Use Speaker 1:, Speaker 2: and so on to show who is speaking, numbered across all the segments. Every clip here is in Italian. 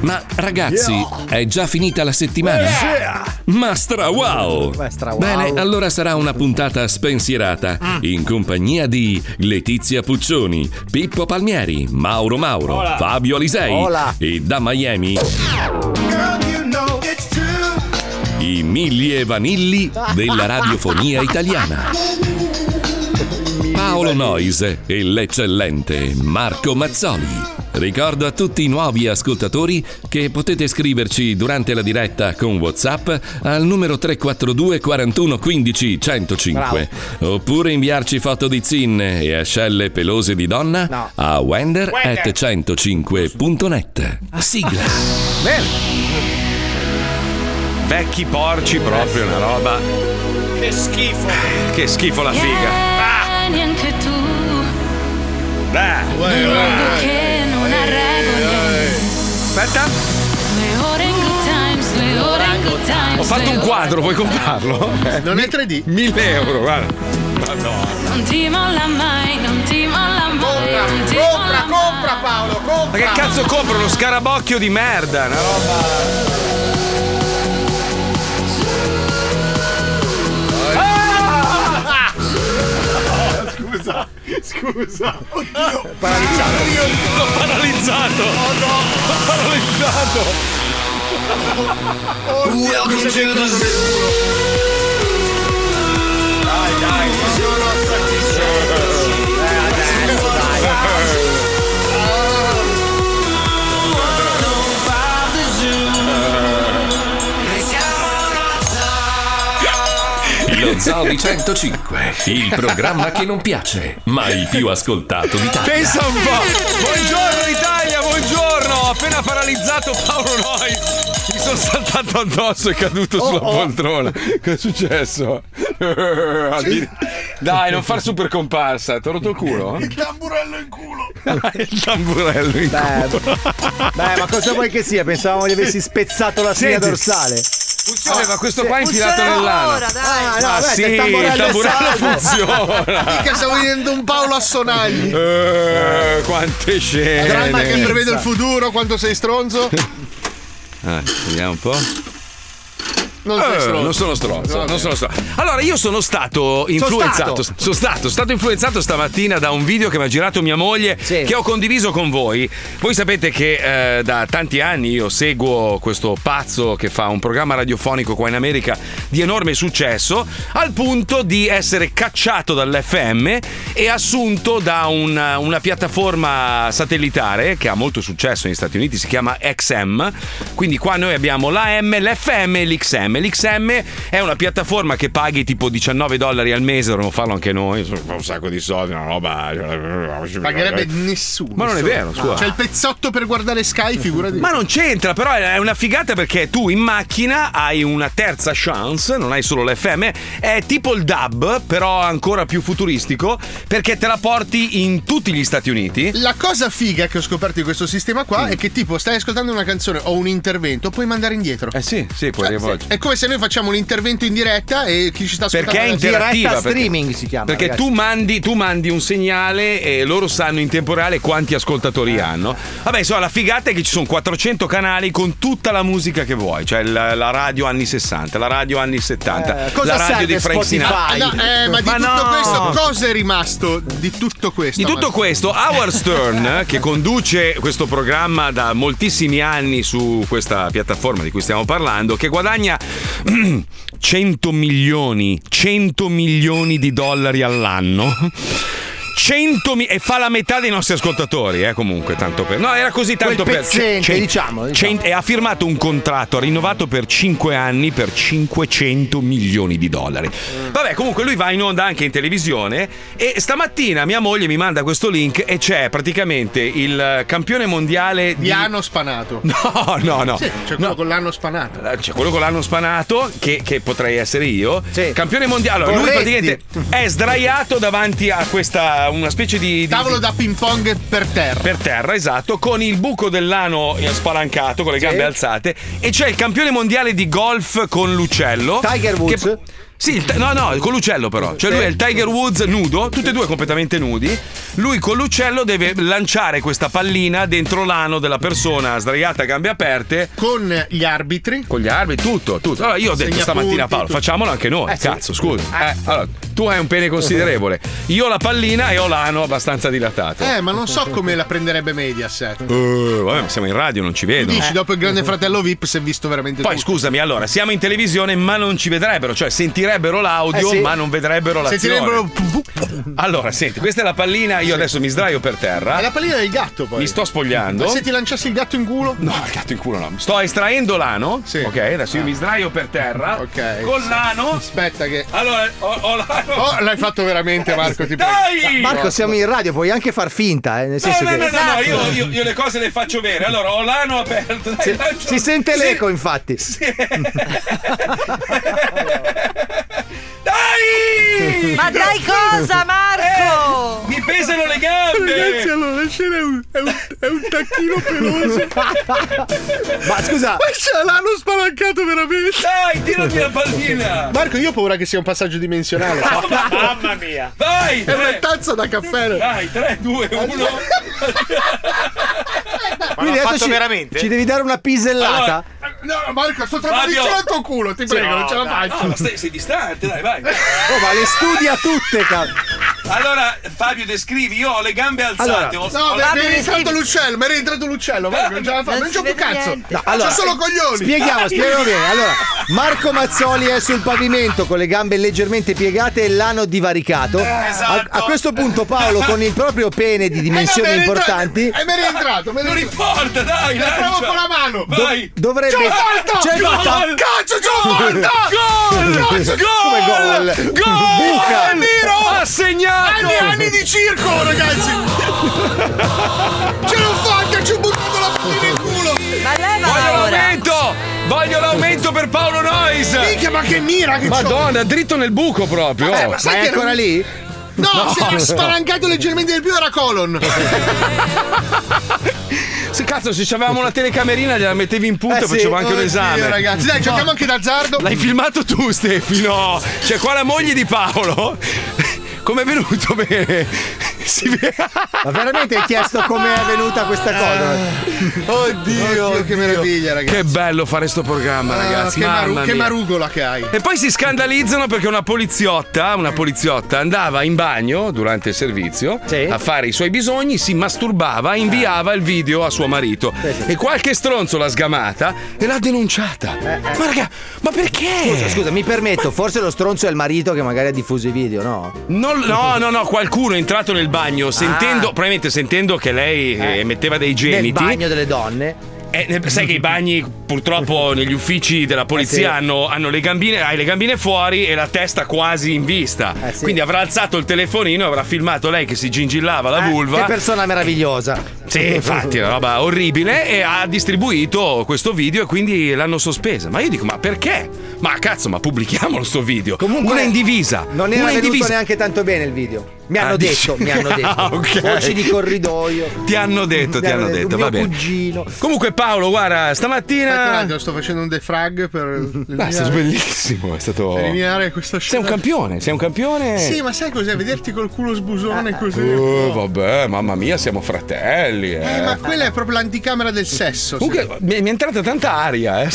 Speaker 1: Ma ragazzi, è già finita la settimana? Ma stra wow!
Speaker 2: Beh, stra wow.
Speaker 1: Bene, allora sarà una puntata spensierata in compagnia di Letizia Puccioni, Pippo Palmieri, Mauro Mauro,
Speaker 3: Hola.
Speaker 1: Fabio Alisei
Speaker 3: Hola.
Speaker 1: e da Miami i Milli e Vanilli della radiofonia italiana. Paolo Noise e l'eccellente Marco Mazzoli. Ricordo a tutti i nuovi ascoltatori che potete scriverci durante la diretta con WhatsApp al numero 342 41 15 105 oppure inviarci foto di zinne e ascelle pelose di donna a wender at 105.net. Sigla.
Speaker 4: Vecchi porci proprio, una roba.
Speaker 5: Che schifo.
Speaker 4: Che schifo la figa.
Speaker 5: Vieni anche tu.
Speaker 4: Beh.
Speaker 5: Un mondo che non ha regole.
Speaker 4: Aspetta.
Speaker 5: Le Orango Times, le Orango Times.
Speaker 4: Ho fatto
Speaker 5: le
Speaker 4: un quadro, vuoi comprarlo? Non è 3D. 1000 euro, guarda.
Speaker 5: Orango- Non ti molla mai, non ti molla mai. non ti molla
Speaker 6: Compra, compra Paolo,
Speaker 4: Ma
Speaker 6: compra.
Speaker 4: che cazzo compro? Uno scarabocchio di merda, una roba.
Speaker 6: Ah! Scusa, scusa. Oddio. Paralizzato.
Speaker 4: L'ho paralizzato.
Speaker 6: Oh no. L'ho
Speaker 4: paralizzato.
Speaker 6: Welcome to the Dai, dai. Sono satisfatto. Adesso, dai.
Speaker 1: Lo Zoo di 105, il programma che non piace, ma il più ascoltato d'Italia.
Speaker 4: Pensa un po'. Buongiorno Italia, buongiorno. Ho appena paralizzato Paolo Nois. Mi sono saltato addosso e caduto
Speaker 6: Oh,
Speaker 4: sulla poltrona. Che è successo? Dai, non far super comparsa. Ti ho rotto il culo?
Speaker 6: Il tamburello in culo.
Speaker 4: il tamburello in
Speaker 2: culo. Beh, ma cosa vuoi che sia? Pensavamo gli avessi spezzato la spina
Speaker 4: Senti.
Speaker 2: dorsale.
Speaker 4: Funziona, ma questo qua è infilato
Speaker 2: funziona
Speaker 4: nell'ano.
Speaker 2: ora, dai. Ah, no,
Speaker 4: ma
Speaker 2: beh,
Speaker 4: sì,
Speaker 2: il
Speaker 4: il
Speaker 2: tamburello
Speaker 4: tamburello,
Speaker 2: è salvo.
Speaker 4: Diciamo, funziona.
Speaker 7: Mica stiamo vedendo un Paolo a sonagli.
Speaker 4: Eh, quante scene.
Speaker 7: Dramma che prevede il futuro quanto sei stronzo.
Speaker 4: Eh, vediamo un po'.
Speaker 7: Non
Speaker 4: Eh,
Speaker 7: sei stronzo.
Speaker 4: non sono stronzo,
Speaker 7: Va
Speaker 4: non
Speaker 7: bene.
Speaker 4: sono stronzo. Allora, io sono stato influenzato.
Speaker 7: stato.
Speaker 4: Sono stato, sono stato influenzato stamattina da un video che mi ha girato mia moglie, che ho condiviso con voi. Voi sapete che eh, da tanti anni io seguo questo pazzo che fa un programma radiofonico qua in America di enorme successo, al punto di essere cacciato dall'FM e assunto da una, una piattaforma satellitare che ha molto successo negli Stati Uniti, si chiama XM. Quindi qua noi abbiamo l'AM, l'FM e l'XM. L'XM è una piattaforma che paghi tipo 19 dollari al mese, dovremmo farlo anche noi, fa un sacco di soldi, una roba... cioè,
Speaker 7: Pagherebbe nessuno.
Speaker 4: Ma non è
Speaker 7: Nessuno.
Speaker 4: vero, scusa.
Speaker 7: C'è il pezzotto per guardare Sky, figurati.
Speaker 4: Ma non c'entra, però è una figata perché tu in macchina hai una terza chance, non hai solo l'FM, è tipo il DAB, però ancora più futuristico, perché te la porti in tutti gli Stati Uniti.
Speaker 7: La cosa figa che ho scoperto di questo sistema qua
Speaker 4: Mm.
Speaker 7: è che tipo stai ascoltando una canzone o un intervento, puoi mandare indietro.
Speaker 4: Eh sì, sì, puoi rivolgere.
Speaker 7: È come Cioè, se noi facciamo un intervento in diretta e chi ci sta ascoltando
Speaker 4: Perché è interattiva perché-
Speaker 2: si chiama,
Speaker 4: Perché
Speaker 2: ragazzi.
Speaker 4: tu
Speaker 7: cioè.
Speaker 4: mandi, tu mandi un segnale e loro sanno in tempo reale quanti ascoltatori
Speaker 7: Eh.
Speaker 4: hanno. Vabbè, insomma, la figata è che ci sono 400 canali con tutta la musica che vuoi, cioè la, la radio anni 60, la radio anni 70,
Speaker 7: Eh,
Speaker 4: la
Speaker 7: cosa
Speaker 4: radio
Speaker 7: serve
Speaker 4: di Frank Sinatra.
Speaker 7: No, eh, ma di tutto questo cosa è rimasto di tutto questo?
Speaker 4: Di tutto questo, Howard Stern, eh, che conduce questo programma da moltissimi anni su questa piattaforma di cui stiamo parlando, che guadagna 100 milioni, 100 milioni di dollari all'anno. 100 mi- e fa la metà dei nostri ascoltatori, eh, comunque, tanto per. No, era così tanto
Speaker 2: Quel
Speaker 4: per. Cioè,
Speaker 2: pezzente, diciamo, diciamo.
Speaker 4: cent- e ha firmato un contratto, ha rinnovato per 5 anni per 500 milioni di dollari.
Speaker 7: Mm.
Speaker 4: Vabbè, comunque lui va in onda anche in televisione e stamattina mia moglie mi manda questo link e c'è praticamente il campione mondiale di...
Speaker 7: Piano spanato.
Speaker 4: No, no, no. Eh,
Speaker 7: Sì, c'è quello con l'anno spanato.
Speaker 4: C'è quello con l'anno spanato, che, che potrei essere io. Campione mondiale. Allora, lui
Speaker 7: Vorresti.
Speaker 4: praticamente è sdraiato davanti a questa. una specie di. di-
Speaker 7: Tavolo da ping pong per terra.
Speaker 4: per terra, esatto, con il buco dell'ano eh, spalancato, con le gambe alzate. E c'è il campione mondiale di golf con l'uccello. Tiger Woods. Sì, il t- no, no, con l'uccello però. Cioè lui è il Tiger Woods nudo, tutti e due completamente nudi. Lui con l'uccello deve lanciare questa pallina dentro l'ano della persona sdraiata a gambe aperte.
Speaker 7: Con gli arbitri.
Speaker 4: Con gli arbitri, tutto, tutto. Allora io ho detto
Speaker 7: Segna
Speaker 4: stamattina a
Speaker 7: punti,
Speaker 4: Paolo,
Speaker 7: tutto.
Speaker 4: facciamolo anche noi.
Speaker 7: Eh, sì.
Speaker 4: cazzo, scusa. Eh, allora, tu hai un pene considerevole. Io ho la pallina e ho l'ano abbastanza dilatato.
Speaker 7: Eh, ma non so come la prenderebbe Mediaset.
Speaker 4: Eh, vabbè, ma siamo in radio, non ci vedono. Eh.
Speaker 7: Dici, dopo il grande fratello VIP si è visto veramente
Speaker 4: Poi
Speaker 7: tutto.
Speaker 4: scusami, allora, siamo in televisione, ma non ci vedrebbero, cioè sentirebbero l'audio,
Speaker 7: Eh, sì.
Speaker 4: ma non vedrebbero l'azione.
Speaker 7: Sentirebbero-
Speaker 4: Allora, senti, questa è la pallina, io adesso mi sdraio per
Speaker 7: È
Speaker 4: terra,
Speaker 7: la pallina del gatto poi.
Speaker 4: mi sto spogliando.
Speaker 7: Ma se ti lanciassi il gatto in culo?
Speaker 4: No, il gatto in culo no. Sto estraendo l'ano. Ok, adesso io mi sdraio per terra.
Speaker 7: Ok.
Speaker 4: Con l'ano.
Speaker 7: Aspetta che...
Speaker 4: Allora, ho, ho l'ano.
Speaker 7: Oh, l'hai fatto veramente Marco, ti prego.
Speaker 4: Dai!
Speaker 2: Marco, siamo in radio, puoi anche far finta, eh, nel
Speaker 4: No,
Speaker 2: senso
Speaker 4: no,
Speaker 2: che.
Speaker 4: no, no, no,
Speaker 7: Esatto.
Speaker 4: io, io- io le cose le faccio vere. Allora, ho l'ano aperto. Dai, lancio-
Speaker 2: Si sente
Speaker 4: Sì.
Speaker 2: l'eco, infatti.
Speaker 4: Dai!
Speaker 3: Ma dai cosa, Marco?
Speaker 4: Eh, Mi pesano le gambe!
Speaker 7: allora la scena è un, tacchino peloso.
Speaker 2: Ma scusa,
Speaker 7: c'è l'ano spalancato veramente.
Speaker 4: Dai, tirami la pallina!
Speaker 7: Marco, io ho paura che sia un passaggio dimensionale.
Speaker 8: Mamma mia.
Speaker 4: Vai!
Speaker 7: È una
Speaker 4: tre.
Speaker 7: tazza da caffè.
Speaker 4: Dai, 3, 2, 1.
Speaker 8: Ma l'ha fatto veramente?
Speaker 2: ci devi dare una pisellata.
Speaker 4: Allora,
Speaker 7: No, Marco, sto trapadicendo il tuo culo, ti prego, non ce la faccio.
Speaker 4: sei, sei distante, dai, vai.
Speaker 2: Oh, ma le studia tutte, cazzo.
Speaker 4: Allora, Fabio, descrivi, io ho le gambe alzate. ho-
Speaker 7: No,
Speaker 4: ho-
Speaker 7: mi
Speaker 3: Fabio,
Speaker 7: è rientrato
Speaker 3: sì.
Speaker 7: l'uccello, mi è rientrato l'uccello, Marco, non ce la faccio,
Speaker 3: Non
Speaker 7: non
Speaker 3: si
Speaker 7: c'ho più
Speaker 3: vede
Speaker 7: cazzo. eh,
Speaker 3: niente.
Speaker 7: Faccio solo coglioni.
Speaker 2: Spieghiamo, spieghiamo bene. Allora, Marco Mazzoli è sul pavimento con le gambe leggermente piegate e l'ano divaricato.
Speaker 4: Esatto.
Speaker 2: A, a questo punto Paolo con il proprio pene di dimensioni
Speaker 7: Eh, no, mi è
Speaker 2: importanti
Speaker 7: rientrato- eh, mi è rientrato, mi è
Speaker 4: Ah, non
Speaker 7: rientrato.
Speaker 4: importa, dai,
Speaker 7: La
Speaker 4: lancia.
Speaker 7: provo con la mano.
Speaker 2: do-
Speaker 4: Vai.
Speaker 2: dovrebbe
Speaker 7: C'è volta!
Speaker 2: C'è
Speaker 7: Gol!
Speaker 2: volta!
Speaker 7: Cazzo, c'è volta!
Speaker 4: Gol!
Speaker 7: Cazzo,
Speaker 2: Come
Speaker 4: Gol!
Speaker 2: gol?
Speaker 4: Gol!
Speaker 7: Niro!
Speaker 4: Ha segnato!
Speaker 7: Anni e anni di circo, ragazzi! Ce l'ho fatta, ci ho buttato la pallina in culo!
Speaker 3: Ma
Speaker 4: Voglio
Speaker 3: leva ora.
Speaker 4: l'aumento! Voglio l'aumento per Paolo Nois!
Speaker 7: Minchia, ma che mira che c'ho!
Speaker 4: Madonna, dritto nel buco proprio!
Speaker 7: Eh, ma sai
Speaker 2: Ma è
Speaker 7: che
Speaker 2: ancora
Speaker 7: non-
Speaker 2: lì?
Speaker 7: No, si era spalancato leggermente di più, era Colon!
Speaker 2: Eh,
Speaker 4: Se cazzo, se c'avevamo una telecamerina gliela mettevi in punta
Speaker 2: Eh
Speaker 4: e
Speaker 2: sì.
Speaker 4: facevo anche un
Speaker 7: Oddio,
Speaker 4: esame.
Speaker 7: ragazzi, dai, giochiamo anche d'azzardo!
Speaker 4: L'hai filmato tu, Stefano! Cioè, qua la moglie di Paolo. Com'è venuto bene? Si vede.
Speaker 2: Ma veramente hai chiesto com'è avvenuta questa cosa?
Speaker 7: Oddio, che meraviglia, ragazzi!
Speaker 4: Che bello fare sto programma,
Speaker 7: Ah,
Speaker 4: ragazzi.
Speaker 7: che, maru-
Speaker 4: mamma
Speaker 7: che
Speaker 4: mia.
Speaker 7: marugola che hai!
Speaker 4: E poi si scandalizzano perché una poliziotta, una poliziotta andava in bagno durante il servizio
Speaker 2: Sì.
Speaker 4: a fare i suoi bisogni, si masturbava, inviava il video a suo marito. E qualche stronzo l'ha sgamata e l'ha denunciata.
Speaker 2: Eh,
Speaker 4: Ma raga, ma perché?
Speaker 2: Scusa, scusa, mi permetto, forse lo stronzo è il marito che magari ha diffuso i video, no?
Speaker 4: Non- no, no, no, qualcuno è entrato nel bagno sentendo, probabilmente sentendo che lei eh, emetteva dei
Speaker 2: Ah. Nel
Speaker 4: geniti.
Speaker 2: bagno delle donne.
Speaker 4: Eh, ne- sai che i bagni purtroppo negli uffici della polizia
Speaker 2: Eh sì.
Speaker 4: hanno, hanno le gambine, hai le gambine fuori e la testa quasi in vista.
Speaker 2: Eh sì.
Speaker 4: Quindi avrà alzato il telefonino e avrà filmato lei che si gingillava la
Speaker 2: Eh,
Speaker 4: vulva.
Speaker 2: Che persona meravigliosa.
Speaker 4: Sì, infatti, è una roba orribile. E ha distribuito questo video e quindi l'hanno sospesa. Ma io dico, ma perché? Ma cazzo, ma pubblichiamolo sto video.
Speaker 2: Comunque-
Speaker 4: una indivisa.
Speaker 2: Non era
Speaker 4: una
Speaker 2: venuto
Speaker 4: indivisa.
Speaker 2: neanche tanto bene il video. Mi
Speaker 4: Ah,
Speaker 2: hanno
Speaker 4: dici?
Speaker 2: detto, mi hanno detto.
Speaker 4: Ah, ok.
Speaker 2: Voci di corridoio.
Speaker 4: Ti hanno detto, ti hanno detto,
Speaker 2: mio
Speaker 4: va bene.
Speaker 2: cugino.
Speaker 4: Comunque, Paolo, guarda,
Speaker 7: Aspetta un
Speaker 4: stamattina.
Speaker 7: attimo, sto facendo un defrag per
Speaker 4: È stato
Speaker 7: eliminare,
Speaker 4: bellissimo, è stato.
Speaker 7: per eliminare questa
Speaker 4: Sei
Speaker 7: scena.
Speaker 4: un campione, sei un campione.
Speaker 2: Eh.
Speaker 7: Sì, ma sai cos'è? Vederti col culo
Speaker 2: Ah,
Speaker 7: sbusone così.
Speaker 4: Eh, vabbè, mamma mia, siamo fratelli. eh.
Speaker 7: Eh, ma quella è proprio l'anticamera del sesso.
Speaker 4: Comunque,
Speaker 7: secondo
Speaker 4: mi mi è entrata tanta aria, eh.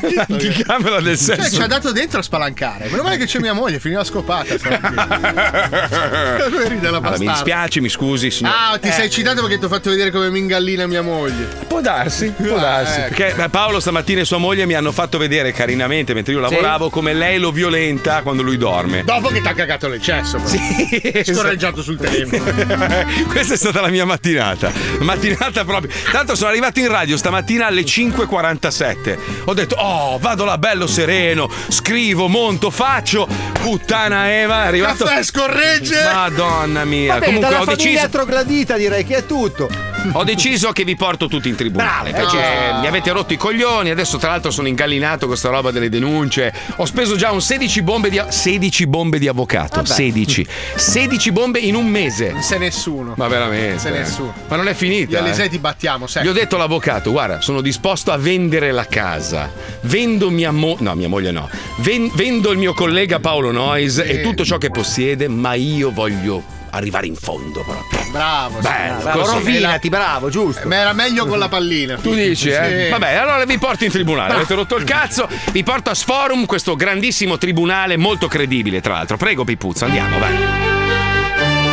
Speaker 4: L'anticamera del
Speaker 7: me. Cioè, ci
Speaker 4: sesso.
Speaker 7: ha dato dentro a spalancare. Meno male che c'è mia moglie, finiva scopata. stamattina. Come ride la
Speaker 4: Allora, mi
Speaker 7: bastarda.
Speaker 4: dispiace, mi scusi, signor. Eh,
Speaker 7: Ah, ti sei eccitato perché ti ho fatto vedere come mingallina mia moglie.
Speaker 4: Può darsi, può
Speaker 7: Ah,
Speaker 4: darsi.
Speaker 7: ecco.
Speaker 4: Perché eh, Paolo stamattina e sua moglie mi hanno fatto vedere carinamente mentre io lavoravo come lei lo violenta quando lui dorme.
Speaker 7: Dopo che ti ha cagato l'eccesso, però. Scorreggiato sul telefono.
Speaker 4: Questa è stata la mia mattinata. Mattinata proprio. Tanto sono arrivato in radio stamattina alle 5.47. Ho detto, oh, vado là bello sereno, scrivo, monto, faccio. Puttana Eva, è arrivato.
Speaker 7: Caffè scorregge!
Speaker 4: Madonna mia.
Speaker 2: Vabbè,
Speaker 4: Comunque
Speaker 2: dalla
Speaker 4: ho
Speaker 2: famiglia
Speaker 4: deciso.
Speaker 2: trogladita direi che è tutto.
Speaker 4: Ho deciso che vi porto tutti in tribunale.
Speaker 6: Bravo.
Speaker 2: Eh.
Speaker 4: Perché
Speaker 6: No.
Speaker 4: mi avete rotto i coglioni. Adesso, tra l'altro, sono ingalinato con sta roba delle denunce. Ho speso già un 16 bombe di, 16 bombe di avvocato.
Speaker 7: Vabbè.
Speaker 4: 16. 16 bombe in un mese.
Speaker 7: Non sei nessuno.
Speaker 4: Ma veramente. eh.
Speaker 7: Non sei nessuno.
Speaker 4: Ma non è finita.
Speaker 7: Io e Alisei
Speaker 4: eh.
Speaker 7: ti battiamo, sai.
Speaker 4: Gli ho detto all'avvocato, guarda, sono disposto a vendere la casa, vendo mia moglie, no mia moglie no, Ven- vendo il mio collega Paolo Noyes e tutto ciò che possiede, ma io voglio arrivare in fondo proprio.
Speaker 7: Bravo, sì,
Speaker 4: Bello,
Speaker 7: bravo.
Speaker 4: così.
Speaker 7: Rovinati, bravo, giusto. Ma era meglio con la pallina.
Speaker 4: Tu dici, eh?
Speaker 7: Sì.
Speaker 4: Vabbè, allora vi porto in tribunale. Avete rotto il cazzo, vi porto a Sforum, questo grandissimo tribunale, molto credibile, tra l'altro. Prego, Pipuzzo, andiamo, vai.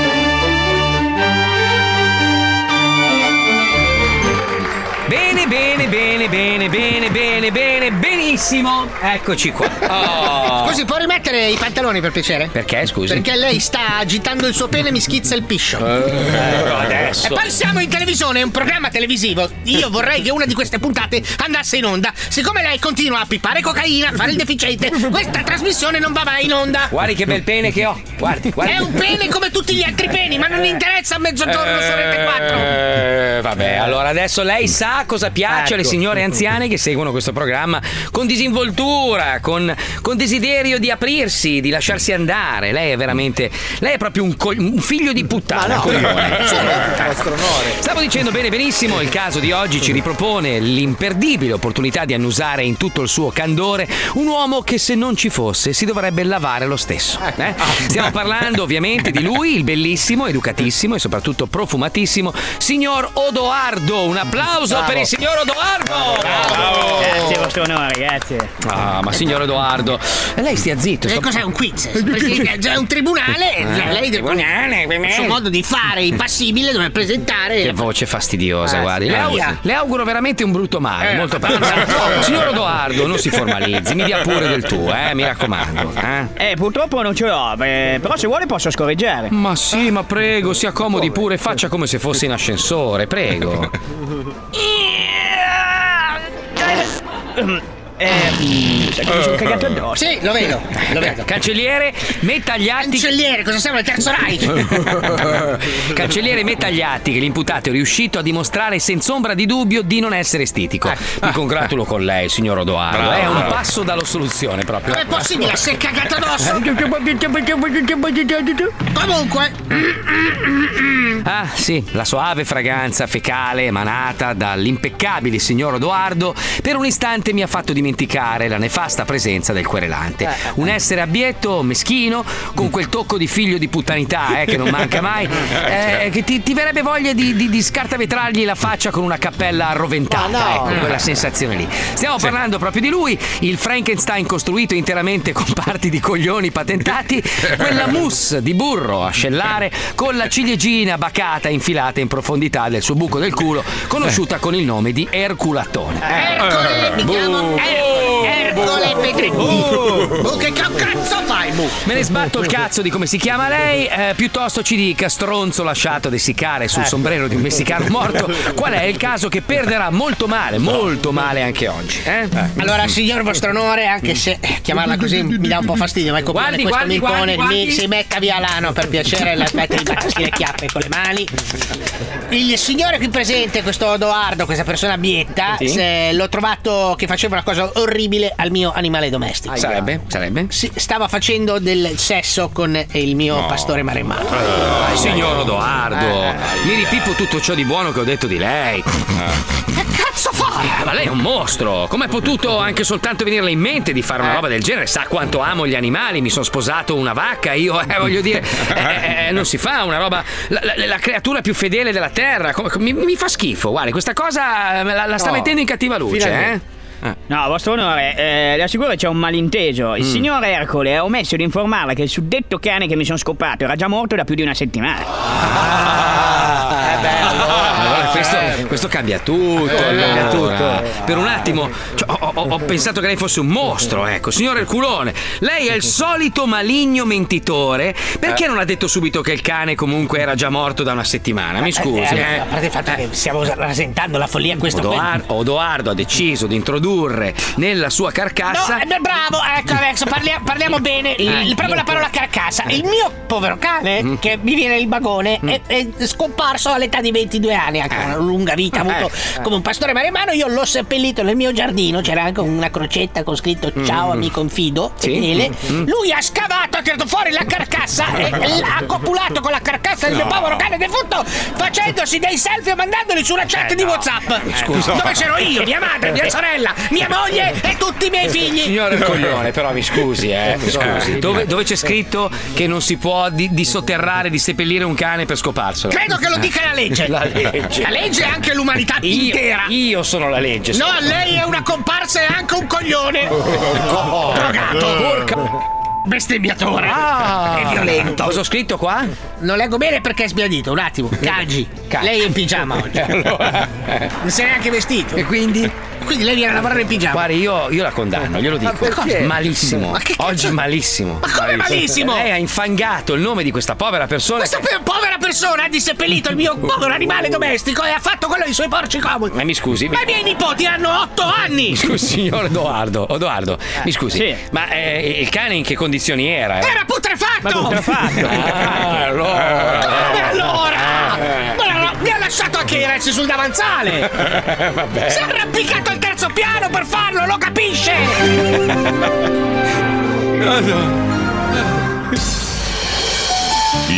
Speaker 9: Bene, bene, bene, bene, bene, bene, bene, benissimo. Eccoci qua. Oh.
Speaker 10: Scusi, può rimettere i pantaloni per piacere?
Speaker 9: Perché, scusi? Eh,
Speaker 10: Perché lei sta agitando il suo pene e mi schizza il piscio.
Speaker 9: però adesso.
Speaker 10: E poi siamo in televisione, è un programma televisivo. Io vorrei che una di queste puntate andasse in onda. Siccome lei continua a pipare cocaina, a fare il deficiente, questa trasmissione non va mai in onda.
Speaker 9: Guardi che bel pene che ho. Guardi, guardi.
Speaker 10: È un pene come tutti gli altri peni, ma non interessa a mezzogiorno su Rete 4.
Speaker 9: Eh, vabbè, allora adesso lei sa cosa piace alle
Speaker 10: Ecco.
Speaker 9: signore anziane che seguono questo programma con disinvoltura, con, con desiderio di aprirsi, di lasciarsi andare. Lei è veramente. Lei è proprio un, co- un figlio di puttana.
Speaker 6: no.
Speaker 9: coglione.
Speaker 6: Solo
Speaker 2: vostro onore.
Speaker 9: Stavo dicendo bene, benissimo. Il caso di oggi ci ripropone l'imperdibile opportunità di annusare in tutto il suo candore un uomo che se non ci fosse si dovrebbe lavare lo stesso.
Speaker 11: Ah,
Speaker 9: eh? Stiamo parlando ovviamente di lui, il bellissimo, educatissimo e soprattutto profumatissimo signor Odoardo. Un applauso
Speaker 11: Bravo.
Speaker 9: per il signor Odoardo.
Speaker 11: Grazie, vostro onore, grazie.
Speaker 9: Ah, ma signor Edoardo, lei stia zitto.
Speaker 10: Che Eh, cos'è un quiz? Perché c'è un tribunale,
Speaker 9: Eh,
Speaker 10: lei del
Speaker 9: tribunale,
Speaker 10: il suo modo di fare impassibile dove presentare
Speaker 9: Che voce fastidiosa,
Speaker 10: Eh,
Speaker 9: guardi.
Speaker 10: sì.
Speaker 9: Le, au-
Speaker 10: Aia.
Speaker 9: le auguro veramente un brutto male,
Speaker 10: Eh,
Speaker 9: molto
Speaker 10: ma-
Speaker 9: male. Signor Odoardo, non si formalizzi, mi dia pure del tuo, eh, mi raccomando. Eh?
Speaker 11: Eh, purtroppo non ce l'ho, eh, però se vuole posso scorreggiare.
Speaker 9: Ma sì, ma prego, si accomodi pure, faccia come se fosse in ascensore, prego.
Speaker 11: Eh, sai che mi sono cagato addosso.
Speaker 10: Sì, lo vedo, lo vedo.
Speaker 9: Eh, Cancelliere, metta gli atti.
Speaker 10: Cancelliere, cosa siamo? Il terzo Reich?
Speaker 9: Cancelliere Metagliatti che l'imputato è riuscito a dimostrare senza ombra di dubbio di non essere estetico.
Speaker 10: Eh.
Speaker 9: Mi congratulo con lei, signor Odoardo.
Speaker 4: Bravo,
Speaker 9: è un
Speaker 4: bravo.
Speaker 9: passo dall'assoluzione proprio.
Speaker 10: Com'è possibile? Si è cagato addosso?
Speaker 9: Eh,
Speaker 10: Comunque,
Speaker 9: Ah, sì, la soave fragranza fecale emanata dall'impeccabile signor Odoardo per un istante mi ha fatto dimenticare la nefasta presenza del querelante. Un essere abietto, meschino, con quel tocco di figlio di puttanità eh, che non manca mai,
Speaker 4: Certo.
Speaker 9: eh, che ti, ti verrebbe voglia di, di, di scartavetrargli la faccia con una cappella arroventata. Ecco, quella sensazione lì. Stiamo parlando proprio di lui, il Frankenstein costruito interamente con parti di coglioni patentati, quella mousse di burro a scellare con la ciliegina bacata infilata in profondità del suo buco del culo, conosciuta con il nome di Erculatone. Eh,
Speaker 10: Ercole, mi
Speaker 9: boh,
Speaker 10: chiamo Ercole, Ercole Petretti.
Speaker 9: Oh.
Speaker 10: Oh, che ca- cazzo fai, boh? mu?
Speaker 9: Me ne sbatto il cazzo di come si chiama lei, eh, piuttosto ci dica stronzo lasciato dessicare sul sombrero di un messicano morto, qual è il caso che perderà molto male, molto male anche oggi. eh?
Speaker 10: Allora, signor vostro onore, anche se eh, chiamarla così mi dà un po' fastidio, ma il copione
Speaker 9: Guardi,
Speaker 10: questo
Speaker 9: guardi,
Speaker 10: amicone
Speaker 9: guardi, guardi.
Speaker 10: mi si metta via l'ano per piacere, la smetta di battersi le chiappe con le mani. Il signore qui presente, questo Odoardo, questa persona abietta,
Speaker 9: Sì.
Speaker 10: se- l'ho trovato che faceva una cosa orribile al mio animale domestico.
Speaker 9: Sarebbe? Sarebbe?
Speaker 10: Si- stava facendo del sesso con il mio pastore maremmano.
Speaker 9: Dai, signor
Speaker 10: Eh.
Speaker 9: Odoardo, mi ripippo tutto ciò di buono che ho detto di lei.
Speaker 10: Che cazzo fai?
Speaker 9: Eh, Ah, Ma lei è un mostro! Com'è potuto anche soltanto venirle in mente di
Speaker 11: Eh.
Speaker 9: fare una roba del genere? Sa quanto amo gli animali, mi sono sposato una vacca, io eh, voglio dire, eh, eh, non si fa una roba. La, la- la creatura più fedele della terra, come- mi, mi fa schifo, guarda, questa cosa eh, la, la sta
Speaker 11: No,
Speaker 9: mettendo in cattiva luce,
Speaker 11: finalmente.
Speaker 9: eh?
Speaker 11: No, vostro onore, eh, le assicuro che c'è un malinteso. Il
Speaker 9: Mm.
Speaker 11: signor Ercole ha omesso di informarla che il suddetto cane che mi sono scopato era già morto da più di una
Speaker 10: Ah,
Speaker 11: settimana.
Speaker 9: Allora, questo, questo cambia tutto.
Speaker 11: cambia
Speaker 9: allora.
Speaker 11: tutto.
Speaker 9: Per un attimo cioè, ho, ho- ho pensato che lei fosse un mostro, ecco. Signore Erculone, lei è il solito maligno mentitore. Perché non ha detto subito che il cane comunque era già morto da una settimana? Mi scusi,
Speaker 10: Eh,
Speaker 9: eh.
Speaker 10: A parte il fatto che stiamo rasentando la follia in questo
Speaker 9: Odoar- Odoardo ha deciso di introdurre nella sua carcassa.
Speaker 10: No, eh, bravo, ecco adesso parlia- parliamo bene. Il-
Speaker 9: Eh.
Speaker 10: il- proprio la parola carcassa. Il
Speaker 12: Mm.
Speaker 10: mio povero cane, che mi viene il bagone, è, è scomparso all'età di 22 anni. Ancora. lunga vita, ha avuto
Speaker 12: Ecco, eh.
Speaker 10: come un pastore maremmano, io l'ho seppellito nel mio giardino, c'era anche una crocetta con scritto ciao amico infido,
Speaker 12: Mm. Sì.
Speaker 10: fedele.
Speaker 12: Mm.
Speaker 10: Lui ha scavato, ha tirato fuori la carcassa e e l'ha copulato con la carcassa del mio
Speaker 12: No.
Speaker 10: povero cane defunto facendosi dei selfie e mandandoli sulla chat
Speaker 12: Eh,
Speaker 10: di
Speaker 12: no.
Speaker 10: Whatsapp.
Speaker 12: Eh, scusa.
Speaker 10: Dove c'ero io, mia madre, mia sorella, mia moglie e tutti i
Speaker 12: Eh,
Speaker 10: miei figli.
Speaker 9: Signore coglione, però mi scusi, eh. Mi scusi. Dove, dove c'è scritto che non si può di, di sotterrare, di seppellire un cane per scoparselo?
Speaker 10: Credo che lo dica la legge.
Speaker 9: La legge.
Speaker 10: La legge è anche l'umanità
Speaker 9: Io-
Speaker 10: intera.
Speaker 9: Io sono la legge.
Speaker 10: No,
Speaker 9: sono-
Speaker 10: lei è una comparsa e anche un coglione.
Speaker 9: Oh,
Speaker 10: Drogato.
Speaker 9: porca-
Speaker 10: Bestemmiatore.
Speaker 9: Ah.
Speaker 10: È violento.
Speaker 9: Cosa ho scritto qua?
Speaker 10: Non leggo bene perché è sbiadito. Un attimo. Cagi. Lei è in pigiama oggi.
Speaker 9: Eh, Allora.
Speaker 10: Non si è neanche vestito. E
Speaker 9: quindi?
Speaker 10: Quindi lei viene a lavorare in pigiama.
Speaker 9: Guarda, io, io la condanno, glielo
Speaker 10: Ma
Speaker 9: dico.
Speaker 10: perché?
Speaker 9: malissimo.
Speaker 10: Ma che
Speaker 9: Oggi malissimo.
Speaker 10: Ma come malissimo?
Speaker 9: Lei ha infangato il nome di questa povera persona.
Speaker 10: Questa pe- povera persona ha disseppellito il mio povero animale domestico e ha fatto quello dei suoi porci comodi.
Speaker 9: Oh. Ma mi scusi.
Speaker 10: Ma i miei nipoti hanno otto anni.
Speaker 9: Scusi, signor Edoardo, Edoardo, mi scusi,
Speaker 10: sì.
Speaker 9: ma eh, il cane in che condizioni era?
Speaker 10: Era putrefatto! Ma
Speaker 9: Ah,
Speaker 10: Come
Speaker 9: allora.
Speaker 10: allora?
Speaker 9: Eh.
Speaker 10: Ma la- mi ha lasciato anche i resti sul davanzale!
Speaker 6: Vabbè.
Speaker 10: Si è arrampicato al terzo piano per farlo, lo capisce?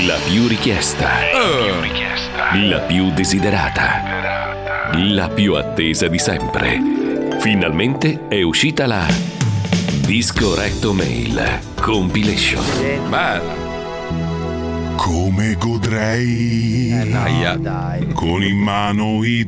Speaker 1: La più richiesta. La più desiderata. La più attesa di sempre. Finalmente è uscita la Disco Recto Mail Compilation.
Speaker 4: Bella.
Speaker 6: Come godrei
Speaker 1: Eh,
Speaker 6: con in mano i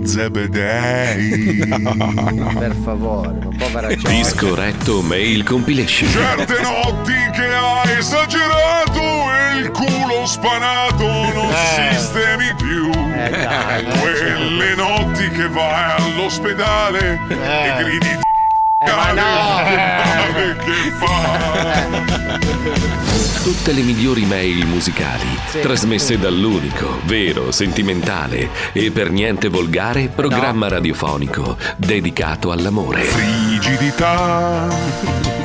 Speaker 6: zebedei. Cioè,
Speaker 2: Per favore, ma povera
Speaker 1: Disco Recto Mail Compilation.
Speaker 4: certo
Speaker 6: Certe notti che hai esagerato e il culo spanato non
Speaker 1: Eh.
Speaker 6: sistemi più.
Speaker 1: dai.
Speaker 6: Quelle notti che vai all'ospedale e gridi
Speaker 1: Eh. ma no. eh.
Speaker 6: "Cale, che fa?
Speaker 1: Tutte le migliori mail musicali,
Speaker 6: Sì.
Speaker 1: trasmesse dall'unico, vero, sentimentale e per niente volgare programma radiofonico dedicato all'amore.
Speaker 6: Rigidità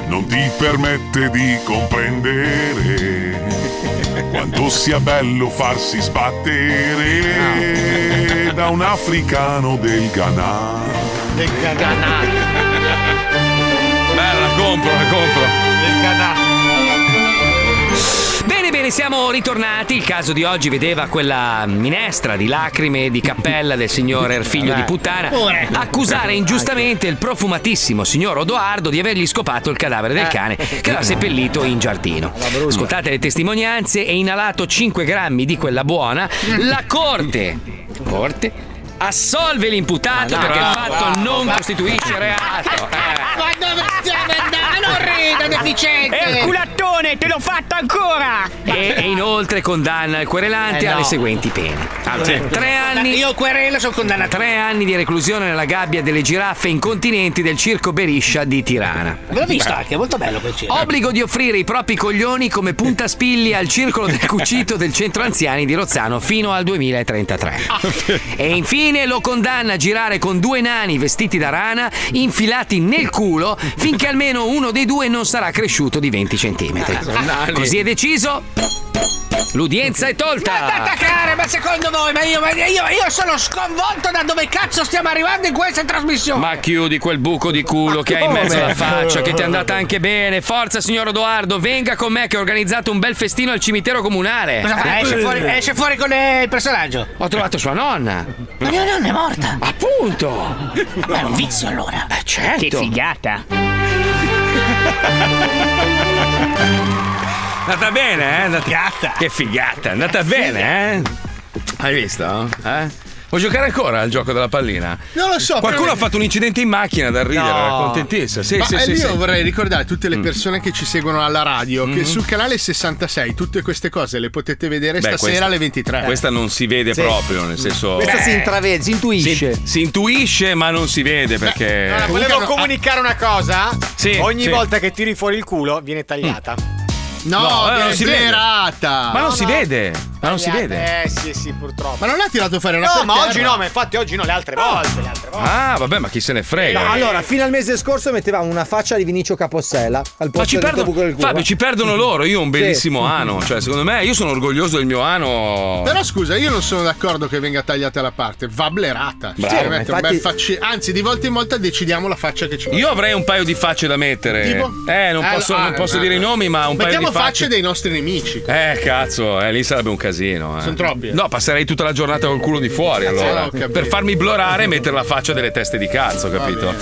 Speaker 6: non ti permette di comprendere quanto sia bello farsi sbattere da un africano del Ghana.
Speaker 8: Del Canà.
Speaker 4: Bella, compro, la compro.
Speaker 8: Del
Speaker 9: Bene, bene, siamo ritornati. Il caso di oggi vedeva quella minestra di lacrime e di cappella del signor figlio di puttana
Speaker 10: Pure.
Speaker 9: accusare ingiustamente il profumatissimo signor Odoardo di avergli scopato il cadavere del cane che l'ha seppellito in giardino. Ascoltate le testimonianze e inalato 5 grammi di quella buona, la corte. Corte? Assolve l'imputato
Speaker 12: Ma no,
Speaker 9: perché il fatto
Speaker 12: bravo,
Speaker 9: non
Speaker 12: bravo.
Speaker 9: costituisce reato. Eh.
Speaker 10: Ma dove stiamo andando? Non rida, deficiente!
Speaker 11: Erculattone, te l'ho fatto ancora!
Speaker 9: E, e inoltre condanna il querelante
Speaker 10: Eh, no.
Speaker 9: alle seguenti pene. Allora,
Speaker 10: Sì.
Speaker 9: tre anni.
Speaker 10: Io querela sono condannato.
Speaker 9: Tre anni di reclusione nella gabbia delle giraffe incontinenti del circo Beriscia di Tirana.
Speaker 10: L'ho visto anche, è molto bello quel cinema.
Speaker 9: Obbligo di offrire i propri coglioni come puntaspilli al circolo del cucito del centro anziani di Rozzano fino al 2033. E infine lo condanna a girare con due nani vestiti da rana infilati nel culo finché almeno uno dei due non sarà cresciuto di 20 centimetri.
Speaker 10: Ah, Nani.
Speaker 9: Così è deciso. L'udienza è tolta.
Speaker 10: Attaccare, ma secondo voi, ma io, ma io, io sono sconvolto da dove cazzo stiamo arrivando in questa trasmissione?
Speaker 9: Ma chiudi quel buco di culo che hai in mezzo alla
Speaker 10: come?
Speaker 9: faccia, che ti è andata anche bene. Forza, signor Odoardo, venga con me che ho organizzato un bel festino al cimitero comunale.
Speaker 10: Cosa fa? Esce fuori, esce fuori con eh, il personaggio.
Speaker 9: Ho trovato sua nonna.
Speaker 10: Ma mia nonna è morta.
Speaker 9: Appunto.
Speaker 10: Ma è un vizio allora.
Speaker 9: certo.
Speaker 11: Che figata.
Speaker 4: Andata bene, eh? Andata... Che figata, è andata bene, eh? Hai visto? Eh? Vuoi giocare ancora al gioco della pallina?
Speaker 7: Non lo so.
Speaker 4: Qualcuno
Speaker 7: però-
Speaker 4: ha fatto un incidente in macchina dal ridere,
Speaker 7: No.
Speaker 4: era contentissimo. Sì,
Speaker 7: Ma
Speaker 4: sì,
Speaker 7: eh,
Speaker 4: sì, Mm.
Speaker 7: io
Speaker 4: sì.
Speaker 7: vorrei ricordare a tutte le persone che ci seguono alla radio
Speaker 4: Mhm.
Speaker 7: che sul canale 66 tutte queste cose le potete vedere
Speaker 4: Beh,
Speaker 7: stasera
Speaker 4: questa-
Speaker 7: alle 23.
Speaker 4: Questa non si vede
Speaker 7: Eh. Sì.
Speaker 4: proprio, nel senso.
Speaker 2: Questa
Speaker 8: Eh.
Speaker 2: si intravede, si intuisce.
Speaker 4: Si, si intuisce, ma non si vede perché.
Speaker 8: Allora, volevo comunicare una cosa.
Speaker 4: Eh, Sì,
Speaker 8: Ogni
Speaker 4: sì.
Speaker 8: volta che tiri fuori il culo viene tagliata.
Speaker 7: No,
Speaker 4: eh,
Speaker 7: è
Speaker 4: non si vede.
Speaker 7: sverata.
Speaker 4: Ma non si vede. Ma non si
Speaker 8: Eh,
Speaker 4: vede.
Speaker 8: Eh sì, sì, purtroppo.
Speaker 7: Ma non l'ha tirato fuori, era
Speaker 8: No,
Speaker 7: per
Speaker 8: ma
Speaker 7: terra.
Speaker 8: oggi no, ma infatti oggi no, le altre volte. Le altre volte.
Speaker 4: Ah, vabbè, ma chi se ne frega.
Speaker 2: No, Eh. allora, fino al mese scorso mettevamo una faccia di Vinicio Capossella al
Speaker 4: Ma ci
Speaker 2: posto del
Speaker 4: perdono,
Speaker 2: buco del culo.
Speaker 4: Fabio, ci perdono loro. Io ho un bellissimo ano. Cioè, secondo me, io sono orgoglioso del mio ano.
Speaker 7: Però scusa, io non sono d'accordo che venga tagliata la parte, va blerata.
Speaker 4: Bravo.
Speaker 7: Cioè,
Speaker 4: Sì,
Speaker 7: mette
Speaker 4: ma
Speaker 7: un bel
Speaker 4: infatti-
Speaker 7: facci- Anzi, di volta in volta decidiamo la faccia che ci
Speaker 4: Io avrei un paio di facce da mettere.
Speaker 7: Tipo?
Speaker 4: Eh, non
Speaker 7: Eh,
Speaker 4: posso,
Speaker 7: ah,
Speaker 4: non posso
Speaker 7: eh,
Speaker 4: dire i nomi, ma un paio di
Speaker 7: Mettiamo
Speaker 4: facce.
Speaker 7: facce dei nostri nemici.
Speaker 4: Eh, cazzo, eh, lì sarebbe un casino. eh.
Speaker 7: Sono troppi, eh.
Speaker 4: No, passerei tutta la giornata col culo di fuori allora.
Speaker 7: ho capito.
Speaker 4: per farmi blorare e mettere la faccia delle teste di cazzo, capito?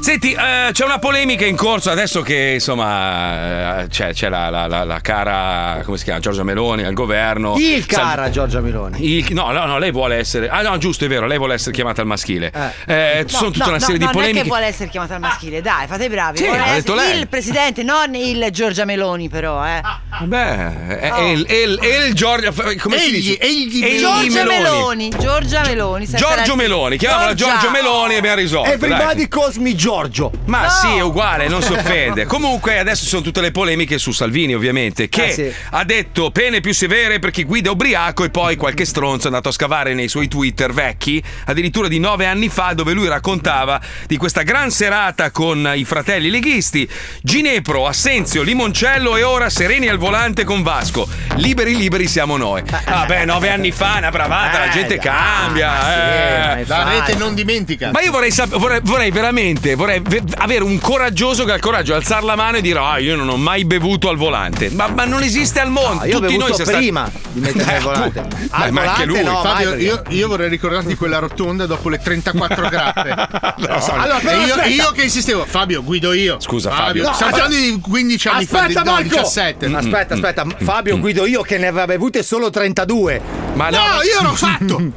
Speaker 4: Senti, eh, c'è una polemica in corso adesso che insomma eh, c'è, c'è la, la- la- la cara, come si chiama? Giorgia Meloni al governo.
Speaker 2: Il
Speaker 4: Sal-
Speaker 2: cara Giorgia Meloni.
Speaker 4: il- no, no, no, lei vuole essere. Ah, no, giusto, è vero, lei vuole essere chiamata al maschile. Eh,
Speaker 3: No,
Speaker 4: sono tutta
Speaker 3: no,
Speaker 4: una
Speaker 3: no,
Speaker 4: serie di
Speaker 3: no, Non è
Speaker 4: polemiche.
Speaker 3: che vuole essere chiamata al maschile, dai, fate i bravi.
Speaker 4: Sì,
Speaker 3: Vuole
Speaker 4: l'ha
Speaker 3: essere
Speaker 4: detto lei.
Speaker 3: Il presidente, non il Giorgia Meloni, però,
Speaker 7: Ah,
Speaker 3: eh.
Speaker 4: Beh, è- è il- è il- è il Giorgia. eh, Come si
Speaker 3: Oh. Egli,
Speaker 4: dice?
Speaker 3: egli
Speaker 4: Egli
Speaker 3: Giorgia Meloni. Giorgia Meloni. senza
Speaker 4: Giorgio
Speaker 3: la-
Speaker 4: Meloni, chiamiamola Giorgio Meloni e abbiamo risolto. Cioè, dai.
Speaker 2: Everybody calls me Giorgio.
Speaker 4: Ma sì, è uguale, non si offende. Comunque, adesso ci sono tutte le polemiche su Salvini, ovviamente, che
Speaker 2: Ah, sì.
Speaker 4: ha detto pene più severe per chi guida ubriaco e poi qualche stronzo è andato a scavare nei suoi Twitter vecchi, addirittura di nove anni fa, dove lui raccontava di questa gran serata con i fratelli leghisti, Ginepro, Assenzio, Limoncello e ora Sereni al volante con Vasco. Liberi, liberi siamo noi. Vabbè, nove anni fa, una bravata,
Speaker 2: Eh,
Speaker 4: la gente
Speaker 8: Ah,
Speaker 4: cambia. eh.
Speaker 7: La rete non dimentica.
Speaker 4: Ma io vorrei, sap- vorrei, vorrei veramente vorrei ve- avere un coraggioso che ha il coraggio di alzare la mano e dire: Ah, io non ho mai bevuto al volante. Ma, ma non esiste al mondo.
Speaker 2: No,
Speaker 7: Ah,
Speaker 2: io ho
Speaker 4: Tutti noi
Speaker 2: bevuto
Speaker 4: siamo
Speaker 2: prima di mettermi
Speaker 4: Eh,
Speaker 2: al volante.
Speaker 4: tu- Beh,
Speaker 2: Al
Speaker 4: ma anche
Speaker 2: volante
Speaker 4: lui.
Speaker 2: no, mai
Speaker 7: Fabio,
Speaker 2: perché-
Speaker 7: io, io vorrei ricordarti quella rotonda dopo le 34 grappe. allora,
Speaker 2: però
Speaker 7: io,
Speaker 2: aspetta.
Speaker 7: io che insistevo, Fabio, guido io.
Speaker 4: Scusa,
Speaker 2: Fabio.
Speaker 7: Stiamo
Speaker 2: No,
Speaker 7: parlando di 15 anni fa, di-
Speaker 2: Aspetta,
Speaker 7: no,
Speaker 2: Marco!
Speaker 7: 17.
Speaker 4: Mm,
Speaker 2: Aspetta, aspetta, Fabio guido io che ne aveva bevute solo 32.
Speaker 4: Ma
Speaker 7: No, io l'ho fatto.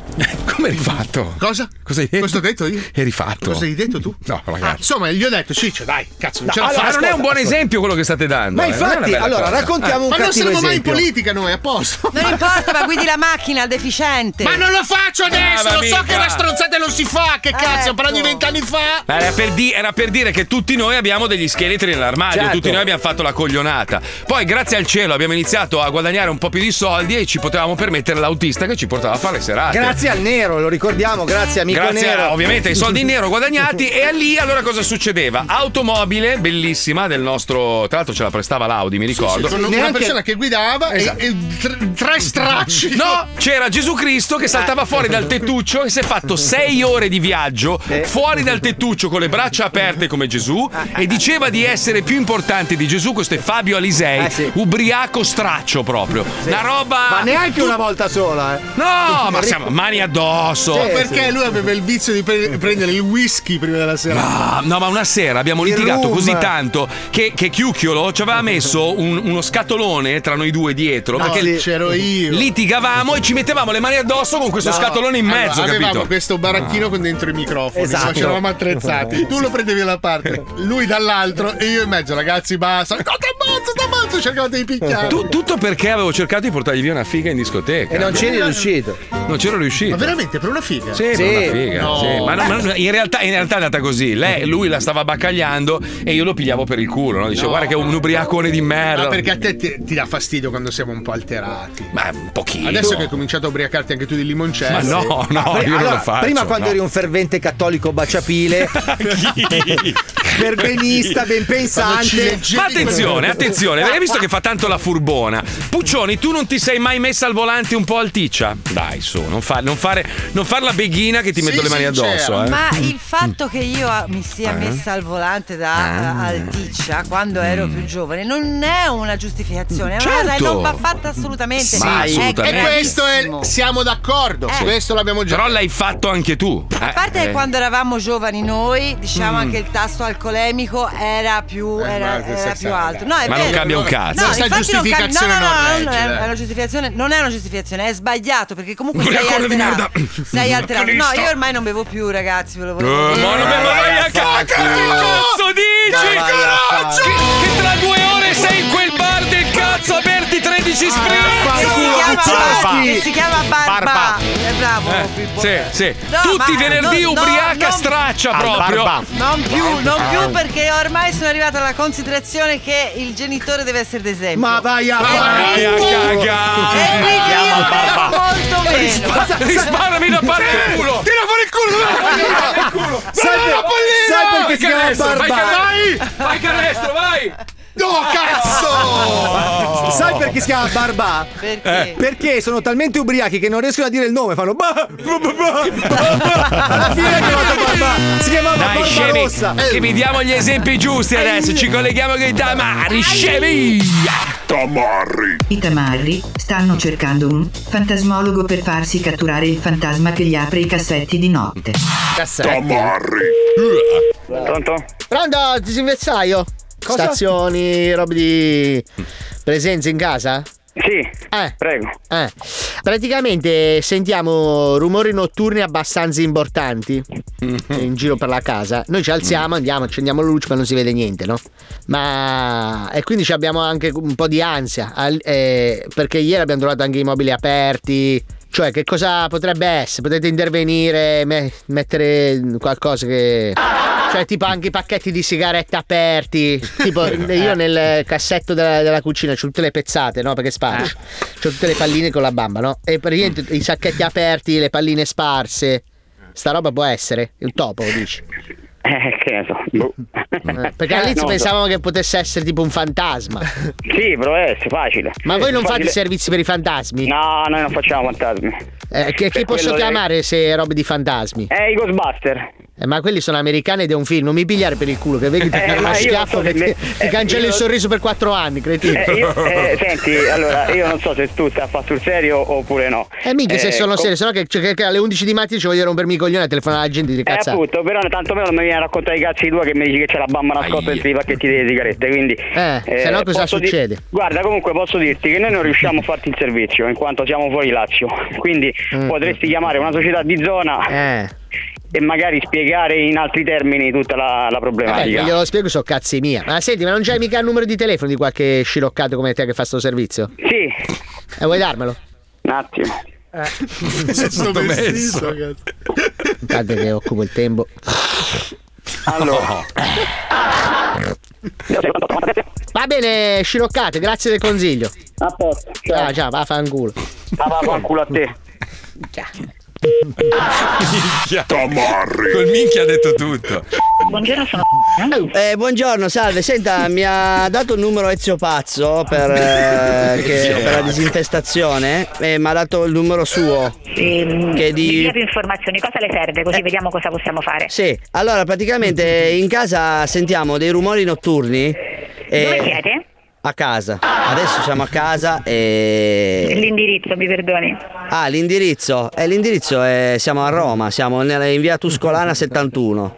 Speaker 4: Come hai fatto?
Speaker 7: Cosa?
Speaker 4: Cosa hai detto?
Speaker 7: Questo ho detto io?
Speaker 4: Eri fatto.
Speaker 7: Cosa hai detto tu?
Speaker 4: No,
Speaker 7: Ah,
Speaker 4: ragazzi.
Speaker 7: insomma, gli ho detto, Ciccio, dai, cazzo, non
Speaker 4: No,
Speaker 7: ce la
Speaker 4: allora,
Speaker 7: faccio.
Speaker 4: non è un buon esempio quello che state dando.
Speaker 7: Ma
Speaker 4: eh, non è una
Speaker 7: infatti,
Speaker 4: bella
Speaker 7: allora,
Speaker 4: cosa. Eh.
Speaker 7: raccontiamo un
Speaker 4: ma non
Speaker 7: cattivo
Speaker 4: saremo mai
Speaker 7: esempio.
Speaker 4: in politica.
Speaker 7: Politica noi, a posto.
Speaker 3: Non importa, ma guidi la macchina al deficiente.
Speaker 7: Ma non lo faccio adesso,
Speaker 4: Brava,
Speaker 7: lo so
Speaker 4: amica.
Speaker 7: che la stronzata non si fa, che cazzo,
Speaker 3: Ecco.
Speaker 7: però di vent'anni fa...
Speaker 4: Ma Era per, di- era per dire che tutti noi abbiamo degli scheletri nell'armadio,
Speaker 7: Certo.
Speaker 4: tutti noi abbiamo fatto la coglionata. Poi, grazie al cielo, abbiamo iniziato a guadagnare un po' più di soldi e ci potevamo permettere l'autista che ci portava a fare le serate.
Speaker 2: Grazie al nero, lo ricordiamo, grazie amico
Speaker 4: Ah, Grazie
Speaker 2: nero.
Speaker 4: a- ovviamente ai soldi in nero guadagnati e lì allora cosa succedeva? Automobile bellissima del nostro, tra l'altro ce la prestava l'Audi, mi ricordo.
Speaker 7: Con una persona che guidava e-
Speaker 2: Esatto.
Speaker 7: e, tre, tre stracci.
Speaker 4: No, c'era Gesù Cristo che saltava fuori dal tettuccio e si è fatto sei ore di viaggio fuori dal tettuccio con le braccia aperte come Gesù e diceva di essere più importante di Gesù. Questo è Fabio
Speaker 7: Eh,
Speaker 4: Alisei, ubriaco straccio proprio. Una roba.
Speaker 2: Ma neanche una volta sola, eh.
Speaker 4: No, ma siamo mani addosso.
Speaker 7: Ma Cioè, perché lui aveva il vizio di pre- prendere il whisky prima della sera.
Speaker 4: Ah, no, ma una sera abbiamo litigato
Speaker 7: rum.
Speaker 4: così tanto che, che Chiucchiolo ci aveva messo un- uno scatolone tra noi due dietro.
Speaker 7: No,
Speaker 4: perché
Speaker 7: sì, c'ero io.
Speaker 4: Litigavamo e ci mettevamo le mani addosso con questo
Speaker 7: No.
Speaker 4: scatolone in
Speaker 7: Allora,
Speaker 4: mezzo,
Speaker 7: avevamo
Speaker 4: capito?
Speaker 7: questo baracchino
Speaker 4: Ah.
Speaker 7: con dentro i microfoni,
Speaker 4: Esatto.
Speaker 7: ci eravamo attrezzati. Tu lo prendevi da una parte, lui dall'altro e io in mezzo, ragazzi, basta. No, t'ammazzo, t'ammazzo, cercavate di picchiare.
Speaker 4: Tu- tutto perché avevo cercato di portargli via una figa in discoteca.
Speaker 2: E non c'eri riuscito.
Speaker 4: Non c'ero riuscito.
Speaker 7: Ma veramente per una figa?
Speaker 4: Sì, per una figa.
Speaker 7: No.
Speaker 4: sì. Ma, no, ma no, in, realtà, in realtà è andata così. Lei- lui la stava baccagliando e io lo pigliavo per il culo. No? Dicevo, guarda che è un ubriacone di merda.
Speaker 7: Ma perché a te ti, ti dà fastidio quando siamo un po' alterati?
Speaker 4: Ma un pochino.
Speaker 7: Adesso che hai cominciato a ubriacarti anche tu di limoncello.
Speaker 4: Ma no, no,
Speaker 7: Allora,
Speaker 4: io non
Speaker 2: Allora,
Speaker 4: lo faccio.
Speaker 2: Eh, prima quando
Speaker 4: no.
Speaker 2: eri un fervente cattolico baciapile, perbenista, ben
Speaker 7: Quando ci
Speaker 2: pensante.
Speaker 7: leggevi
Speaker 4: Ma attenzione, attenzione, hai visto che fa tanto la furbona. Puccioni, tu non ti sei mai messa al volante un po' alticcia? Dai, su, non, fa- non fare, non far la beghina che ti
Speaker 7: Sì,
Speaker 4: metto le mani
Speaker 7: sincera.
Speaker 4: addosso. Eh.
Speaker 3: Ma il fatto che io mi sia
Speaker 4: Eh? Mm.
Speaker 3: messa al volante da eh,
Speaker 4: Ah.
Speaker 3: alticcia quando ero più giovane non è una giustificazione, è una
Speaker 7: Certo.
Speaker 3: cosa che non va fatta assolutamente.
Speaker 4: Ma
Speaker 3: È
Speaker 4: assolutamente.
Speaker 7: E questo è.
Speaker 3: gravissimo.
Speaker 7: Siamo d'accordo.
Speaker 3: Eh.
Speaker 7: Questo l'abbiamo già.
Speaker 4: Però l'hai fatto anche tu.
Speaker 5: Eh.
Speaker 3: A parte che quando eravamo giovani noi, diciamo
Speaker 4: Eh, Mm. Eh,
Speaker 3: anche il tasso alcolemico era più, era-
Speaker 7: ma che
Speaker 3: era
Speaker 7: sei
Speaker 3: più
Speaker 7: sana,
Speaker 3: alto. No, è
Speaker 4: Ma non
Speaker 3: vero.
Speaker 4: cambia un cazzo.
Speaker 3: No,
Speaker 4: Questa
Speaker 3: infatti non cambia-
Speaker 7: giustificazione
Speaker 3: no, no, no,
Speaker 7: non
Speaker 3: non
Speaker 7: regge,
Speaker 3: è
Speaker 7: dai.
Speaker 3: una giustificazione, non è una giustificazione, è sbagliato perché comunque sei
Speaker 4: Ubriacone di
Speaker 3: alterato.
Speaker 4: merda.
Speaker 3: Sei alterato. No,
Speaker 4: Alcolista.
Speaker 3: io ormai non bevo più, ragazzi, ve lo
Speaker 4: Eh,
Speaker 3: volevo dire.
Speaker 4: ma non me vai a cacca, che cazzo dici?
Speaker 2: Dai, vai a
Speaker 4: Che, che tra due ore sei in quel bar del cazzo
Speaker 5: Palazzo Alberti
Speaker 7: Ah,
Speaker 5: 13 Spring.
Speaker 3: Che si chiama Barba. Che si chiama Barba.
Speaker 5: Barba.
Speaker 3: È bravo.
Speaker 5: Eh, sì, sì.
Speaker 3: No,
Speaker 5: Tutti
Speaker 3: ma-
Speaker 5: i venerdì
Speaker 3: no, no,
Speaker 5: ubriaca
Speaker 3: non-
Speaker 5: straccia
Speaker 3: Ah,
Speaker 5: proprio. Ah.
Speaker 3: barba. Non più, non più perché ormai sono arrivata alla considerazione che il genitore deve essere d'esempio. Ma
Speaker 2: vai a
Speaker 5: Vai a cagare.
Speaker 3: E quindi
Speaker 5: Andiamo
Speaker 3: io
Speaker 5: a
Speaker 3: bevo
Speaker 5: barba.
Speaker 3: molto meno.
Speaker 5: Rispa- risparami da parte del culo. Tira fuori il culo. Tira fuori il culo.
Speaker 2: Sai
Speaker 5: Brava,
Speaker 2: per- sai
Speaker 5: pallina.
Speaker 2: perché si
Speaker 5: Vai
Speaker 2: chiama
Speaker 5: canestro, vai
Speaker 2: barba?
Speaker 5: canestro, Vai canestro, vai.
Speaker 2: No, cazzo!
Speaker 10: Oh.
Speaker 2: Sai perché si chiama Barba? Eh.
Speaker 3: Perché?
Speaker 2: Perché sono talmente ubriachi che non riescono a dire il nome, fanno ba, ba, ba, ba, ba. Alla fine è chiamato Barba. Si chiamava
Speaker 5: Dai,
Speaker 2: Barba
Speaker 5: scemi,
Speaker 2: Rossa.
Speaker 5: che vi diamo gli esempi giusti adesso. Ci colleghiamo con i tamari, scemi. Tamari.
Speaker 13: I tamarri stanno cercando un fantasmologo per farsi catturare il fantasma che gli apre i cassetti di notte.
Speaker 6: Tamarri.
Speaker 14: Pronto?
Speaker 10: Pronto, disinvecchiaio?
Speaker 2: Cosa?
Speaker 10: Stazioni, robe di presenze in casa?
Speaker 14: Sì, prego.
Speaker 10: Eh. Praticamente sentiamo rumori notturni abbastanza importanti in giro per la casa. Noi ci
Speaker 14: Mm.
Speaker 10: alziamo, andiamo, accendiamo la luce, ma non si vede niente, no? Ma e quindi ci abbiamo anche un po' di ansia al- eh, perché ieri abbiamo trovato anche i mobili aperti. Cioè, che cosa potrebbe essere? Potete intervenire, me- mettere qualcosa che. Cioè, tipo anche i pacchetti di sigarette aperti. Tipo, io nel cassetto della, della cucina c'ho tutte le pezzate, no? Perché sparso. C'ho tutte le palline con la bamba, no? E praticamente i sacchetti aperti, le palline sparse. Sta roba può essere. Il topo, dici.
Speaker 14: Eh, che ne so. boh.
Speaker 10: Eh, Perché all'inizio
Speaker 14: No,
Speaker 10: pensavamo che potesse essere tipo un fantasma.
Speaker 14: Sì, però è facile.
Speaker 10: Ma voi non fate i
Speaker 14: Facile.
Speaker 10: servizi per i fantasmi?
Speaker 14: No, noi non facciamo fantasmi.
Speaker 10: Eh, che, chi posso
Speaker 14: Per quello dei-
Speaker 10: chiamare se è roba di fantasmi?
Speaker 14: Eh, i Ghostbuster.
Speaker 10: Eh, ma quelli sono americani ed è un film, non mi pigliare per il culo, che vedi
Speaker 14: Eh,
Speaker 10: che
Speaker 14: ma
Speaker 10: uno
Speaker 14: io
Speaker 10: schiaffo
Speaker 14: non so
Speaker 10: che
Speaker 14: se
Speaker 10: ti,
Speaker 14: me-
Speaker 10: ti
Speaker 14: eh,
Speaker 10: cancella
Speaker 14: io-
Speaker 10: il sorriso per quattro anni, cretino.
Speaker 14: Eh, io- eh, senti, allora, io non so se tu stai a fare sul serio oppure no.
Speaker 10: Eh, minchia, se sono
Speaker 14: co-
Speaker 10: serio, sennò che, cioè, che- che alle 11 di mattina ci voglio rompermi i coglioni a telefonare alla gente di
Speaker 14: Eh,
Speaker 10: cazzate.
Speaker 14: appunto, però tanto meno non mi viene a raccontare i cazzi tua che mi dici che c'è la bamba nascosta dentro i pacchetti delle sigarette, quindi...
Speaker 10: Eh, se no cosa
Speaker 14: posso di-
Speaker 10: succede?
Speaker 14: Guarda, comunque posso dirti che noi non riusciamo a farti il servizio, in quanto siamo fuori Lazio, quindi
Speaker 10: Mm.
Speaker 14: potresti chiamare una società di zona...
Speaker 10: Eh.
Speaker 14: E magari spiegare in altri termini tutta la, la
Speaker 10: Eh,
Speaker 14: problematica.
Speaker 10: glielo spiego, sono cazzi mia. Ma senti, ma non c'hai mica il numero di telefono di qualche sciroccato come te che fa sto servizio?
Speaker 14: Sì.
Speaker 10: E vuoi darmelo?
Speaker 14: Un attimo.
Speaker 10: sottomesso. Guarda che occupo il tempo.
Speaker 14: Allora.
Speaker 10: Va bene, sciroccate, grazie del consiglio.
Speaker 14: A posto.
Speaker 10: Ciao, ah, ciao, vaffanculo.
Speaker 14: Ah, vaffanculo a te.
Speaker 5: Minchia. Col minchia ha detto tutto.
Speaker 15: Buongiorno, sono. Eh, buongiorno, salve. Senta, mi ha dato il numero Ezio Pazzo per, eh, che- per la disinfestazione e mi ha dato il numero suo. Che è
Speaker 16: Mi Ehm, dia
Speaker 15: di. Eh.
Speaker 16: più informazioni, cosa le serve? Così vediamo cosa possiamo fare.
Speaker 15: Sì, allora praticamente in casa sentiamo dei rumori notturni. e-
Speaker 16: Dove siete?
Speaker 15: A casa. Adesso siamo a casa e.
Speaker 16: L'indirizzo, mi perdoni.
Speaker 15: Ah, l'indirizzo. Eh, l'indirizzo è. Siamo a Roma, siamo nella- in via Tuscolana 71.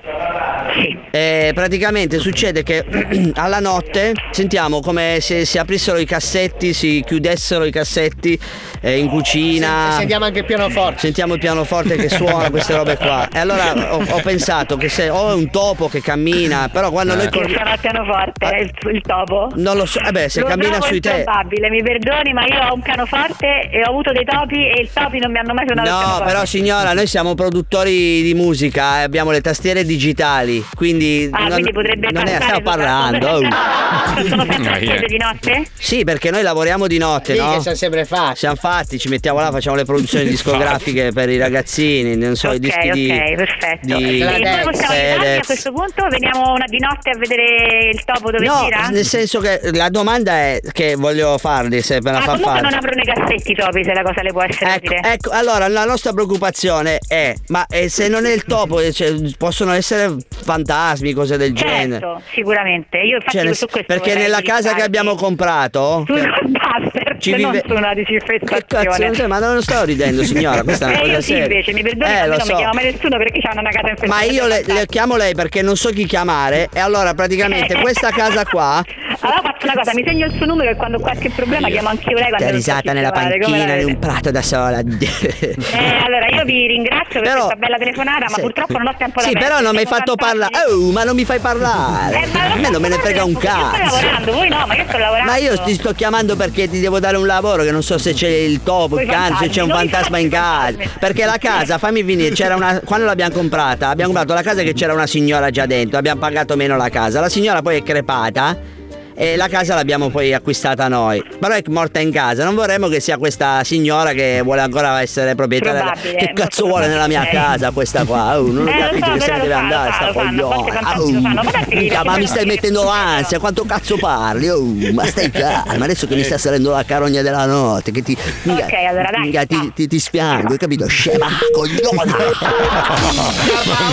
Speaker 15: E praticamente succede che alla notte sentiamo come se si aprissero i cassetti, si chiudessero i cassetti eh, in cucina.
Speaker 10: Sen- sentiamo anche il pianoforte.
Speaker 15: Sentiamo il pianoforte che suona, queste robe qua. E allora ho, ho pensato che se o è un topo che cammina, però quando noi
Speaker 16: Che
Speaker 10: Eh.
Speaker 16: sono al pianoforte, il, il topo.
Speaker 15: Non lo so, eh beh, se
Speaker 16: Lo
Speaker 15: cammina
Speaker 16: trovo
Speaker 15: sui te.
Speaker 16: improbabile, mi perdoni, ma io ho un pianoforte e ho avuto dei topi e i topi non mi hanno mai suonato il
Speaker 15: No,
Speaker 16: pianoforte.
Speaker 15: però signora, noi siamo produttori di musica e abbiamo le tastiere digitali, quindi
Speaker 16: Ah, quindi potrebbe
Speaker 15: non ne
Speaker 16: passare
Speaker 15: stiamo
Speaker 16: tutta la
Speaker 15: parlando.
Speaker 16: cosa
Speaker 15: oh.
Speaker 16: Sono sempre accese di notte?
Speaker 15: Sì, perché noi lavoriamo di notte,
Speaker 16: Sì,
Speaker 15: no?
Speaker 16: che
Speaker 15: siamo
Speaker 10: sempre fatti.
Speaker 15: Siamo fatti, ci mettiamo là, facciamo le produzioni discografiche per i ragazzini, non so, i dischi
Speaker 16: ok,
Speaker 15: di
Speaker 16: ok, perfetto. e
Speaker 15: di
Speaker 16: poi possiamo arrivarci a
Speaker 15: Fedez.
Speaker 16: questo punto? Veniamo una di notte a vedere il topo dove
Speaker 15: No,
Speaker 16: gira?
Speaker 15: nel senso che la domanda è che voglio farli se me la
Speaker 16: Ma
Speaker 15: fa
Speaker 16: Ah, comunque
Speaker 15: fare.
Speaker 16: non aprono i cassetti i topi se la cosa le può essere utile.
Speaker 15: Ecco, allora la nostra preoccupazione è: ma eh, se non è il topo, eh, cioè, possono essere fantasmi, cose del genere.
Speaker 16: Certo, sicuramente. Io infatti
Speaker 15: Cioè, nel-
Speaker 16: su questo
Speaker 15: perché
Speaker 16: vorrei
Speaker 15: nella casa che abbiamo comprato
Speaker 16: Tu non basta,
Speaker 15: Ci
Speaker 16: se non
Speaker 15: vive-
Speaker 16: su una
Speaker 15: Che cazzo,
Speaker 16: disinfestazione.
Speaker 15: cioè, ma non sto ridendo signora questa è una
Speaker 16: Eh,
Speaker 15: cosa
Speaker 16: io sì,
Speaker 15: seria
Speaker 16: invece, mi perdoni, ma
Speaker 15: Eh,
Speaker 16: a me
Speaker 15: lo
Speaker 16: non
Speaker 15: so.
Speaker 16: mi chiama mai nessuno perché c'hanno una casa infestata.
Speaker 15: ma io le, le chiamo lei perché non so chi chiamare e allora praticamente questa casa qua
Speaker 16: Eh. Allora faccio una cosa, mi segno il suo numero e quando ho qualche problema chiamo anche io lei quando
Speaker 15: è
Speaker 16: non so
Speaker 15: risata
Speaker 16: chi
Speaker 15: nella
Speaker 16: chiamare, come la Eh,
Speaker 15: panchina in
Speaker 16: vede?
Speaker 15: un prato da sola
Speaker 16: Eh, allora io vi ringrazio per questa bella telefonata, ma purtroppo non ho tempo da
Speaker 15: sì
Speaker 16: perdere,
Speaker 15: però non mi hai
Speaker 16: siamo
Speaker 15: fatto
Speaker 16: tanto-
Speaker 15: parlare oh tu, ma non mi fai parlare.
Speaker 17: Eh, ma
Speaker 15: A me non me ne frega un cazzo.
Speaker 17: Io sto lavorando, voi no, ma io sto lavorando.
Speaker 15: Ma io ti sto chiamando perché ti devo dare un lavoro che non so se c'è il topo,
Speaker 17: Coi
Speaker 15: il cane, se
Speaker 17: fantasmi,
Speaker 15: c'è un
Speaker 17: non mi
Speaker 15: fantasma in casa. Perché la casa, fammi finire, c'era una. Quando l'abbiamo comprata, abbiamo comprato la casa che c'era una signora già dentro, abbiamo pagato meno la casa. La signora poi è crepata. E la casa l'abbiamo poi acquistata noi. Però è morta in casa. Non vorremmo che sia questa signora che vuole ancora essere proprietaria.
Speaker 17: Probabile,
Speaker 15: che
Speaker 17: molto
Speaker 15: cazzo vuole nella mia
Speaker 17: probabile.
Speaker 15: casa questa qua? Oh, non ho
Speaker 17: Eh, lo
Speaker 15: capito
Speaker 17: so,
Speaker 15: che se
Speaker 17: però lo
Speaker 15: ne deve
Speaker 17: fa, lo
Speaker 15: andare
Speaker 17: fa,
Speaker 15: sta
Speaker 17: lo fa, a volte
Speaker 15: coglione.
Speaker 17: fantastici lo fanno, ma dai,
Speaker 15: Minchia,
Speaker 17: dai,
Speaker 15: ma
Speaker 17: dai,
Speaker 15: mi stai
Speaker 17: dai.
Speaker 15: mettendo ansia, quanto cazzo parli? Oh, ma stai calma, adesso che mi sta salendo la carogna della notte, che ti. Minchia,
Speaker 17: Ok, allora, dai,
Speaker 15: minchia, ti, ti, ti spiango, hai capito? Scema, cogliona!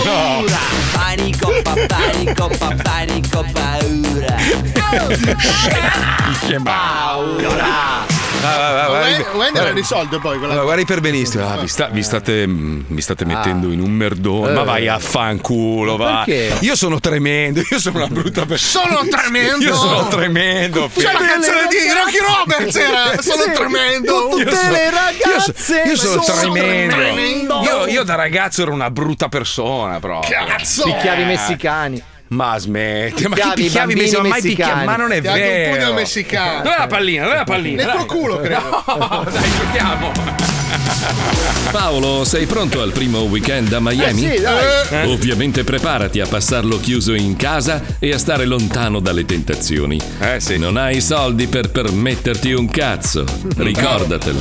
Speaker 17: paura.
Speaker 15: Panico, panico, panico, paura!
Speaker 4: Ah,
Speaker 7: Wen- Wen era risolto poi quella
Speaker 4: Allora, guarda per benissimo, Ah, vi, sta- vi state, mm, vi state mettendo in un merdone.
Speaker 7: Eh.
Speaker 4: Ma vai a fanculo, va.
Speaker 7: Perché?
Speaker 4: Io sono tremendo, io sono una brutta persona.
Speaker 7: Sono tremendo!
Speaker 4: Io sono tremendo. Cioè,
Speaker 7: C'è la
Speaker 4: figlio.
Speaker 7: canzone di Rocky Roberts era, sono tremendo.
Speaker 4: Io sono-
Speaker 7: ragazze
Speaker 4: Io sono, tremendo.
Speaker 7: tremendo.
Speaker 4: Io, io da ragazzo ero una brutta persona proprio.
Speaker 7: Cazzo!
Speaker 4: Eh.
Speaker 14: Picchiavi messicani.
Speaker 4: Ma smetti, ma
Speaker 14: Picchiavi
Speaker 4: chi picchiavi
Speaker 14: bambini
Speaker 4: messicani? Ma mai
Speaker 14: messicani.
Speaker 4: picchia- ma non è
Speaker 14: Ti ha dato un
Speaker 4: vero.
Speaker 14: pugno
Speaker 7: messicano.
Speaker 4: Dov'è la pallina? Dov'è la pallina?
Speaker 7: Nel
Speaker 4: Dai.
Speaker 7: tuo culo, credo.
Speaker 4: No, dai, giochiamo.
Speaker 1: Paolo, sei pronto al primo weekend a Miami?
Speaker 4: Eh sì, dai.
Speaker 1: Eh. Ovviamente preparati a passarlo chiuso in casa e a stare lontano dalle tentazioni.
Speaker 4: Eh sì.
Speaker 1: Non hai i soldi per permetterti un cazzo. Ricordatelo.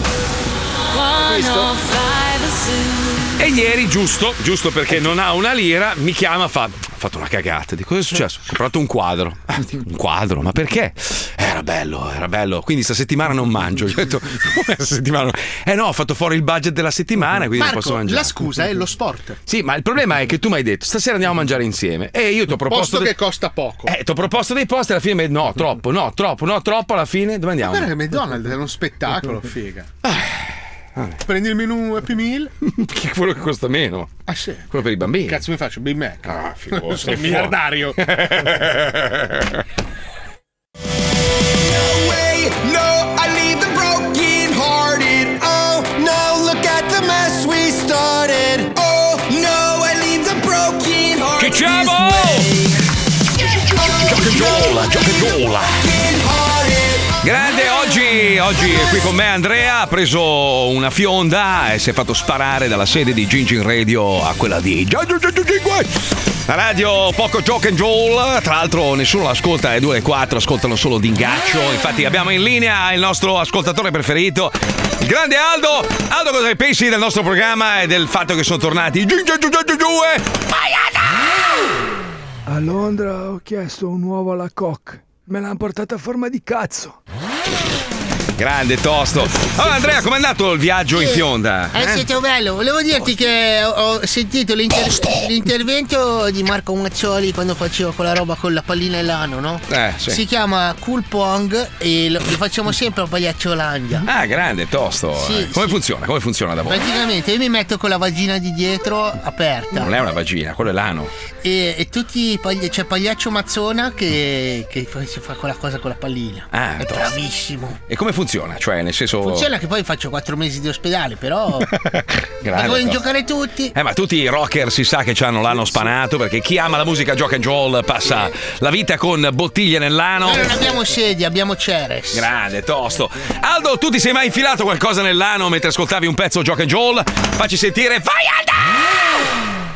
Speaker 4: E ieri, giusto, Eh, giusto perché non ha una lira, mi chiama, fa. Ho fatto una cagata. Dico, cosa è successo? Ho comprato un quadro. Ah, Un quadro, ma perché? Eh, Era bello, era bello. Quindi sta settimana non mangio. Gli ho detto, "Come sta settimana? Eh no, ho fatto fuori il budget della settimana, quindi non posso
Speaker 7: Marco,
Speaker 4: mangiare.
Speaker 7: la scusa è lo sport.
Speaker 4: Sì, ma il problema è che tu mi hai detto stasera andiamo a mangiare insieme. E io ti ho proposto.
Speaker 7: Posto
Speaker 4: de-
Speaker 7: che costa poco.
Speaker 4: Eh, ti ho proposto dei posti alla fine. mi hai detto, No, troppo, no, troppo, no, troppo. Alla fine dove andiamo?
Speaker 7: Guarda che McDonald's è uno spettacolo, figa.
Speaker 4: Ah,
Speaker 7: Prendi il menù Happy Meal.
Speaker 4: Che quello che costa meno.
Speaker 7: Ah sì.
Speaker 4: Quello per i bambini.
Speaker 7: Cazzo mi faccio? Big Mac.
Speaker 4: Ah,
Speaker 7: Sono
Speaker 4: figo, sei fuori.
Speaker 7: miliardario.
Speaker 18: No, I leave the broken hearted. Oh no, look at the mess we started. Oh no, I leave the broken hearted.
Speaker 4: Chiamo!
Speaker 18: Giocadola, giocadola.
Speaker 4: Grande, oggi, oggi è qui con me Andrea, ha preso una fionda e si è fatto sparare dalla sede di Gingin Radio a quella di Gio- Gio- Gio- Gio- Gio- la radio poco Joke and Joel, tra l'altro nessuno l'ascolta, le 2 e 4 ascoltano solo d'ingaccio, infatti abbiamo in linea il nostro ascoltatore preferito, il grande Aldo. Aldo cosa ne pensi del nostro programma e del fatto che sono tornati Gingin Gio- Gio- Gio- Gio-
Speaker 19: A Londra ho chiesto un uovo alla coc. Me l'hanno portata a forma di cazzo.
Speaker 4: Grande tosto. Allora Andrea, com'è andato il viaggio in fionda?
Speaker 10: Eh, siete bello, volevo dirti che ho- ho sentito l'inter- l'intervento di Marco Mazzoli quando facevo quella roba con la pallina e l'ano, no?
Speaker 4: Eh, sì.
Speaker 10: Si chiama Cool Pong e lo, lo facciamo sempre a Pagliacciolandia.
Speaker 4: Ah, grande, tosto.
Speaker 10: Sì,
Speaker 4: Eh, Come funziona? Come funziona da voi?
Speaker 10: Praticamente io mi metto con la vagina di dietro aperta
Speaker 4: Non è una vagina, quello è l'ano.
Speaker 10: e, e tutti i pagli- c'è Pagliaccio Mazzona che, che fa, si fa quella cosa con la pallina.
Speaker 4: Ah,
Speaker 10: è
Speaker 4: tosto.
Speaker 10: bravissimo.
Speaker 4: E come funziona? Cioè, nel senso.
Speaker 10: Funziona che poi faccio 4 mesi di ospedale, però
Speaker 4: Grande,
Speaker 10: vogliono
Speaker 4: tosto.
Speaker 10: giocare tutti.
Speaker 4: Eh, ma tutti i rocker si sa che hanno l'ano spanato perché chi ama la musica Jock and Joel passa la vita con bottiglie nell'ano.
Speaker 10: Noi non abbiamo sedie, abbiamo Ceres.
Speaker 4: Grande, tosto. Aldo, tu ti sei mai infilato qualcosa nell'ano mentre ascoltavi un pezzo Jock and Joel? Facci sentire, vai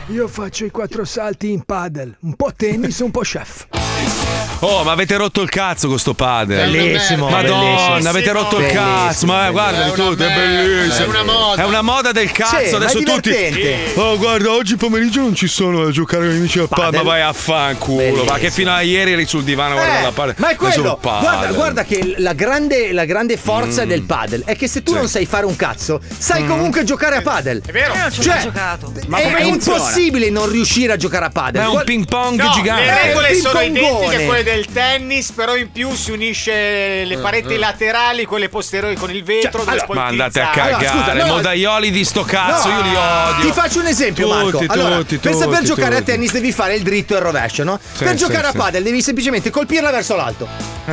Speaker 19: Io faccio i quattro salti in paddle, un po' tennis, un po' chef.
Speaker 4: Aldo! Oh, ma avete rotto il cazzo con sto padre.
Speaker 19: Bellissimo,
Speaker 4: Madonna,
Speaker 19: bellissimo.
Speaker 4: avete rotto il
Speaker 19: Bellissimo,
Speaker 4: cazzo. Ma
Speaker 19: bellissimo.
Speaker 4: guarda,
Speaker 19: È
Speaker 4: di
Speaker 19: una
Speaker 4: tutto, è
Speaker 19: merda,
Speaker 4: bellissimo.
Speaker 19: è una moda.
Speaker 4: È una moda del cazzo.
Speaker 19: Sì, ma è
Speaker 4: Adesso tutti.
Speaker 19: divertente.
Speaker 4: Oh, guarda, oggi pomeriggio non ci sono a giocare con gli amici a palla. Ma vai a fanculo. Ma che fino a ieri eri sul divano a guardare la palla.
Speaker 2: Eh, Ma è
Speaker 4: sul
Speaker 2: quello,
Speaker 4: padel. Mm.
Speaker 2: guarda, guarda che la grande, la grande forza del padel è che se tu non sai fare un cazzo, sai comunque giocare a padel. È
Speaker 3: Io non ci ho
Speaker 2: Cioè,
Speaker 3: mai giocato.
Speaker 2: è, è impossibile non riuscire a giocare a padel.
Speaker 4: Ma è un
Speaker 2: Guarda-
Speaker 4: ping pong gigante.
Speaker 2: Eh, è un ping pongone.
Speaker 8: è quelle del tennis, però in più si unisce le pareti
Speaker 4: mm.
Speaker 8: laterali, quelle posteriori con il
Speaker 2: Cioè,
Speaker 8: vetro. dove puoi
Speaker 4: Ma andate a
Speaker 8: utilizzare.
Speaker 4: cagare, modaioli di sto cazzo,
Speaker 2: No.
Speaker 4: io li odio.
Speaker 2: Ti faccio un esempio,
Speaker 4: Tutti,
Speaker 2: Marco. Allora,
Speaker 4: tutti,
Speaker 2: per saper
Speaker 4: tutti,
Speaker 2: giocare
Speaker 4: tutti.
Speaker 2: a tennis devi fare il dritto e il rovescio, no?
Speaker 4: Sì,
Speaker 2: per
Speaker 4: sì,
Speaker 2: giocare
Speaker 4: sì.
Speaker 2: a padel devi semplicemente colpirla verso l'alto.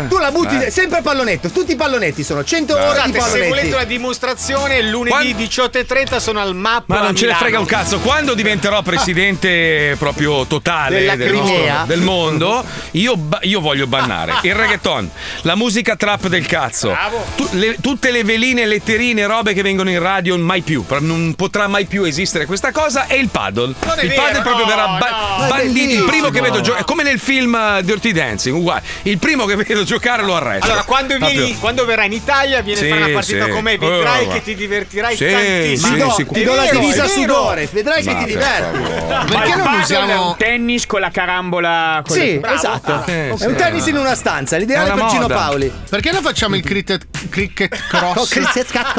Speaker 2: tu la butti
Speaker 8: eh.
Speaker 2: sempre a pallonetto, tutti i pallonetto sono 100 ore di
Speaker 8: Guardate, se volete una
Speaker 2: pallonetti.
Speaker 8: dimostrazione, lunedì 18.30 sono al mappa.
Speaker 4: Ma
Speaker 8: a
Speaker 4: non ce ne
Speaker 8: Milano.
Speaker 4: frega un cazzo. Quando diventerò presidente proprio totale
Speaker 8: Della
Speaker 4: del,
Speaker 8: Crimea.
Speaker 4: nostro- del mondo, io, ba- io voglio bannare il reggaeton, la musica trap del cazzo, tu- le- tutte le veline, letterine, robe che vengono in radio, mai più. Pro- Non potrà mai più esistere questa cosa. E il paddle.
Speaker 8: Non è
Speaker 4: il
Speaker 8: vero,
Speaker 4: paddle proprio
Speaker 8: no,
Speaker 4: verrà
Speaker 8: no.
Speaker 4: ba-
Speaker 8: Ma è
Speaker 4: bandito. Il primo che
Speaker 8: bellissimo.
Speaker 4: vedo giocare, come nel film eh, Dirty Dancing, uguale. Il primo che vedo giocare lo arresto.
Speaker 8: Allora, quando, vieni,
Speaker 4: Proprio.
Speaker 8: quando verrai in Italia, vieni
Speaker 4: Sì,
Speaker 8: a fare una partita
Speaker 4: sì.
Speaker 8: con me.
Speaker 4: Eh,
Speaker 8: Vedrai
Speaker 4: guarda.
Speaker 8: che ti divertirai
Speaker 4: Sì,
Speaker 2: Eh,
Speaker 8: tantissimo.
Speaker 4: sì,
Speaker 8: Ma no,
Speaker 4: sì,
Speaker 8: è
Speaker 4: ti do la
Speaker 8: vero,
Speaker 4: divisa
Speaker 8: è vero.
Speaker 2: sudore, vedrai che
Speaker 8: Ma
Speaker 2: ti
Speaker 8: per
Speaker 2: diverti.
Speaker 8: Perché non usiamo-
Speaker 11: tennis con la carambola? Con
Speaker 2: Sì,
Speaker 11: le- Bravo.
Speaker 2: esatto.
Speaker 11: Ah,
Speaker 2: è
Speaker 11: ok.
Speaker 2: un tennis in una stanza, l'ideale
Speaker 11: Alla
Speaker 2: per Gino
Speaker 11: moda.
Speaker 2: Paoli. Oh,
Speaker 7: Perché non facciamo il cricket, cricket cross?
Speaker 2: cricket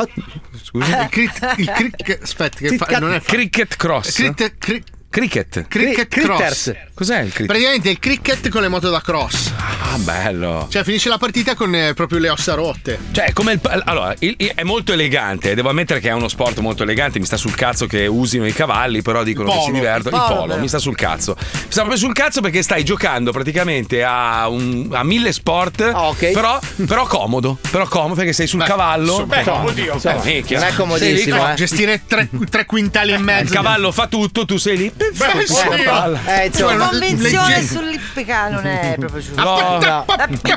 Speaker 7: Scusa, il cricket. Il cricket aspetta, che fa, non è fa-
Speaker 4: cricket cross.
Speaker 7: Cricket, cri-
Speaker 4: cricket.
Speaker 7: cricket cross.
Speaker 4: Cos'è il cricket?
Speaker 7: Praticamente è il cricket con le moto da cross.
Speaker 4: Ah, bello.
Speaker 7: Cioè, finisce la partita con eh, proprio le ossa rotte.
Speaker 4: Cioè, è come il. pa- Allora, il- il- è molto elegante. eh, Devo ammettere che è uno sport molto elegante. Mi sta sul cazzo che usino i cavalli, però dicono
Speaker 7: Il
Speaker 4: che si
Speaker 7: polo,
Speaker 4: divertono. Il
Speaker 7: il polo, eh.
Speaker 4: polo,
Speaker 7: vero.
Speaker 4: mi sta sul cazzo. Mi sta proprio sul cazzo perché stai giocando praticamente a, un- a mille sport.
Speaker 7: Ah,
Speaker 4: però, però comodo. Però comodo perché sei sul cavallo.
Speaker 7: insomma, comodo,
Speaker 4: Eh,
Speaker 7: insomma,
Speaker 4: minchia.
Speaker 7: non
Speaker 4: Sei
Speaker 7: è
Speaker 4: lì,
Speaker 7: comodissimo,
Speaker 4: no,
Speaker 7: eh. Gestire tre, tre quintali e
Speaker 4: Eh, Il
Speaker 7: mezzo.
Speaker 4: cavallo fa tutto, tu sei lì.
Speaker 7: Beh, sì.
Speaker 4: sulla palla.
Speaker 7: Eh,
Speaker 3: La
Speaker 7: insomma,
Speaker 3: convenzione
Speaker 7: leggendo.
Speaker 3: sull'ippica non è proprio giusta.
Speaker 4: No, no.
Speaker 7: eh,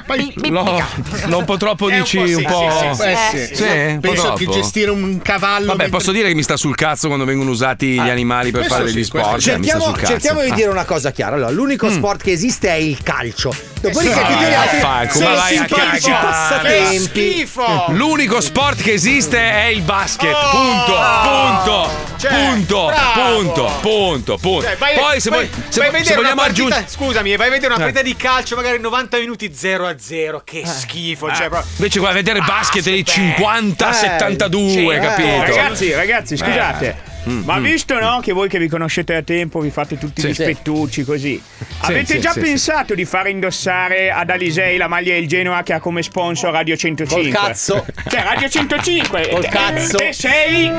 Speaker 3: no.
Speaker 4: L'ho un po' troppo,
Speaker 7: È un
Speaker 4: dici,
Speaker 7: po' sì,
Speaker 4: un po'.
Speaker 7: sì, sì, Eh, sì, sì.
Speaker 4: un po'
Speaker 7: Penso che
Speaker 4: troppo.
Speaker 7: gestire un cavallo.
Speaker 4: Vabbè,
Speaker 7: mentre-
Speaker 4: posso dire che mi sta sul cazzo quando vengono usati gli animali per
Speaker 2: Questo
Speaker 4: fare
Speaker 2: sì,
Speaker 4: degli
Speaker 2: questo
Speaker 4: sport.
Speaker 2: sì.
Speaker 4: cioè, mi sta
Speaker 2: Cerchiamo,
Speaker 4: sul cazzo.
Speaker 2: cerchiamo di
Speaker 4: Ah.
Speaker 2: dire una cosa chiara. Allora, l'unico sport che esiste è il calcio. Dopodiché
Speaker 4: Sì,
Speaker 2: tutti gli altri
Speaker 4: vaffanculo,
Speaker 2: sono
Speaker 4: ma vai a
Speaker 2: simpatici
Speaker 4: cagare.
Speaker 2: passatempi.
Speaker 4: Che schifo! L'unico sport che esiste è il basket. Punto, punto, punto,
Speaker 8: bravo.
Speaker 4: punto, punto, punto.
Speaker 8: Cioè, vai-
Speaker 4: Poi se,
Speaker 8: vai-
Speaker 4: vuoi- se-
Speaker 8: vai
Speaker 4: se
Speaker 8: vedere
Speaker 4: vogliamo
Speaker 8: una partita-
Speaker 4: aggiungere.
Speaker 8: Scusami, vai a vedere una
Speaker 4: Eh.
Speaker 8: partita di calcio, magari 90 minuti 0 a 0. Che schifo. Cioè, proprio-
Speaker 4: Invece qua a vedere basket dei
Speaker 8: Eh,
Speaker 4: 50-72,
Speaker 8: sì,
Speaker 4: capito?
Speaker 11: Ragazzi, ragazzi,
Speaker 4: Eh.
Speaker 11: scusate.
Speaker 8: Mm-hmm.
Speaker 4: Mm,
Speaker 11: Ma
Speaker 4: mm.
Speaker 11: visto no che voi che vi conoscete da tempo vi fate tutti
Speaker 4: Sì.
Speaker 11: rispettucci così.
Speaker 4: Sì,
Speaker 11: Avete
Speaker 4: sì,
Speaker 11: già
Speaker 4: sì,
Speaker 11: pensato di far indossare ad Alisei la maglia del Genoa che ha come sponsor Radio
Speaker 2: Col
Speaker 11: 105?
Speaker 2: cazzo.
Speaker 11: Cioè Radio 105.
Speaker 2: Col
Speaker 11: te-
Speaker 2: cazzo.
Speaker 11: Te sei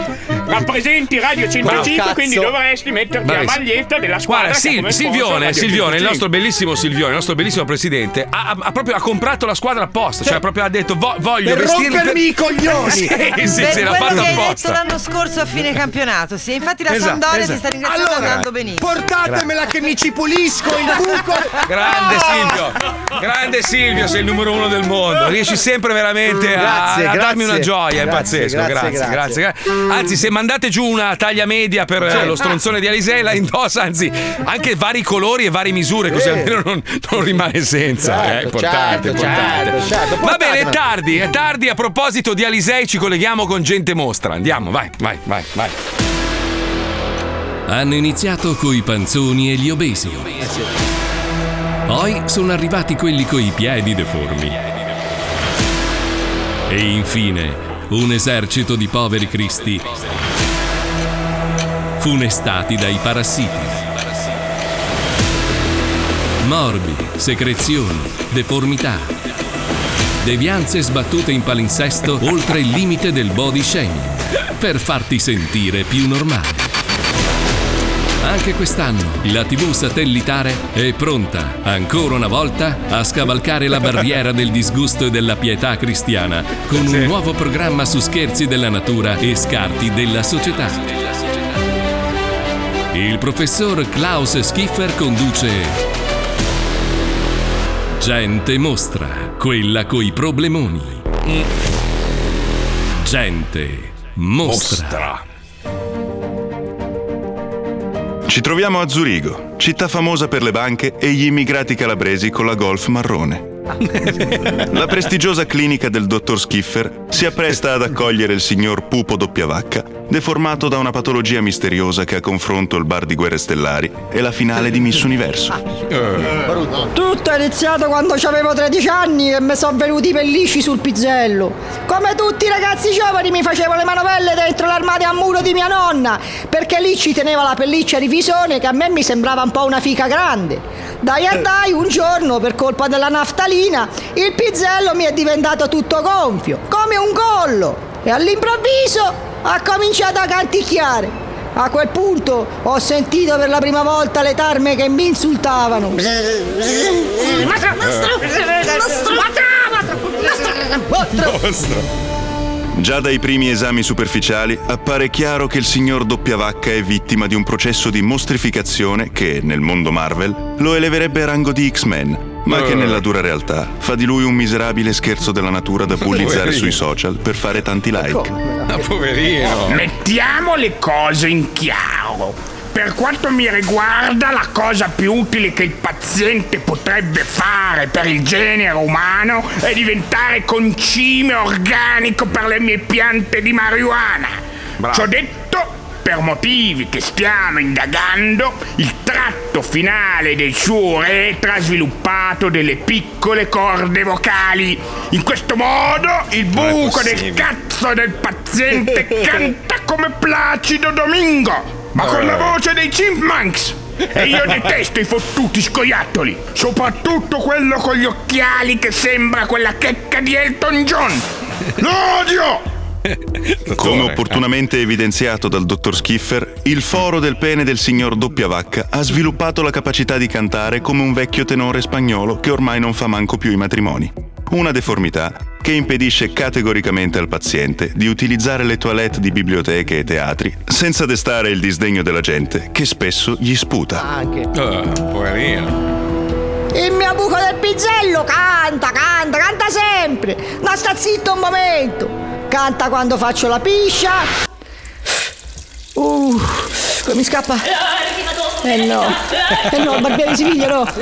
Speaker 11: rappresenti Radio 105,
Speaker 2: cazzo.
Speaker 11: quindi dovresti metterti la
Speaker 4: Bravissimo.
Speaker 11: maglietta della squadra
Speaker 4: Guarda,
Speaker 11: che ha
Speaker 4: Sil-
Speaker 11: come sponsor
Speaker 4: Silvione,
Speaker 11: Radio
Speaker 4: Silvione, il
Speaker 11: 105.
Speaker 4: nostro bellissimo Silvione, il nostro bellissimo presidente, ha, ha- ha proprio ha comprato la squadra apposta. Cioè, proprio ha detto: "Vo- voglio
Speaker 2: Per
Speaker 4: vestirmi
Speaker 2: rompermi i coglioni.
Speaker 4: sì, sì, sì,
Speaker 3: per
Speaker 4: l'ha
Speaker 3: quello
Speaker 4: fatta
Speaker 3: che hai detto
Speaker 4: apposta.
Speaker 3: l'anno scorso a fine campionato. Sì, infatti la
Speaker 4: Esatto,
Speaker 3: Sampdoria
Speaker 4: esatto.
Speaker 3: ti sta ringraziando
Speaker 4: Allora,
Speaker 3: andando benissimo.
Speaker 2: Portatemela che mi ci pulisco il buco.
Speaker 4: Grande Silvio, grande Silvio, sei il numero uno del mondo. Riesci sempre veramente a,
Speaker 2: Grazie,
Speaker 4: a
Speaker 2: grazie.
Speaker 4: darmi una gioia, è
Speaker 2: Grazie,
Speaker 4: pazzesco.
Speaker 2: grazie,
Speaker 4: Grazie, grazie,
Speaker 2: grazie.
Speaker 4: gra- Anzi, se mandate giù una taglia media per eh,
Speaker 2: Sì.
Speaker 4: lo stronzone di Alisei, la indossa, anzi, anche vari colori e varie misure, così
Speaker 2: Sì.
Speaker 4: almeno non, non rimane senza. eh,
Speaker 2: Certo,
Speaker 4: importante,
Speaker 2: certo,
Speaker 4: importante.
Speaker 2: certo, certo,
Speaker 4: Va bene, è
Speaker 2: portatemela.
Speaker 4: tardi, è tardi. A proposito di Alisei, ci colleghiamo con gente mostra. Andiamo, vai, vai, vai, vai.
Speaker 1: Hanno iniziato coi panzoni e gli obesi. Poi sono arrivati quelli coi piedi deformi. E infine un esercito di poveri cristi funestati dai parassiti. Morbi, secrezioni, deformità, devianze sbattute in palinsesto oltre il limite del body shaming per farti sentire più normale. Anche quest'anno la TV satellitare è pronta, ancora una volta, a scavalcare la barriera del disgusto e della pietà cristiana con un nuovo programma su scherzi della natura e scarti della società. Il professor Klaus Schiffer conduce Gente mostra, quella coi problemoni. Gente mostra.
Speaker 20: Ci troviamo a Zurigo, città famosa per le banche e gli immigrati calabresi con la golf marrone. La prestigiosa clinica del dottor Schiffer si appresta ad accogliere il signor Pupo Doppia Vacca deformato da una patologia misteriosa che ha confronto il bar di Guerre Stellari e la finale di Miss Universo.
Speaker 7: Eh.
Speaker 13: Tutto è iniziato quando avevo 13 anni e mi sono venuti i pellicci sul pizzello. Come tutti i ragazzi giovani mi facevo le manovelle dentro l'armadio a muro di mia nonna, perché lì ci teneva la pelliccia di fisone che a me mi sembrava un po' una fica grande. Dai a dai, un giorno, per colpa della naftalina, il pizzello mi è diventato tutto gonfio, come un collo. E all'improvviso ha cominciato a canticchiare. A quel punto ho sentito per la prima volta le tarme che mi insultavano.
Speaker 18: Mastro, mastro, mastro,
Speaker 20: Già dai primi esami superficiali appare chiaro che il signor Doppiavacca è vittima di un processo di mostrificazione che, nel mondo Marvel, lo eleverebbe a rango di X-Men, ma che nella dura realtà fa di lui un miserabile scherzo della natura da bullizzare sui social per fare tanti like.
Speaker 4: Ah, poverino.
Speaker 21: Mettiamo le cose in chiaro. Per quanto mi riguarda, la cosa più utile che il paziente potrebbe fare per il genere umano è diventare concime organico per le mie piante di marijuana. Ciò detto, per motivi che stiamo indagando, il tratto finale del suo retra ha sviluppato delle piccole corde vocali. In questo modo il
Speaker 18: è
Speaker 21: buco del
Speaker 18: possibile.
Speaker 21: cazzo del paziente canta come Placido Domingo, ma con la voce dei Chipmunks. E io detesto i fottuti scoiattoli, soprattutto quello con gli occhiali che sembra quella checca di Elton John. Lo odio!
Speaker 20: Come opportunamente evidenziato dal dottor Schiffer, il foro del pene del signor Doppiavacca ha sviluppato la capacità di cantare come un vecchio tenore spagnolo che ormai non fa manco più i matrimoni. Una deformità che impedisce categoricamente al paziente di utilizzare le toilette di biblioteche e teatri senza destare il disdegno della gente che spesso gli sputa.
Speaker 4: poverino.
Speaker 13: Il mio buco del pizzello canta, canta, canta sempre. Ma sta zitto un momento. Canta quando faccio la piscia. Uh, come mi scappa? Eh no, eh no, barbiere di Siviglia no. E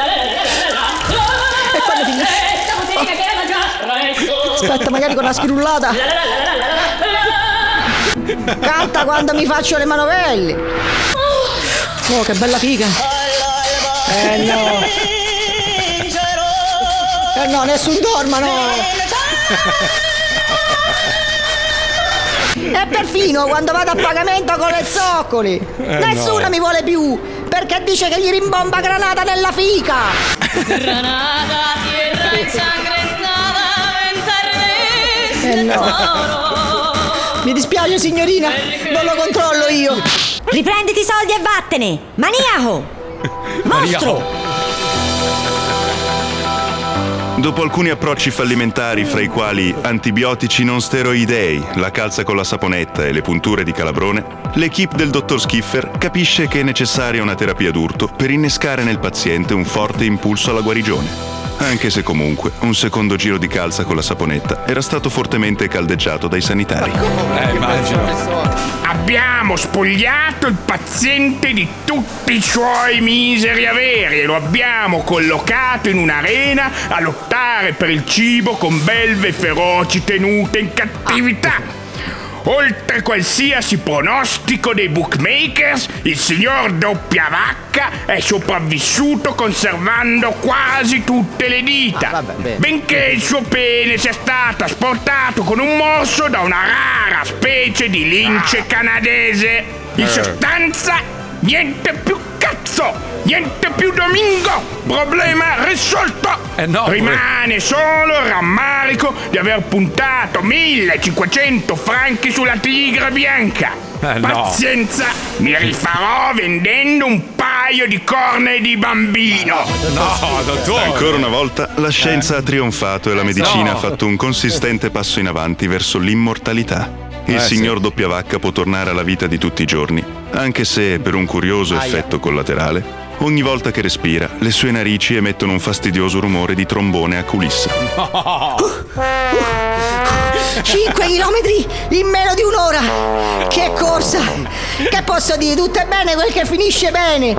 Speaker 13: quando finisce? Aspetta, magari con la spirullata. Canta quando mi faccio le manovelle. Oh, che bella figa. Eh no. Eh no, nessun dorma, no. E perfino quando vado a pagamento con le zoccole.
Speaker 18: Eh,
Speaker 13: Nessuno
Speaker 18: no.
Speaker 13: mi vuole più. Perché dice che gli rimbomba granata nella fica.
Speaker 5: Granada, tierra ensangrentada, ventarresi
Speaker 13: Eh, no.
Speaker 5: d'oro.
Speaker 13: Mi dispiace signorina, non lo controllo io.
Speaker 22: Riprenditi i soldi e vattene! Maniaco!
Speaker 20: Mostro! Dopo alcuni approcci fallimentari, fra i quali antibiotici non steroidei, la calza con la saponetta e le punture di calabrone, l'equipe del dottor Schiffer capisce che è necessaria una terapia d'urto per innescare nel paziente un forte impulso alla guarigione. Anche se comunque un secondo giro di calza con la saponetta era stato fortemente caldeggiato dai sanitari.
Speaker 4: Eh, immagino.
Speaker 21: Abbiamo spogliato il paziente di tutti i suoi miseri averi e lo abbiamo collocato in un'arena a lottare per il cibo con belve feroci tenute in cattività. Oltre qualsiasi pronostico dei bookmakers, il signor Doppiavacca è sopravvissuto conservando quasi tutte le dita, benché il suo pene sia stato asportato con un morso da una rara specie di lince canadese. In
Speaker 18: Ah. Eh.
Speaker 21: sostanza, niente più cazzo! Niente più Domingo! Problema risolto!
Speaker 18: Eh,
Speaker 21: Rimane solo il rammarico di aver puntato 1500 franchi sulla tigre bianca.
Speaker 18: Eh, no.
Speaker 21: Pazienza, mi rifarò vendendo un paio di corne di bambino.
Speaker 4: No, dottore. Eh.
Speaker 20: Ancora una volta la scienza ha trionfato e la medicina
Speaker 4: no.
Speaker 20: ha fatto un consistente passo in avanti verso l'immortalità. Il
Speaker 4: Eh, sì.
Speaker 20: signor Doppiavacca può tornare alla vita di tutti i giorni, anche se, per un curioso
Speaker 4: Aia.
Speaker 20: effetto collaterale, ogni volta che respira, le sue narici emettono un fastidioso rumore di trombone a culissa.
Speaker 13: 5 Uh. chilometri in meno di un'ora! Che corsa! Che posso dire? Tutto è bene quel che finisce bene!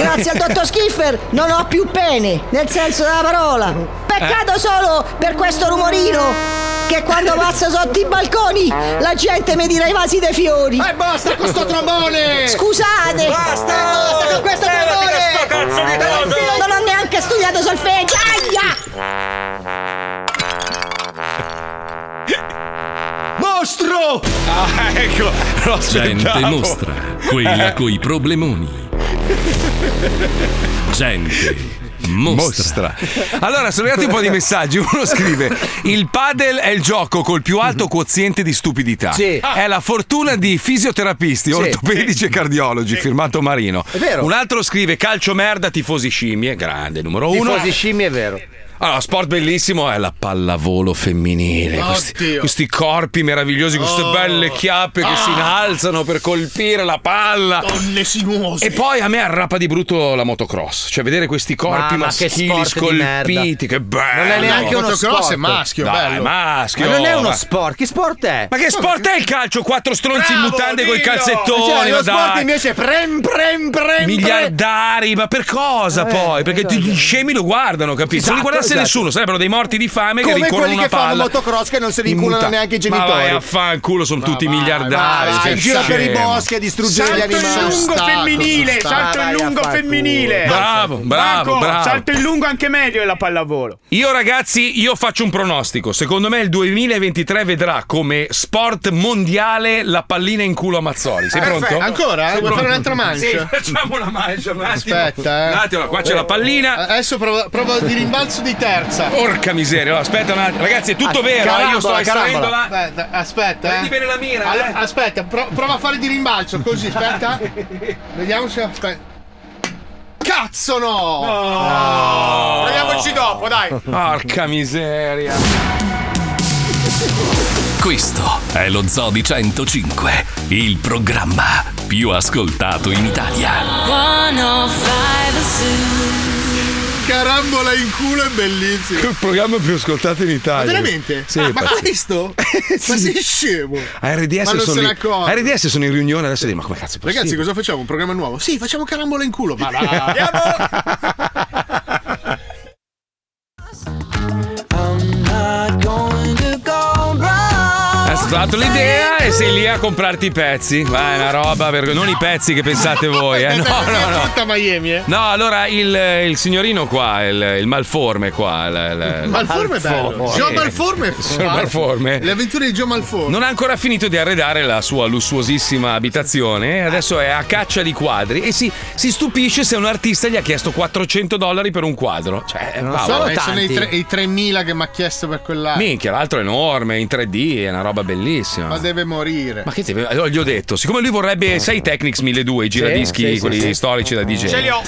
Speaker 13: Grazie al dottor Schiffer non ho Eh. più pene, nel senso della parola! Peccato solo per questo rumorino! che quando passo sotto i balconi la gente mi tira i vasi dei fiori. E
Speaker 7: Eh, basta con sto trombone!
Speaker 13: Scusate!
Speaker 7: Basta! Eh,
Speaker 13: Basta con questo trombone!
Speaker 7: cazzo di coso!
Speaker 13: Non ho neanche studiato solfeggio! Aia!
Speaker 7: Mostro!
Speaker 4: Ah, ecco, lo
Speaker 1: Gente
Speaker 4: aspettavo.
Speaker 1: mostra,
Speaker 4: Eh.
Speaker 1: quella coi problemoni. Gente mostra.
Speaker 4: Allora, sono arrivati un po' di messaggi. Uno scrive: Il padel è il gioco col più alto quoziente di stupidità.
Speaker 18: Sì.
Speaker 4: È la fortuna di fisioterapisti, ortopedici e cardiologi. Firmato Marino.
Speaker 2: È vero.
Speaker 4: Un altro scrive: Calcio merda, tifosi scimmie. Grande, numero uno.
Speaker 2: Tifosi scimmie è vero.
Speaker 4: Allora, sport bellissimo è la pallavolo femminile. Questi,
Speaker 2: Oddio. Oh.
Speaker 4: questi corpi meravigliosi, queste belle chiappe che si
Speaker 2: Ah.
Speaker 4: innalzano per colpire la palla. Donne sinuose. E poi a me arrapa di brutto la motocross. Cioè, vedere questi corpi
Speaker 14: Mamma, che
Speaker 4: maschili
Speaker 14: sport di merda.
Speaker 4: scolpiti. Che bello.
Speaker 14: Non è neanche uno
Speaker 4: Motocross
Speaker 14: sport.
Speaker 4: è maschio,
Speaker 14: Dai,
Speaker 4: bello. maschio.
Speaker 14: Ma non è uno
Speaker 4: Ma-
Speaker 14: sport. Che sport è?
Speaker 4: Ma che sport è il calcio? Quattro stronzi in mutande coi calzettoni.
Speaker 14: Cioè,
Speaker 4: ma
Speaker 14: lo sport
Speaker 4: dai.
Speaker 14: invece è prem, prem, prem.
Speaker 4: Miliardari, ma per cosa poi? Perché tutti gli scemi lo guardano, capito? Se non li
Speaker 2: cioè. Esatto,
Speaker 4: guardasse
Speaker 2: esatto.
Speaker 4: nessuno, sarebbero dei morti di fame che
Speaker 2: Come
Speaker 4: rincorrono
Speaker 2: quelli
Speaker 4: una
Speaker 2: che fanno
Speaker 4: palla.
Speaker 2: motocross che non se li
Speaker 4: in
Speaker 2: inculano
Speaker 4: muta-
Speaker 2: neanche i genitori.
Speaker 4: Ma vai a fanculo, sono tutti miliardari.
Speaker 2: vai,
Speaker 4: che
Speaker 2: gira per i
Speaker 4: scemo.
Speaker 2: boschi a distruggere
Speaker 4: Salto
Speaker 2: gli
Speaker 4: in
Speaker 2: animali.
Speaker 4: lungo
Speaker 2: Bastardo,
Speaker 9: femminile,
Speaker 2: bastardo.
Speaker 9: salto in
Speaker 2: Vai a
Speaker 9: lungo
Speaker 2: far culo.
Speaker 9: femminile.
Speaker 4: Bravo, bravo,
Speaker 9: Marco,
Speaker 4: bravo.
Speaker 9: salto in lungo anche meglio della pallavolo.
Speaker 4: Io ragazzi, io faccio un pronostico. Secondo me il 2023 vedrà come sport mondiale la pallina in culo a Mazzoli. Sei
Speaker 7: Ah, Perfetto.
Speaker 4: pronto?
Speaker 7: Ancora?
Speaker 4: Sei
Speaker 7: Vuoi
Speaker 4: pronto?
Speaker 7: fare un'altra mancia?
Speaker 4: Sì, facciamo una mancia, un attimo.
Speaker 7: Aspetta, eh.
Speaker 4: Un attimo, qua c'è la pallina.
Speaker 7: Adesso provo, provo di rimbalzo di terza.
Speaker 4: Porca miseria, no, aspetta un attimo. Ragazzi, è tutto
Speaker 7: Ah,
Speaker 4: vero, eh, io sto estraendo la.
Speaker 7: Aspetta, aspetta.
Speaker 4: Prendi
Speaker 7: eh.
Speaker 4: bene la mira,
Speaker 7: Allora,
Speaker 4: eh.
Speaker 7: Aspetta, pro- prova a fare di rimbalzo così, aspetta. Vediamo se. Aspetta. Cazzo no!
Speaker 4: No.
Speaker 7: Ah. Proviamoci dopo, dai.
Speaker 4: Porca miseria.
Speaker 1: Questo è lo Zoo di 105, il programma più ascoltato in Italia.
Speaker 5: 105
Speaker 7: Carambola in culo è bellissimo.
Speaker 4: Il programma più ascoltato in Italia.
Speaker 7: Veramente? Ah,
Speaker 4: Sì,
Speaker 7: ma
Speaker 4: pazzesco.
Speaker 7: questo? Ma sei scemo?
Speaker 4: A RDS,
Speaker 7: ma non
Speaker 4: sono
Speaker 7: se ne
Speaker 4: in...
Speaker 7: accorge.
Speaker 4: a RDS sono in riunione adesso dico, ma come cazzo è possibile?
Speaker 7: Ragazzi, cosa facciamo? Un programma nuovo? Sì, facciamo carambola in culo. Ma va.
Speaker 4: Ha fatto l'idea e sei lì a comprarti i pezzi. Ma è una roba, vergogna- non i pezzi che pensate voi, eh. No, no, no.
Speaker 7: Tutta Miami, eh.
Speaker 4: No, allora il, il signorino qua, il, il malforme qua. la- la-
Speaker 7: Malforme è bello.
Speaker 4: Malforme.
Speaker 7: Joe Malforme.
Speaker 4: Sono malforme.
Speaker 7: Le avventure di Joe Malforme.
Speaker 4: Non ha ancora finito di arredare la sua lussuosissima abitazione, eh, adesso è a caccia di quadri e si, si stupisce se un artista gli ha chiesto 400 dollari per un quadro. Cioè,
Speaker 7: Non
Speaker 4: Paolo,
Speaker 7: so, eh, sono i, tre- i 3.000 che mi ha chiesto per quella.
Speaker 4: Minchia, l'altro è enorme, in 3D, è una roba bellissima.
Speaker 7: Ma deve morire.
Speaker 4: Ma che ti- allora gli ho detto, siccome lui vorrebbe, sai, i Technics 1200, i giradischi,
Speaker 7: sì, sì,
Speaker 4: quelli
Speaker 7: sì.
Speaker 4: storici da DJ.
Speaker 7: Ce li ho.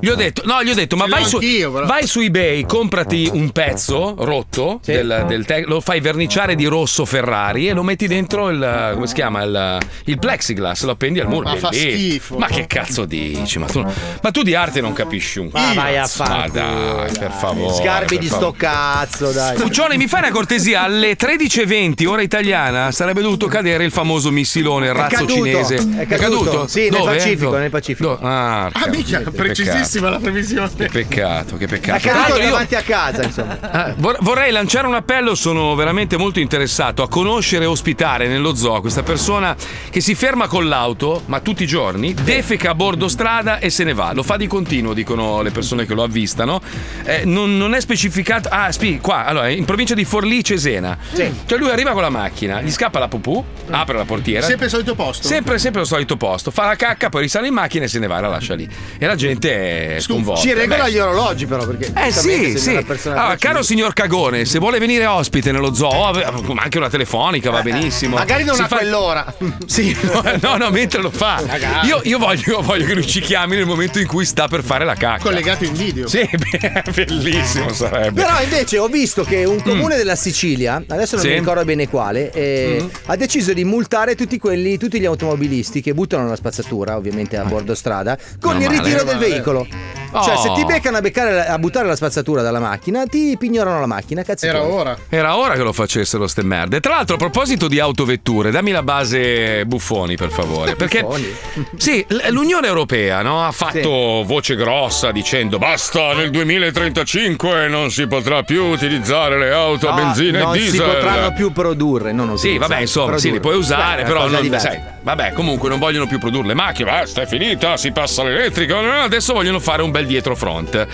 Speaker 4: Gli ho detto, no, gli ho detto, ma vai
Speaker 7: l'ho
Speaker 4: su,
Speaker 7: anch'io, però.
Speaker 4: vai su eBay, comprati un pezzo rotto, del, del te- lo fai verniciare di rosso Ferrari e lo metti dentro il, come si chiama, il, il plexiglass, lo appendi al muro.
Speaker 7: Ma fa
Speaker 4: Bellissimo.
Speaker 7: schifo.
Speaker 4: Ma che cazzo dici? Ma tu, ma tu di arte non capisci un
Speaker 14: Ma
Speaker 4: cazzo.
Speaker 14: vai a
Speaker 4: Ma dai, per favore.
Speaker 14: Sgarbi
Speaker 4: per
Speaker 14: di
Speaker 4: favore.
Speaker 14: sto cazzo, dai.
Speaker 4: Puccioni, mi fai una cortesia? Alle 13.20, ora italiana, sarebbe dovuto cadere il famoso missilone, il razzo
Speaker 14: caduto,
Speaker 4: cinese.
Speaker 14: è caduto. Sì, nel Pacifico,
Speaker 4: nel Pacifico. Ah,
Speaker 7: Ah, minchia, precisissima la previsione.
Speaker 4: Che peccato, che
Speaker 14: Ha
Speaker 4: peccato. Tra
Speaker 14: caduto
Speaker 4: l'altro io-
Speaker 14: davanti a casa, insomma.
Speaker 4: Ah, vor- vorrei lanciare un appello, sono veramente molto interessato a conoscere e ospitare nello zoo questa persona che si ferma con l'auto, ma tutti i giorni, defeca a bordo strada e se ne va. Lo fa di continuo, dicono le persone che lo avvistano. Eh, non, non è specificato. Ah, spi, qua, allora, in provincia di Forlì, Cesena. Cioè lui arriva con la macchina, gli scappa la pupù, apre la portiera.
Speaker 7: Mm. Sempre il solito posto.
Speaker 4: Sempre, sempre lo solito posto, fa la cacca, poi risale in macchina e se ne va, la lascia lì. E la gente è sconvolta.
Speaker 2: Ci regola
Speaker 4: Beh,
Speaker 2: gli orologi, però, perché.
Speaker 4: eh
Speaker 2: giustamente,
Speaker 4: sì,
Speaker 2: se
Speaker 4: sì.
Speaker 2: una persona
Speaker 4: Allora,
Speaker 2: facile-
Speaker 4: Ah, caro signor Cagone, se vuole venire ospite nello zoo, o ave- ma anche una telefonica va benissimo.
Speaker 2: Magari non
Speaker 4: Si
Speaker 2: a
Speaker 4: fa-
Speaker 2: quell'ora.
Speaker 4: Sì, no, no, no, mentre lo fa.
Speaker 2: Magari.
Speaker 4: Io, io voglio, voglio che lui ci chiami nel momento in cui sta per fare la cacca.
Speaker 7: Collegato in video.
Speaker 4: Sì, beh, bellissimo sarebbe. Mm.
Speaker 14: Però invece ho visto che un comune della Sicilia, adesso non
Speaker 4: Sì.
Speaker 14: mi ricordo bene quale, eh,
Speaker 4: Mm.
Speaker 14: ha deciso di multare tutti quelli, tutti
Speaker 4: Ah.
Speaker 14: gli automobilisti che buttano la spazzatura, ovviamente a bordo strada, con
Speaker 4: Meno
Speaker 14: il
Speaker 4: male.
Speaker 14: ritiro del
Speaker 4: Meno male.
Speaker 14: veicolo.
Speaker 2: Cioè,
Speaker 4: Oh.
Speaker 2: se ti beccano a, beccare la- a buttare la spazzatura dalla macchina, ti pignorano la macchina. Cazzo, era
Speaker 7: ora.
Speaker 4: Era ora che lo facessero ste merde. Tra l'altro, a proposito di autovetture, dammi la base buffoni, per favore. Perché sì, l- l'Unione Europea no, ha fatto voce grossa dicendo basta, nel 2035 non si potrà più utilizzare le auto a benzina
Speaker 2: non
Speaker 4: e diesel.
Speaker 2: si potranno più produrre. Non
Speaker 4: Sì, vabbè, insomma, sì, li puoi usare, però non sai,
Speaker 2: sai.
Speaker 4: vabbè, comunque non vogliono più produrre le macchine, basta, è finita, si passa all'elettrico. no, no, Adesso vogliono fare un bel dietro front.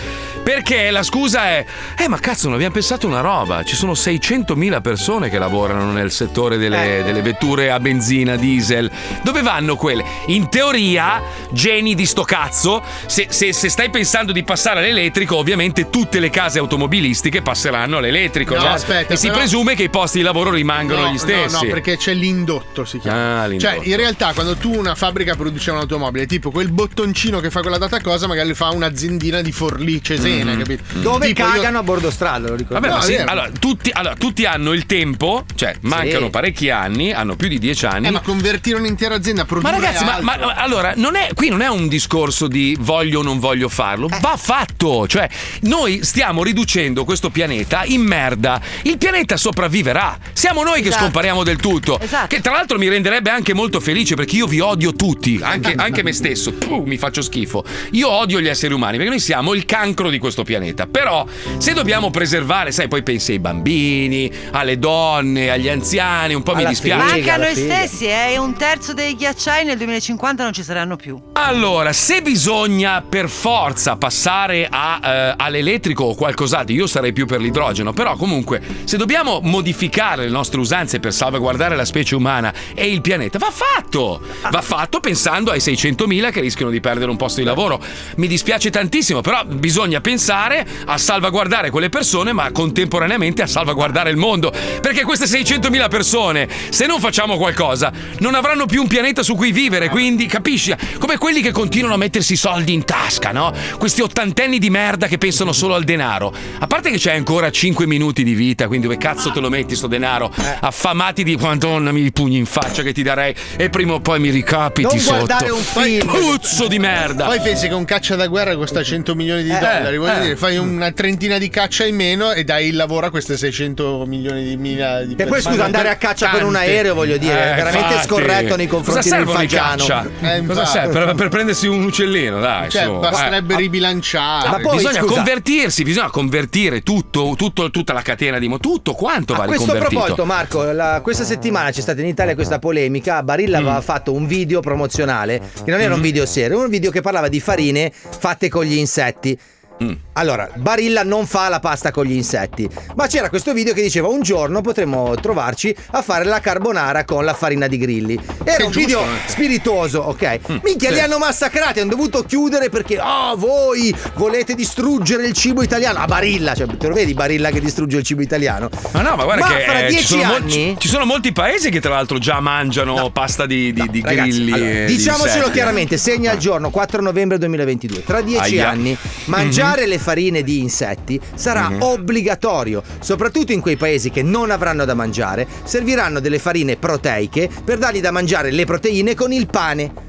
Speaker 4: Perché la scusa è "Eh, ma cazzo, non abbiamo pensato una roba. Ci sono 600.000 persone che lavorano nel settore
Speaker 7: Eh.
Speaker 4: delle, delle vetture a benzina, diesel. Dove vanno quelle? In teoria, geni di sto cazzo, se, se- se stai pensando di passare all'elettrico, ovviamente tutte le case automobilistiche passeranno all'elettrico,
Speaker 7: No,
Speaker 4: no?
Speaker 7: aspetta,
Speaker 4: e si
Speaker 7: però-
Speaker 4: presume che i posti di lavoro rimangono gli stessi.
Speaker 7: No, no, perché c'è l'indotto si chiama.
Speaker 4: Ah, l'indotto.
Speaker 7: Cioè, in realtà, quando tu una fabbrica produce un'automobile, tipo quel bottoncino che fa quella data cosa, magari fa un'aziendina di Forlì Cesena,
Speaker 4: Mhm.
Speaker 7: capito?
Speaker 2: Dove
Speaker 7: Tipo, io-
Speaker 2: cagano a bordo strada, lo ricordo.
Speaker 4: Vabbè, ma
Speaker 2: No,
Speaker 4: sì,
Speaker 2: è vero.
Speaker 4: allora, tutti, allora, tutti hanno il tempo, cioè mancano parecchi anni, hanno più di dieci anni.
Speaker 7: Eh, ma convertire un'intera azienda a
Speaker 4: Ma
Speaker 7: produrre
Speaker 4: ragazzi, ma,
Speaker 7: altro.
Speaker 4: ma- ma- allora, non è- qui non è un discorso di voglio o non voglio farlo, va fatto. Cioè, noi stiamo riducendo questo pianeta in merda. Il pianeta sopravviverà. Siamo noi che
Speaker 6: Esatto.
Speaker 4: scompariamo del tutto. Che tra l'altro mi renderebbe anche molto felice perché io vi odio tutti, anche, anche me stesso. Puh, mi faccio schifo. Io odio gli esseri umani perché noi siamo il cancro di questo pianeta. Però, se dobbiamo preservare, sai, poi pensi ai bambini, alle donne, agli anziani, un po' mi dispiace.
Speaker 3: Ma anche a noi stessi, eh, un terzo dei ghiacciai nel 2050 non ci saranno più.
Speaker 4: Allora, se bisogna per forza passare a, eh, all'elettrico o qualcos'altro, io sarei più per l'idrogeno, però comunque se dobbiamo modificare le nostre usanze per salvaguardare la specie umana e il pianeta, va fatto! Va fatto pensando ai 600.000 che rischiano di perdere un posto di lavoro. Mi dispiace tantissimo, però bisogna pensare a salvaguardare quelle persone, ma contemporaneamente a salvaguardare il mondo, perché queste 600.000 persone, se non facciamo qualcosa, non avranno più un pianeta su cui vivere, quindi capisci? Come quelli che continuano a mettersi i soldi in tasca, no? Questi ottantenni di merda che pensano solo al denaro. A parte che c'è ancora 5 minuti di vita, quindi dove cazzo te lo metti sto denaro?
Speaker 7: Eh.
Speaker 4: Affamati di madonna, mi pugni in faccia che ti darei e prima o poi mi ricapiti
Speaker 7: Non
Speaker 4: sotto.
Speaker 7: guardare un film.
Speaker 4: Puzzo di merda.
Speaker 7: Poi pensi che un caccia da guerra costa 100 milioni di
Speaker 4: Eh,
Speaker 7: dollari, voglio
Speaker 4: eh.
Speaker 7: dire, fai una trentina di caccia in meno e dai il lavoro a queste 600 milioni di mila di
Speaker 2: E poi scusa, andare a caccia Cioè, con un aereo, voglio dire,
Speaker 4: Eh,
Speaker 2: è veramente scorretto nei confronti del fagiano.
Speaker 7: Eh,
Speaker 4: Cosa
Speaker 7: infatti.
Speaker 4: serve? Per, per prendersi un uccellino, dai.
Speaker 7: Cioè,
Speaker 4: su.
Speaker 7: basterebbe
Speaker 4: Eh, a-
Speaker 7: ribilanciare.
Speaker 4: Ma bisogna convertirsi, bisogna convertire tutto, tutto- tutta la catena di mo- tutto quanto va
Speaker 2: A questo
Speaker 4: riconvertito.
Speaker 2: proposito, Marco, la- questa settimana c'è stata in Italia questa polemica.
Speaker 6: Mm.
Speaker 2: Barilla aveva fatto un video promozionale, che non era un video serio, era un video che parlava di farine fatte con gli insetti.
Speaker 6: Mm.
Speaker 2: Allora, Barilla non fa la pasta con gli insetti, ma c'era questo video che diceva un giorno potremmo trovarci a fare la carbonara con la farina di grilli. Era
Speaker 6: Sì,
Speaker 2: un
Speaker 6: giusto,
Speaker 2: video
Speaker 6: eh.
Speaker 2: spiritoso, ok? Minchia,
Speaker 6: sì.
Speaker 2: li hanno massacrati, hanno dovuto chiudere perché, oh, voi volete distruggere il cibo italiano. A Barilla, cioè, te lo vedi Barilla che distrugge il cibo italiano?
Speaker 4: Ma no, ma guarda che
Speaker 2: fra
Speaker 4: eh, ci,
Speaker 2: dieci
Speaker 4: sono mol-
Speaker 2: anni.
Speaker 4: ci- ci sono molti paesi che tra l'altro già mangiano pasta di, di- di
Speaker 2: Ragazzi,
Speaker 4: grilli.
Speaker 2: allora,
Speaker 4: e eh, di
Speaker 2: diciamocelo
Speaker 4: insetti.
Speaker 2: chiaramente, segna il giorno 4 novembre 2022. Tra dieci
Speaker 4: Aia.
Speaker 2: anni mangiare le farine di insetti sarà
Speaker 4: Mhm.
Speaker 2: obbligatorio, soprattutto in quei paesi che non avranno da mangiare, serviranno delle farine proteiche per dargli da mangiare le proteine con il pane.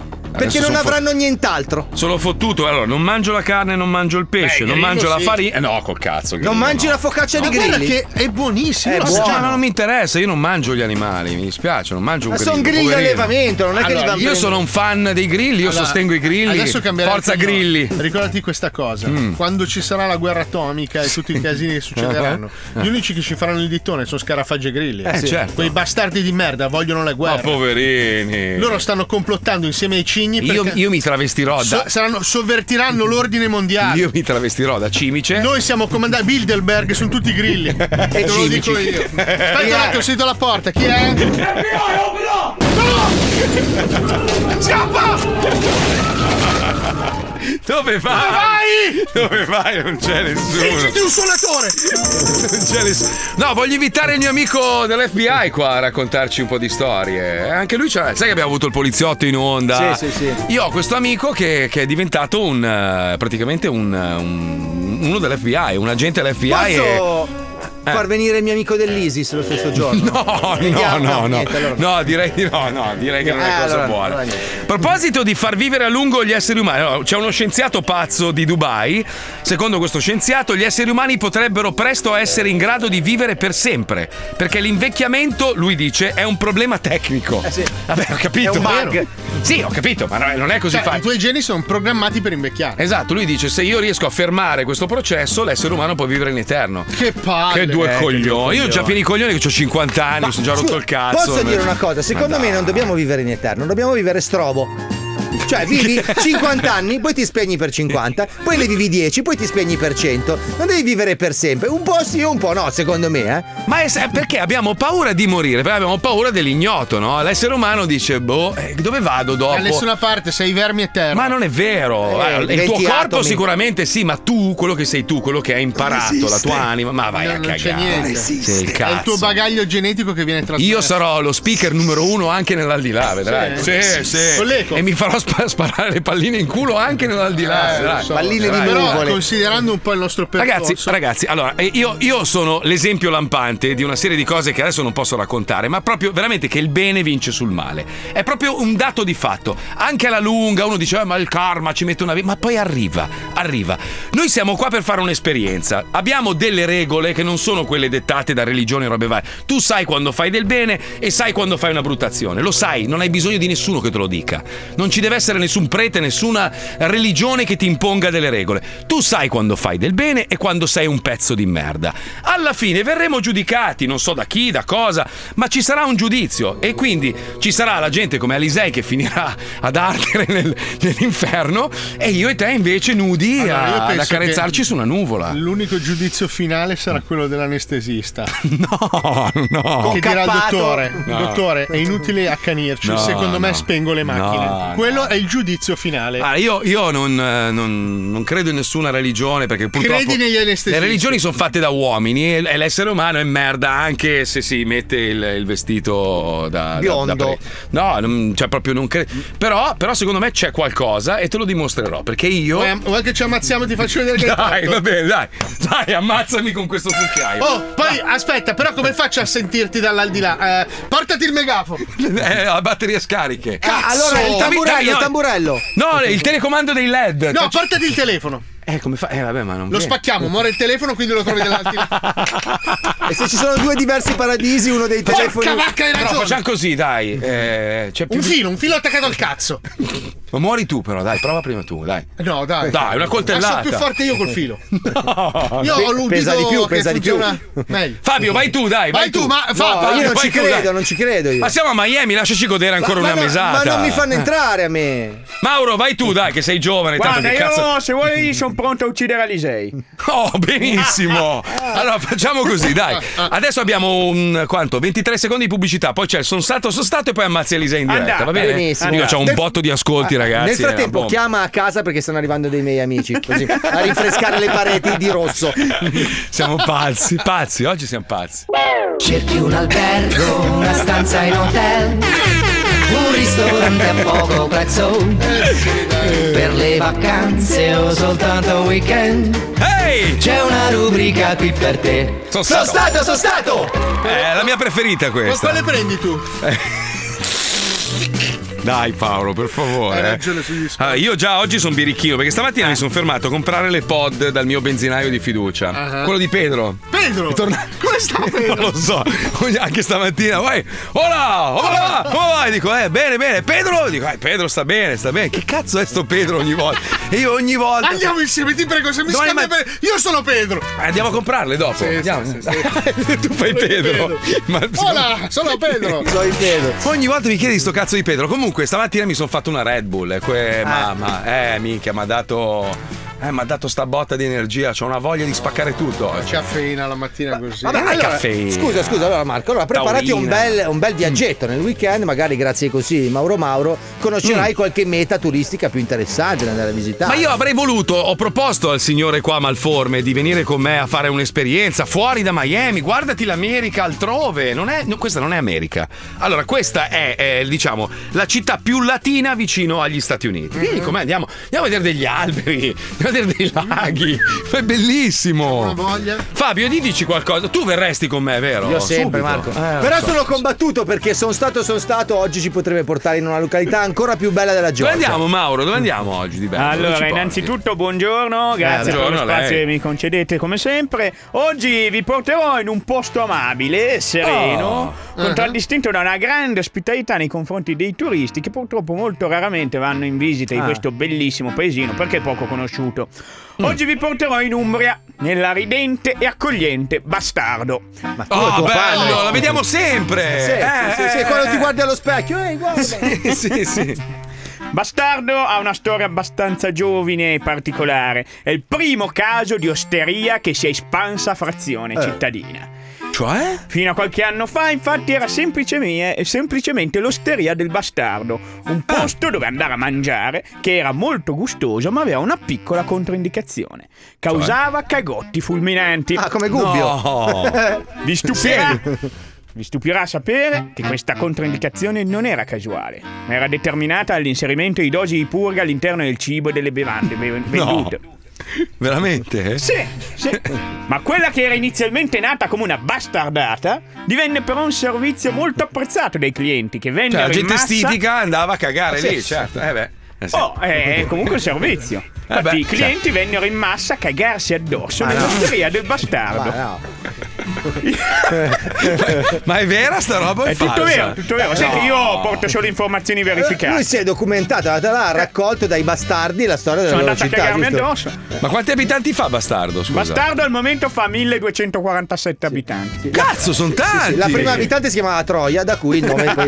Speaker 4: Adesso
Speaker 2: Perché
Speaker 4: sono
Speaker 2: non
Speaker 4: fo-
Speaker 2: avranno nient'altro.
Speaker 4: Sono fottuto, allora non mangio la carne, non mangio il pesce,
Speaker 2: Beh,
Speaker 4: non
Speaker 2: grillo
Speaker 4: mangio la
Speaker 2: sì.
Speaker 4: farina. eh, No, col cazzo. grillo,
Speaker 2: Non mangi
Speaker 4: no.
Speaker 2: la focaccia
Speaker 7: Ma
Speaker 2: di
Speaker 7: guarda
Speaker 2: grilli.
Speaker 7: che è buonissimo.
Speaker 2: È
Speaker 7: la
Speaker 2: buono.
Speaker 7: mangiamo.
Speaker 4: Ma non mi interessa, io non mangio gli animali, mi dispiace, non mangio un
Speaker 2: Ma
Speaker 4: grillo.
Speaker 2: son grilli
Speaker 4: poverino.
Speaker 2: allevamento, non è che li
Speaker 4: Allora,
Speaker 2: vanno
Speaker 4: Io
Speaker 2: prendendo.
Speaker 4: sono un fan dei grilli, io
Speaker 7: Allora,
Speaker 4: sostengo i grilli.
Speaker 7: Adesso cambierà
Speaker 4: Forza
Speaker 7: il cognome.
Speaker 4: grilli.
Speaker 7: Ricordati questa cosa:
Speaker 4: Mm.
Speaker 7: quando ci sarà la guerra atomica e tutti i casini che succederanno,
Speaker 4: Ah.
Speaker 7: gli unici che ci faranno il dittone sono Scarafaggi e Grilli.
Speaker 4: Eh, certo.
Speaker 7: Quei bastardi di merda vogliono la
Speaker 4: Ma
Speaker 7: guerra.
Speaker 4: poverini.
Speaker 7: Loro stanno complottando insieme ai cigni.
Speaker 4: Eh. Io,
Speaker 7: perché
Speaker 4: io mi travestirò da.
Speaker 7: so- saranno- sovvertiranno l'ordine mondiale.
Speaker 4: io mi travestirò da cimice.
Speaker 7: Noi siamo comandati Bilderberg, sono tutti grilli. Te lo
Speaker 4: cimici.
Speaker 7: dico io. Aspetta un attimo, sento la porta. Chi è?
Speaker 6: Scappa!
Speaker 4: Dove vai? Dove vai? Dove vai? Non c'è nessuno.
Speaker 6: un suonatore!
Speaker 4: Non c'è nessuno. No, voglio invitare il mio amico dell'FBI qua a raccontarci un po' di storie. Eh, Anche lui c'ha. Sai che abbiamo avuto il poliziotto in onda?
Speaker 2: Sì, sì, sì.
Speaker 4: Io ho questo amico che, che è diventato un. eh, praticamente un, eh, un- uno dell'FBI, un agente dell'FBI.
Speaker 2: Posso,
Speaker 4: e-
Speaker 2: far venire il mio amico dell'Isis lo stesso giorno.
Speaker 4: No, no,
Speaker 2: Vediamo-
Speaker 4: no, no,
Speaker 2: niente, allora.
Speaker 4: no, direi di no, no, direi che non è
Speaker 2: Eh,
Speaker 4: cosa
Speaker 2: allora,
Speaker 4: buona.
Speaker 2: allora
Speaker 4: A
Speaker 2: niente.
Speaker 4: proposito di far vivere a lungo gli esseri umani, allora, c'è uno scienziato pazzo di Dubai. Secondo questo scienziato, gli esseri umani potrebbero presto essere in grado di vivere per sempre, perché l'invecchiamento, lui dice, è un problema tecnico. Vabbè, ho capito.
Speaker 7: Eh, È un bug.
Speaker 4: Sì, ho capito, ma no- non è così
Speaker 7: Cioè,
Speaker 4: facile.
Speaker 7: I tuoi geni sono programmati per invecchiare.
Speaker 4: Esatto, lui dice: Se io riesco a fermare questo processo, l'essere umano può vivere in eterno.
Speaker 7: Che palle.
Speaker 4: Che due
Speaker 7: Eh, che
Speaker 4: coglioni. Io ho già
Speaker 7: coglioni.
Speaker 4: pieni coglioni che ho 50 anni, mi Ah, sono già rotto il cazzo.
Speaker 2: Posso dire una cosa? Secondo me non dobbiamo vivere in eterno, dobbiamo vivere strobo. Cioè, vivi 50 anni, poi ti spegni per 50, poi ne vivi 10, poi ti spegni per 100. Non devi vivere per sempre. Un po' sì, un po' no, secondo me, eh.
Speaker 4: Ma è- è perché abbiamo paura di morire? Perché abbiamo paura dell'ignoto, no? L'essere umano dice: Boh, eh, dove vado dopo?
Speaker 7: Da nessuna parte, sei vermi eterni.
Speaker 4: Ma non è vero,
Speaker 7: Eh,
Speaker 4: Allora, il tuo
Speaker 7: 20
Speaker 4: corpo
Speaker 7: atomi.
Speaker 4: sicuramente sì, ma tu, quello che sei tu, quello che hai imparato, la
Speaker 7: esiste.
Speaker 4: tua anima, ma vai
Speaker 7: No,
Speaker 4: a
Speaker 7: non
Speaker 4: cagare.
Speaker 7: c'è niente.
Speaker 4: Sei il
Speaker 7: È
Speaker 4: cazzo.
Speaker 7: il tuo bagaglio genetico che viene trasmesso.
Speaker 4: Io sarò lo speaker numero uno anche nell'aldilà, vedrai.
Speaker 7: Sì.
Speaker 4: Sì, sì.
Speaker 7: Con l'eco.
Speaker 4: E mi farò spa- sparare le palline in culo anche nell'aldilà.
Speaker 7: Eh, lo
Speaker 4: vedrai.
Speaker 7: so.
Speaker 4: Vedrai.
Speaker 7: Però considerando un po' il nostro percorso.
Speaker 4: Ragazzi, ragazzi, allora eh, io, io sono l'esempio lampante di una serie di cose che adesso non posso raccontare, ma proprio veramente che il bene vince sul male. È proprio un dato di fatto. Anche alla lunga uno dice, "Eh, ma il karma ci mette una vita, ma poi arriva, arriva. Noi siamo qua per fare un'esperienza. Abbiamo delle regole che non sono quelle dettate da religioni e robe varie. Tu sai quando fai del bene e sai quando fai una brutta azione. Lo sai, non hai bisogno di nessuno che te lo dica. Non ci deve essere nessun prete, nessuna religione che ti imponga delle regole. Tu sai quando fai del bene e quando sei un pezzo di merda. Alla fine verremo giudicati, non so da chi, da cosa, ma ci sarà un giudizio e quindi ci sarà la gente come Alisei che finirà ad ardere nel- nell'inferno e io e te invece nudi
Speaker 7: Allora, io
Speaker 4: a- ad
Speaker 7: penso
Speaker 4: accarezzarci
Speaker 7: che-
Speaker 4: su una nuvola.
Speaker 7: L'unico giudizio finale sarà quello dell'anestesista.
Speaker 4: No, no.
Speaker 7: Che dirà al
Speaker 4: Cappato.
Speaker 7: dottore:
Speaker 4: No.
Speaker 7: Dottore, è inutile accanirci.
Speaker 4: No,
Speaker 7: Secondo me
Speaker 4: no.
Speaker 7: spengo le macchine.
Speaker 4: No,
Speaker 7: quello è il giudizio finale.
Speaker 4: Ah, io io non, eh, non- non credo in nessuna religione perché purtroppo
Speaker 7: Credi negli anestesisti.
Speaker 4: le religioni sono fatte da uomini e e l'essere umano è merda anche se si mette il, il vestito da... da-
Speaker 2: Biondo.
Speaker 4: da pre- no, non- cioè proprio non credo. Però, però secondo me c'è qualcosa e te lo dimostrerò perché io...
Speaker 7: Vuoi, vuoi che ci ammazziamo? Ti faccio vedere che hai
Speaker 4: Dai,
Speaker 7: fatto?
Speaker 4: va bene, dai, dai, ammazzami con questo cucchiaio.
Speaker 7: Oh, poi aspetta, però come faccio a sentirti dall'aldilà? Eh, portati il megafono.
Speaker 4: Eh, a batterie scariche.
Speaker 7: Ah, allora, il
Speaker 4: Dammi-
Speaker 7: tamburello,
Speaker 4: dammi-
Speaker 7: il
Speaker 4: no,
Speaker 7: tamburello.
Speaker 4: No, il telecomando dei LED.
Speaker 7: No, portati il telefono.
Speaker 4: Eh, come fa? Eh, vabbè, ma non
Speaker 7: Lo
Speaker 4: viene.
Speaker 7: spacchiamo, muore il telefono, quindi lo trovi dall'aldilà.
Speaker 2: E se ci sono due diversi paradisi, uno dei telefoni.
Speaker 7: Porca vacca, hai
Speaker 4: No,
Speaker 7: ragione.
Speaker 4: facciamo così, dai. Eh, c'è più
Speaker 7: Un filo, un filo attaccato al cazzo.
Speaker 4: Ma muori tu, però, dai, prova prima tu, dai.
Speaker 7: No, dai.
Speaker 4: Dai, una coltellata.
Speaker 7: Ma sono più forte io col filo.
Speaker 4: No,
Speaker 7: Io ho l'udito
Speaker 2: Pesa di più,
Speaker 7: che
Speaker 2: pesa di più.
Speaker 7: funziona meglio.
Speaker 4: Fabio, vai tu, dai, vai,
Speaker 7: Vai tu, ma-
Speaker 4: No,
Speaker 7: Fabio,
Speaker 4: Fabio,
Speaker 2: io non
Speaker 4: vai
Speaker 2: ci
Speaker 4: tu,
Speaker 2: credo,
Speaker 4: dai.
Speaker 2: non ci credo io.
Speaker 4: Ma siamo a Miami, lasciaci godere ancora
Speaker 2: Ma- ma
Speaker 4: una
Speaker 2: no-
Speaker 4: mesata.
Speaker 2: Ma non mi fanno entrare a me.
Speaker 4: Eh. Mauro, vai tu, dai, che sei giovane, tanto
Speaker 9: Guarda,
Speaker 4: che
Speaker 9: io
Speaker 4: cazzo.
Speaker 9: se vuoi sono pronto a uccidere Alisei.
Speaker 4: Oh, benissimo. Allora facciamo così, dai. Adesso abbiamo un quanto? 23 secondi di pubblicità, poi c'è il son stato, son stato e poi ammazzi Elisa in diretta,
Speaker 2: Andata,
Speaker 4: va bene?
Speaker 2: benissimo.
Speaker 4: Io c'ho un
Speaker 2: Nel- Ah,
Speaker 4: botto di ascolti, ragazzi.
Speaker 2: Eh,
Speaker 4: eh, boh.
Speaker 2: Nel
Speaker 4: è una
Speaker 2: frattempo,
Speaker 4: bomba.
Speaker 2: chiama a casa perché stanno arrivando dei miei amici. Così a rinfrescare le pareti di rosso.
Speaker 4: Siamo pazzi, pazzi, oggi siamo pazzi.
Speaker 12: Cerchi un albergo, una stanza in hotel, un ristorante a poco prezzo, per le vacanze o soltanto weekend. C'è una rubrica qui per te.
Speaker 4: Sono stato.
Speaker 12: sono stato!
Speaker 4: È Eh, la mia preferita
Speaker 7: Ma
Speaker 4: questa.
Speaker 7: quale prendi tu?
Speaker 4: Dai Paolo, per favore.
Speaker 7: Hai
Speaker 4: eh.
Speaker 7: ragione sugli sport.
Speaker 4: Allora, io già oggi sono birichino perché stamattina mi sono fermato a comprare le pod dal mio benzinaio di fiducia.
Speaker 7: Ah.
Speaker 4: Quello di Pedro.
Speaker 7: Pedro! Come sta Pedro?
Speaker 4: Non lo so, Ogni- anche stamattina, vai, hola, hola, come vai? Dico, eh, bene, bene, Pedro, dico, eh, Pedro sta bene, sta bene, che cazzo è sto Pedro ogni volta? E io ogni volta...
Speaker 7: Andiamo insieme, ti prego, se mi
Speaker 4: Domani
Speaker 7: scambia
Speaker 4: mat-
Speaker 7: per... Io sono Pedro!
Speaker 4: Andiamo a comprarle dopo, andiamo. tu fai Pedro. Ma
Speaker 7: Hola, sono Pedro!
Speaker 2: Sono Pedro.
Speaker 4: Ogni volta mi chiedi sto cazzo di Pedro. Comunque, stamattina mi sono fatto una Red Bull. eh, que- ma, ma- eh, minchia, mi ha dato. Eh, mi ha dato sta botta di energia. C'ho una voglia di spaccare tutto. oggi.
Speaker 7: Caffeina la mattina così.
Speaker 4: Vabbè,
Speaker 7: Cioè, Allora,
Speaker 4: allora, caffeina.
Speaker 2: Scusa, scusa, allora Marco, allora preparati un
Speaker 4: Taurina.
Speaker 2: bel, un bel viaggetto nel weekend, magari grazie così Mauro Mauro, conoscerai qualche meta turistica più interessante da andare a visitare.
Speaker 4: Mm. Ma io avrei voluto, ho proposto al signore qua malforme di venire con me a fare un'esperienza fuori da Miami. Guardati l'America altrove. Non è- no, questa non è America. Allora, questa è, eh, diciamo, la città più latina vicino agli Stati Uniti. Vieni con me, andiamo, andiamo a vedere degli alberi, andiamo a vedere dei laghi. È bellissimo. Fabio, di dici qualcosa. Tu verresti con me, vero?
Speaker 2: Io sempre,
Speaker 4: Subito.
Speaker 2: Marco.
Speaker 8: Eh,
Speaker 2: Però sono combattuto perché sono stato, sono stato. Oggi ci potrebbe portare in una località ancora più bella della
Speaker 4: Dove
Speaker 2: Georgia.
Speaker 4: andiamo, Mauro? Dove andiamo oggi di bello? Dove ci
Speaker 8: Allora,
Speaker 4: porti? Eh,
Speaker 8: innanzitutto buongiorno, grazie per
Speaker 4: buongiorno
Speaker 8: lo
Speaker 4: a lei.
Speaker 8: spazio che mi concedete come sempre. Oggi vi porterò in un posto amabile e sereno,
Speaker 4: Oh.
Speaker 8: contraddistinto da una grande ospitalità nei confronti dei turisti che purtroppo molto raramente vanno in visita in
Speaker 21: Ah.
Speaker 8: questo bellissimo paesino perché è poco conosciuto.
Speaker 4: Mm.
Speaker 8: Oggi vi porterò in Umbria, nella ridente e accogliente Bastardo. Ma
Speaker 4: tu e tuo padre. Ah, bello, la vediamo sempre. Eh,
Speaker 2: Sì, sì, sì, sì, quando ti guardi allo specchio, ehi, guarda.
Speaker 8: Sì, sì, sì. Bastardo ha una storia abbastanza giovine e particolare. È il primo caso di osteria che si è espansa a frazione
Speaker 2: Eh.
Speaker 8: cittadina.
Speaker 4: Cioè?
Speaker 8: Fino a qualche anno fa, infatti, era semplicemente, semplicemente l'osteria del bastardo, un
Speaker 2: Ah.
Speaker 8: posto dove andare a mangiare che era molto gustoso, ma aveva una piccola controindicazione: causava cagotti fulminanti.
Speaker 2: Cioè? Ah, come Gubbio. No.
Speaker 8: Vi stupirà.
Speaker 2: Sì.
Speaker 8: Vi stupirà sapere che questa controindicazione non era casuale, ma era determinata all'inserimento di dosi di purga all'interno del cibo e delle bevande bev- vendute.
Speaker 4: Veramente?
Speaker 8: Sì, sì. Ma quella che era inizialmente nata come una bastardata divenne però un servizio molto apprezzato dai clienti che vennero
Speaker 4: Cioè, la
Speaker 8: in
Speaker 4: gente
Speaker 8: massa-
Speaker 4: stitica andava a cagare
Speaker 8: Sì,
Speaker 4: lì,
Speaker 8: sì.
Speaker 4: certo. Eh beh. Eh sì.
Speaker 8: Oh, è comunque un servizio.
Speaker 4: Eh beh,
Speaker 8: Infatti, i clienti vennero in massa a cagarsi addosso
Speaker 4: Ma no.
Speaker 8: nell'osteria del bastardo.
Speaker 4: Ma è vera sta roba? o
Speaker 8: È tutto
Speaker 4: falsa?
Speaker 8: vero, tutto vero. Senti,
Speaker 4: No.
Speaker 8: io boh, porto solo informazioni
Speaker 2: Eh, Lui
Speaker 8: verificate. Eh.
Speaker 2: si è documentato, l'ha raccolto dai bastardi la storia della
Speaker 8: Sono
Speaker 2: loro
Speaker 8: andato a
Speaker 2: città.
Speaker 8: cagarmi
Speaker 2: giusto?
Speaker 8: addosso.
Speaker 4: Ma quanti abitanti fa Bastardo? Scusa.
Speaker 8: Bastardo al momento fa 1247 abitanti.
Speaker 4: Cazzo, sono tanti!
Speaker 2: La prima abitante si chiamava Troia, da cui il nome poi.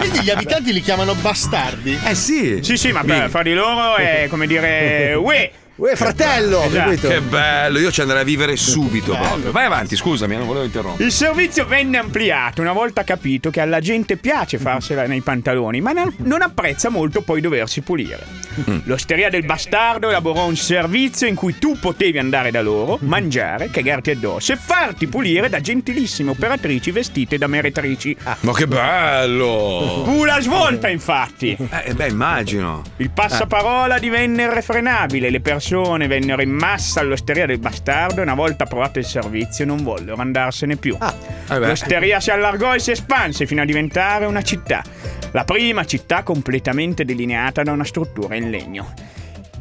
Speaker 7: Quindi gli abitanti li chiamano bastardi?
Speaker 4: Eh sì.
Speaker 8: Sì, sì, ma per- fra di loro è come dire. Uè! Esatto.
Speaker 2: Uè, fratello!
Speaker 8: capito?
Speaker 4: Che bello, io ci andrei a vivere subito proprio. Vai avanti, scusami, eh, non volevo interrompere.
Speaker 8: Il servizio venne ampliato una volta capito che alla gente piace farsela nei pantaloni, ma non- non apprezza molto poi doversi pulire. L'osteria del bastardo elaborò un servizio in cui tu potevi andare da loro, mangiare, cagarti addosso e farti pulire da gentilissime operatrici vestite da meretrici.
Speaker 4: Ma che bello!
Speaker 8: Fu la svolta, infatti!
Speaker 4: Eh, beh, immagino.
Speaker 8: Il passaparola divenne irrefrenabile, le persone vennero in massa all'osteria del bastardo e una volta provato il servizio non vollero andarsene più.
Speaker 4: eh beh.
Speaker 8: L'osteria si allargò e si espanse fino a diventare una città, la prima città completamente delineata da una struttura in legno.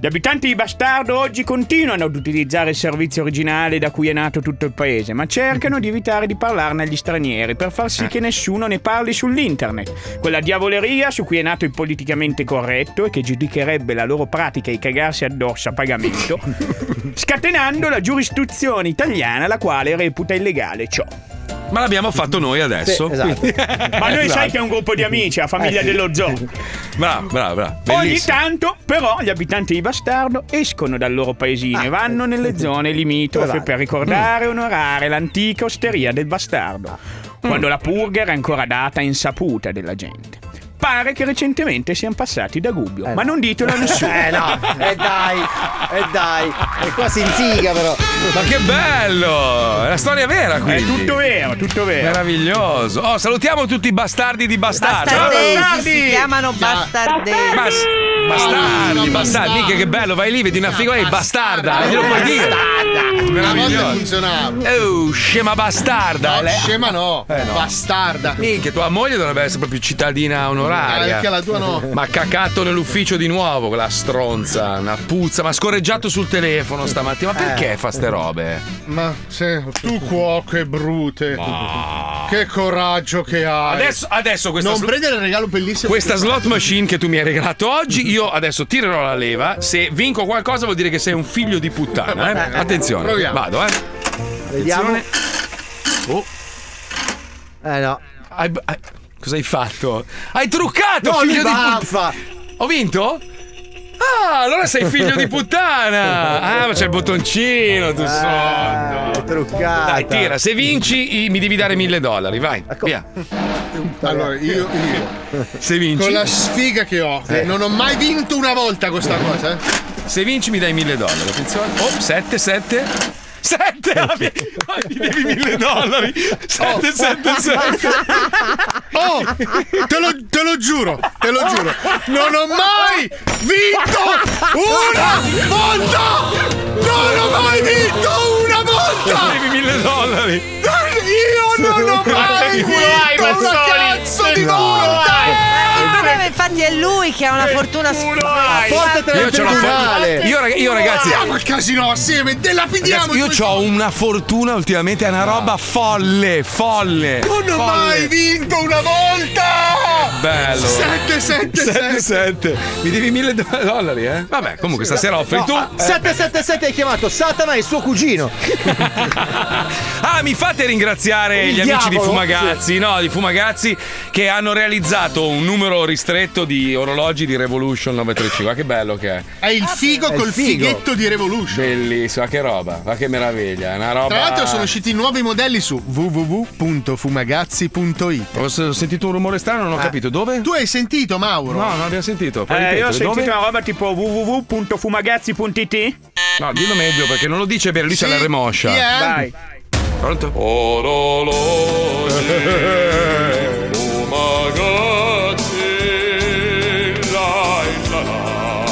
Speaker 8: Gli abitanti di Bastardo oggi continuano ad utilizzare il servizio originale da cui è nato tutto il paese, ma cercano di evitare di parlarne agli stranieri per far
Speaker 4: Eh.
Speaker 8: sì che nessuno ne parli sull'internet. Quella diavoleria su cui è nato il politicamente corretto e che giudicherebbe la loro pratica di cagarsi addosso a pagamento, scatenando la giurisdizione italiana la quale reputa illegale ciò.
Speaker 4: Eh, Ma l'abbiamo fatto noi adesso.
Speaker 8: Sì, esatto.
Speaker 4: quindi-
Speaker 8: Ma noi
Speaker 4: Esatto.
Speaker 8: sai che è un gruppo di amici, la famiglia
Speaker 4: Eh.
Speaker 8: dello zoo.
Speaker 4: Bravo, bravo, bravo.
Speaker 8: Ogni
Speaker 4: Bellissimo.
Speaker 8: tanto, però, gli abitanti di Bastardo escono dal loro paesino
Speaker 2: Ah,
Speaker 8: e
Speaker 2: eh,
Speaker 8: vanno nelle zone limitrofe
Speaker 21: Dove
Speaker 8: per ricordare e onorare l'antica osteria del Bastardo,
Speaker 2: Mm.
Speaker 8: quando la purga era ancora data insaputa della gente. Pare che recentemente siano passati da Gubbio, ma non ditelo a nessuno.
Speaker 2: Eh no, e dai, e dai. E qua si inziga però.
Speaker 8: Eh,
Speaker 4: Ma che bello! È la storia vera quindi.
Speaker 8: È tutto vero, tutto vero.
Speaker 4: Meraviglioso. Oh, salutiamo tutti i bastardi di bastardi.
Speaker 3: Bastardesi,
Speaker 4: Bastardi!
Speaker 3: si chiamano bastardesi.
Speaker 4: Bas- bastardi, bastardi. Mica che bello, vai lì, vedi una figura e bastarda. Glielo puoi dire.
Speaker 7: Una volta
Speaker 4: Meraviglioso.
Speaker 7: funzionava.
Speaker 4: Oh, scema bastarda. Eh,
Speaker 7: No, scema no,
Speaker 4: bastarda. Minchia, tua moglie dovrebbe essere proprio cittadina onoraria.
Speaker 7: Anche la tua no.
Speaker 4: Ma ha cacato nell'ufficio di nuovo, quella stronza, una puzza, ma ha scorreggiato sul telefono stamattina. Ma perché
Speaker 7: Eh.
Speaker 4: fa ste robe?
Speaker 7: Ma se, tu cuoche brute. Che coraggio che hai.
Speaker 4: Adesso- adesso questa
Speaker 7: Non
Speaker 4: slu-
Speaker 7: prendere il regalo bellissimo.
Speaker 4: Questa slot machine che tu mi hai regalato oggi, io adesso tirerò la leva. Se vinco qualcosa vuol dire che sei un figlio di puttana. eh. Attenzione,
Speaker 2: Proviamo.
Speaker 4: vado, eh.
Speaker 2: Vediamo.
Speaker 4: Oh.
Speaker 2: Eh no.
Speaker 4: Cosa hai fatto? Hai truccato,
Speaker 2: No,
Speaker 4: figlio
Speaker 2: lui
Speaker 4: di
Speaker 2: baffa.
Speaker 4: puttana! Ho vinto? Ah, allora sei figlio di puttana! Ah, ma c'è il bottoncino, tu sotto!
Speaker 2: Ah, truccata.
Speaker 4: Dai,
Speaker 2: Ecco.
Speaker 4: tira, se vinci i- mi devi dare mille dollari, vai, via.
Speaker 7: Allora, io, io
Speaker 4: Se vinci...
Speaker 7: con la sfiga che ho,
Speaker 4: Sì.
Speaker 7: non ho mai vinto una volta questa cosa. eh.
Speaker 4: Se vinci mi dai 1000 dollari, attenzione. Oh, 7, 7. 7! Mi devi 1000 dollari! 7, 7, 7.
Speaker 7: Oh, te lo, te lo giuro, te lo giuro. Non ho mai vinto una volta non
Speaker 6: Ma che culo hai, Mazzoli? Che
Speaker 3: Il
Speaker 6: culo
Speaker 3: problema Eh, infatti è lui che ha una fortuna sfortunata.
Speaker 4: Io c'ho una for- io, rag- io, ragazzi,
Speaker 7: Andiamo al Ah, casino assieme, delapidiamo
Speaker 4: Ragazzi, io ho una fortuna ultimamente, è una roba folle, folle.
Speaker 7: Tu non
Speaker 4: folle.
Speaker 7: hai mai vinto una volta!
Speaker 4: Bello.
Speaker 7: 7 7 7
Speaker 4: 7 Mi devi 1000 do- dollari, eh? Vabbè, comunque stasera offri
Speaker 2: No,
Speaker 4: tu.
Speaker 2: ah, 777 hai chiamato Satana e suo cugino.
Speaker 4: Ah, mi fate ringraziare
Speaker 2: Il
Speaker 4: gli amici di
Speaker 2: diavolo.
Speaker 4: Fumagazzi, no, di Fumagazzi che hanno realizzato un numero ristretto di orologi di Revolution 935. Ma che bello che è.
Speaker 7: È il figo
Speaker 4: È il
Speaker 7: col
Speaker 4: figo.
Speaker 7: fighetto di Revolution.
Speaker 4: Bellissima, che roba, ma che meraviglia, è una roba.
Speaker 7: Tra l'altro sono usciti nuovi modelli su www.fumagazzi.it.
Speaker 4: Ho sentito un rumore strano, non ho capito. Dove?
Speaker 7: Eh. Tu hai sentito, Mauro?
Speaker 4: No, non abbiamo sentito. Puoi
Speaker 9: Eh, io ho
Speaker 4: ripetere,
Speaker 9: sentito
Speaker 4: dove?
Speaker 9: una roba tipo www.fumagazzi.it.
Speaker 4: No, dillo meglio perché non lo dice bene, lui c'ha la remoscia.
Speaker 9: Vai.
Speaker 4: Pronto? Orologi Fumagazzi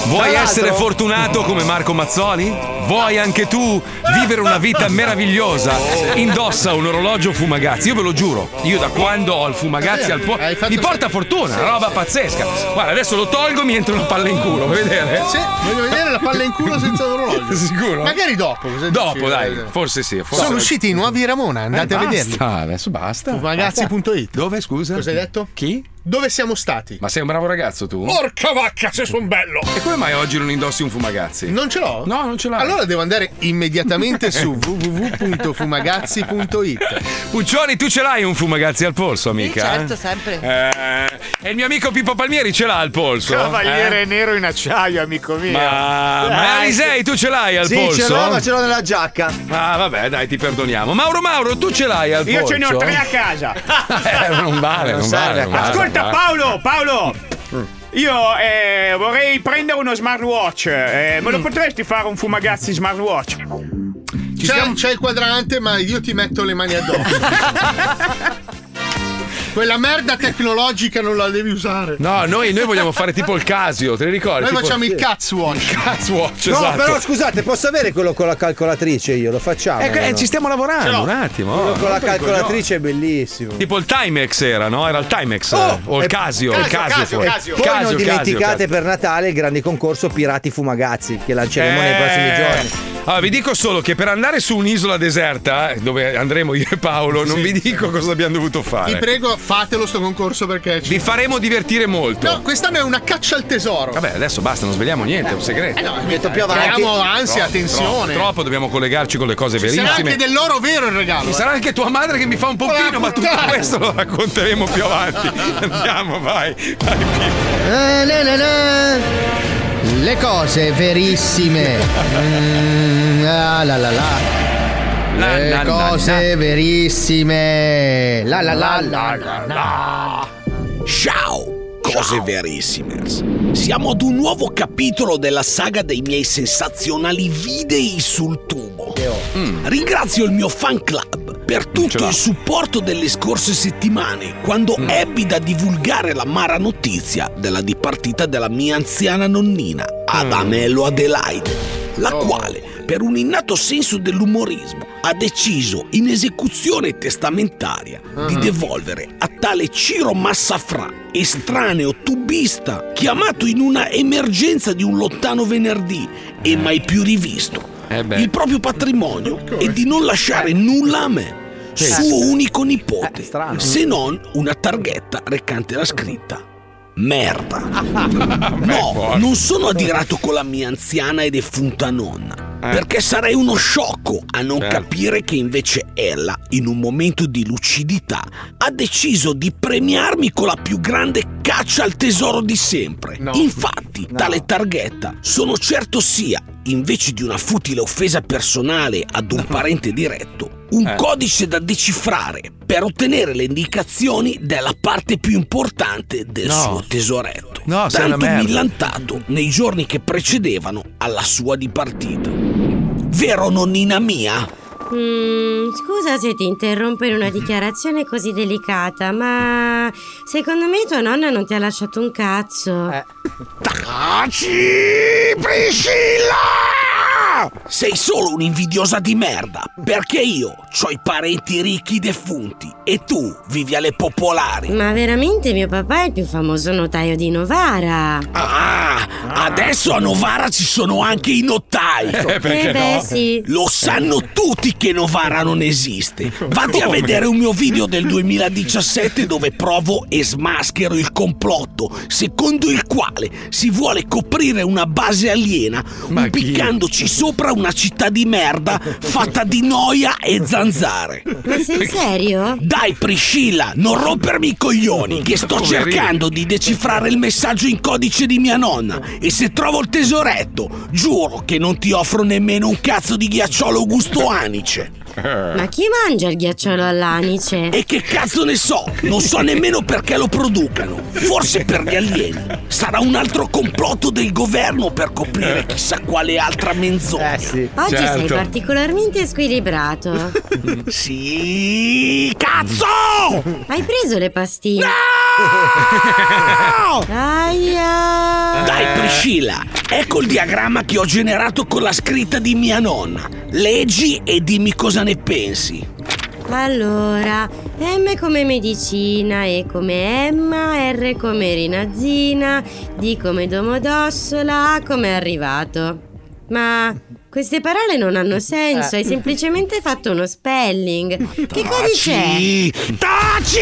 Speaker 4: Vuoi
Speaker 6: Tra
Speaker 4: essere
Speaker 6: l'altro-
Speaker 4: fortunato come Marco Mazzoli? Vuoi anche tu vivere una vita meravigliosa? Indossa un orologio Fumagazzi, io ve lo giuro. Io da quando ho il Fumagazzi al po- mi porta fortuna, una roba pazzesca. Guarda, adesso lo tolgo e mi entra una palla in culo, vuoi vedere?
Speaker 7: Sì, voglio vedere la palla in culo senza orologio.
Speaker 4: Sicuro?
Speaker 7: Magari dopo. cosa
Speaker 4: Dopo,
Speaker 7: dici?
Speaker 4: dai, forse sì. Forse
Speaker 7: Sono usciti i nuovi Ramona, andate a
Speaker 4: basta,
Speaker 7: vederli.
Speaker 4: adesso basta.
Speaker 7: Fumagazzi.it.
Speaker 4: Dove, scusa?
Speaker 7: Cosa hai detto?
Speaker 4: Chi?
Speaker 7: Dove siamo stati? Oh,
Speaker 4: Ma sei un bravo ragazzo tu?
Speaker 7: Porca vacca, se son bello!
Speaker 4: E come mai oggi non indossi un fumagazzi?
Speaker 7: Non ce l'ho?
Speaker 4: No, non ce l'ho.
Speaker 7: Allora devo andare immediatamente su www.fumagazzi.it.
Speaker 4: Puccioni, tu ce l'hai un fumagazzi al polso, amica?
Speaker 7: certo,
Speaker 4: eh?
Speaker 3: sempre.
Speaker 4: Eh, e il mio amico Pippo Palmieri ce l'ha al polso?
Speaker 8: Cavaliere
Speaker 4: eh?
Speaker 8: nero in acciaio, amico mio. Eh,
Speaker 4: Ma, ma Alisei, tu ce l'hai al
Speaker 8: Sì,
Speaker 4: polso?
Speaker 8: ce l'ho, ma ce
Speaker 2: l'ho nella giacca.
Speaker 4: Ah, vabbè, dai, ti perdoniamo. Mauro Mauro, tu ce l'hai al
Speaker 9: Io
Speaker 4: polso?
Speaker 9: ce ne ho tre a casa.
Speaker 4: Eh, non vale, non, vale. non vale,
Speaker 9: Ascolta,
Speaker 4: non vale. Mm.
Speaker 9: Paolo, Paolo. Io eh, vorrei prendere uno smartwatch. eh,
Speaker 4: Mm.
Speaker 9: me lo potresti fare un fumagazzi smartwatch?
Speaker 7: C'è, c'è il quadrante, ma io ti metto le mani addosso. Quella merda tecnologica non la devi usare.
Speaker 4: No, noi, noi vogliamo fare tipo il Casio, te ne ricordi?
Speaker 7: Noi
Speaker 4: Tipo-
Speaker 7: facciamo il Cats Watch.
Speaker 4: Cazzo, watch,
Speaker 2: no,
Speaker 4: esatto.
Speaker 2: però scusate, posso avere quello con la calcolatrice io? Lo facciamo.
Speaker 4: Ecco, eh,
Speaker 2: no?
Speaker 4: ci stiamo lavorando
Speaker 2: Ce l'ho.
Speaker 4: un attimo.
Speaker 2: Quello
Speaker 4: oh.
Speaker 2: con la
Speaker 4: Proprio il
Speaker 2: calcolatrice è bellissimo.
Speaker 4: coglione. Tipo il Timex era, no? Era il Timex. eh, o il Casio, il Casio, fuori.
Speaker 2: Poi non
Speaker 4: Casio,
Speaker 2: dimenticate
Speaker 4: Casio.
Speaker 2: per Natale il grande concorso Pirati Fumagazzi che lanceremo nei prossimi giorni.
Speaker 4: Eh, Allora, vi dico solo che per andare su un'isola deserta, eh, dove andremo io e Paolo, non vi dico cosa abbiamo dovuto fare.
Speaker 7: Vi prego, fatelo sto concorso perché ci...
Speaker 4: Vi faremo divertire molto.
Speaker 7: No, quest'anno è una caccia al tesoro.
Speaker 4: Vabbè, adesso basta, non svegliamo niente, è un segreto.
Speaker 7: Eh no,
Speaker 4: mi
Speaker 7: metto più avanti. Creiamo ansia, tensione.
Speaker 4: Troppo, dobbiamo collegarci con le cose
Speaker 7: Ci sarà
Speaker 4: verissime.
Speaker 7: anche dell'oro vero il regalo. eh.
Speaker 4: Ci sarà anche tua madre che mi fa un pompino, ma tutto questo lo racconteremo più avanti. Andiamo, vai. vai Pippo.
Speaker 14: Eh, na, na, na. Le cose verissime. Mm, ah, la la la.
Speaker 4: La,
Speaker 10: Eh,
Speaker 14: Le
Speaker 4: la, la,
Speaker 14: cose verissime. La la la la.
Speaker 23: Ciao, cose verissime. Siamo ad un nuovo capitolo della saga dei miei sensazionali video sul tubo. Ringrazio il mio fan club per tutto il supporto delle scorse settimane, quando ebbi da divulgare la mara notizia della dipartita della mia anziana nonnina, Adamello Adelaide la quale, per un innato senso dell'umorismo, ha deciso, in esecuzione testamentaria, di devolvere a tale Ciro Massafrà, estraneo tubista, chiamato in una emergenza di un lontano venerdì e mai più rivisto, il proprio patrimonio e di non lasciare nulla a me,
Speaker 6: Sì.
Speaker 23: suo unico nipote, se non una targhetta recante la scritta Merda. No, non sono adirato con la mia anziana e defunta nonna. Perché sarei uno sciocco a non
Speaker 6: Certo.
Speaker 23: capire che invece ella, in un momento di lucidità, ha deciso di premiarmi con la più grande caccia al tesoro di sempre. Infatti, tale targhetta, sono certo sia, invece di una futile offesa personale ad un parente diretto, un
Speaker 6: Eh.
Speaker 23: codice da decifrare per ottenere le indicazioni della parte più importante del
Speaker 6: No.
Speaker 23: suo tesoretto.
Speaker 6: No, sei
Speaker 23: tanto
Speaker 6: una merda.
Speaker 23: millantato nei giorni che precedevano alla sua dipartita. Vero nonnina mia?
Speaker 17: Mm, scusa se ti interrompo in una dichiarazione così delicata, ma secondo me tua nonna non ti ha lasciato un
Speaker 23: Eh.
Speaker 17: cazzo.
Speaker 23: Taci, Priscilla! Sei solo un'invidiosa di merda, perché io ho i parenti ricchi defunti e tu vivi alle popolari.
Speaker 17: Ma veramente mio papà è il più famoso notaio di Novara.
Speaker 23: Ah, adesso a Novara ci sono anche i notai.
Speaker 17: Eh, perché Eh, beh, no? sì.
Speaker 23: Lo sanno tutti che Novara non esiste. Vatti a
Speaker 17: Come?
Speaker 23: vedere un mio video del 2017 dove provo e smaschero il complotto secondo il quale si vuole coprire una base aliena impiccandoci sopra una città di merda fatta di noia e zanzare.
Speaker 17: Ma sei serio?
Speaker 23: Dai Priscilla, non rompermi i coglioni che sto
Speaker 17: Poverino.
Speaker 23: cercando di decifrare il messaggio in codice di mia nonna e se trovo il tesoretto, giuro che non ti offro nemmeno un cazzo di ghiacciolo gusto anice.
Speaker 17: Ma chi mangia il ghiacciolo all'anice?
Speaker 23: E che cazzo ne so? Non so nemmeno perché lo producano. Forse per gli alieni. Sarà un altro complotto del governo per coprire chissà quale altra menzogna.
Speaker 17: Oggi sei
Speaker 23: Certo.
Speaker 17: particolarmente squilibrato.
Speaker 23: sì, cazzo!
Speaker 17: Hai preso le pastiglie? Aia!
Speaker 23: Dai Priscilla, ecco il diagramma che ho generato con la scritta di mia nonna. Leggi e dimmi cosa ne pensi.
Speaker 17: Allora, M come medicina, E come Emma, R come Rinazzina, D come Domodossola, A come arrivato. Ma queste parole non hanno senso,
Speaker 23: Eh.
Speaker 17: hai semplicemente fatto uno spelling. Che codice è?
Speaker 23: Taci! Taci!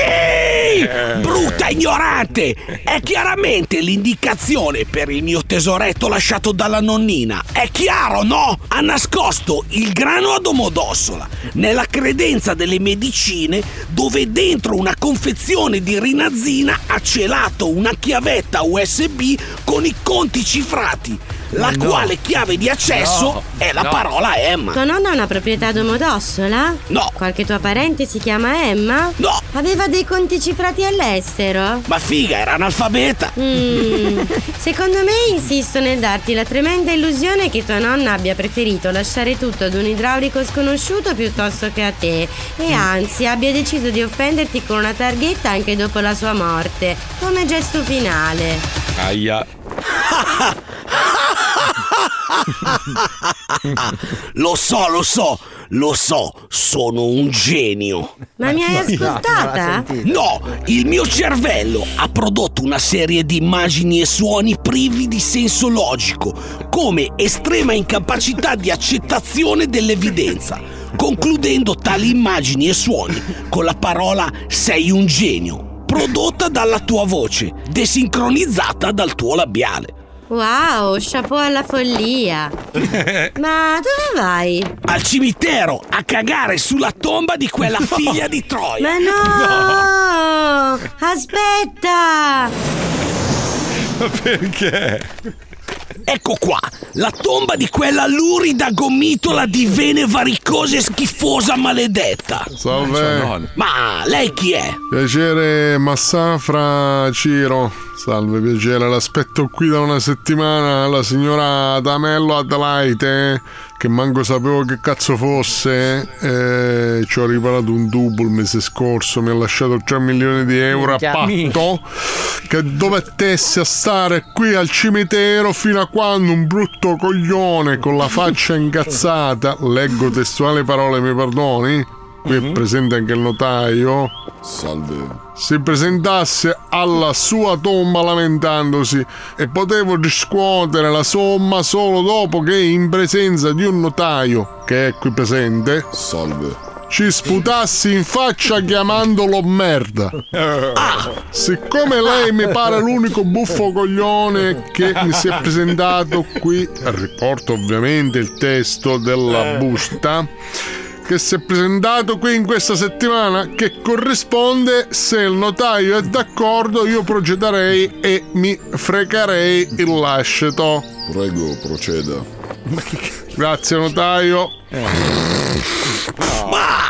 Speaker 17: Eh.
Speaker 23: Taci! Brutta ignorante! È chiaramente l'indicazione per il mio tesoretto lasciato dalla nonnina. È chiaro, no? Ha nascosto il grano a domodossola nella credenza delle medicine dove dentro una confezione di rinazzina ha celato una chiavetta USB con i conti cifrati, la
Speaker 17: No.
Speaker 23: quale chiave di accesso
Speaker 17: No.
Speaker 23: è la
Speaker 17: No.
Speaker 23: parola Emma.
Speaker 17: Tua nonna ha una proprietà domodossola?
Speaker 23: No.
Speaker 17: Qualche tua parente si chiama Emma?
Speaker 23: No.
Speaker 17: Aveva dei conti cifrati all'estero?
Speaker 23: Ma figa, era analfabeta!
Speaker 17: Mm, secondo me insisto nel darti la tremenda illusione che tua nonna abbia preferito lasciare tutto ad un idraulico sconosciuto piuttosto che a te e anzi abbia deciso di offenderti con una targhetta anche dopo la sua morte, come gesto finale.
Speaker 24: Aia.
Speaker 23: lo so, lo so, lo so, sono un genio.
Speaker 17: Ma mi hai ascoltata?
Speaker 23: No, il mio cervello ha prodotto una serie di immagini e suoni privi di senso logico, come estrema incapacità di accettazione dell'evidenza. Concludendo tali immagini e suoni con la parola sei un genio, prodotta dalla tua voce, desincronizzata dal tuo labiale.
Speaker 17: Wow, chapeau alla follia. Ma dove vai?
Speaker 23: Al cimitero a cagare sulla tomba di quella figlia di Troia.
Speaker 17: Ma no! Aspetta!
Speaker 23: Ma perché? Ecco qua, la tomba di quella lurida gomitola di vene varicose schifosa maledetta.
Speaker 25: Salve.
Speaker 23: Ma lei chi è?
Speaker 25: Piacere Massafra Ciro. Salve, piacere. L'aspetto qui da una settimana la signora Damello Adelaide. Che manco sapevo che cazzo fosse. Eh, ci ho riparato un dubbio il mese scorso. Mi ha lasciato 3 milioni di euro a
Speaker 7: Minchia.
Speaker 25: patto. Che dovettesse a stare qui al cimitero fino a quando un brutto coglione con la faccia incazzata. Leggo testuali parole, mi perdoni? Qui è presente anche il notaio. Mhm. Salve. Si presentasse alla sua tomba lamentandosi e potevo riscuotere la somma solo dopo che in presenza di un notaio che è qui presente. Salve. Ci sputassi in faccia chiamandolo merda.
Speaker 8: ecco. Ah,
Speaker 25: Ah, Siccome lei mi pare l'unico buffo coglione che mi si è presentato qui, riporto ovviamente il testo della busta che si è presentato qui in questa settimana che corrisponde se il notaio è d'accordo io progetterei e mi frecarei il lascito prego proceda grazie notaio
Speaker 23: Eh.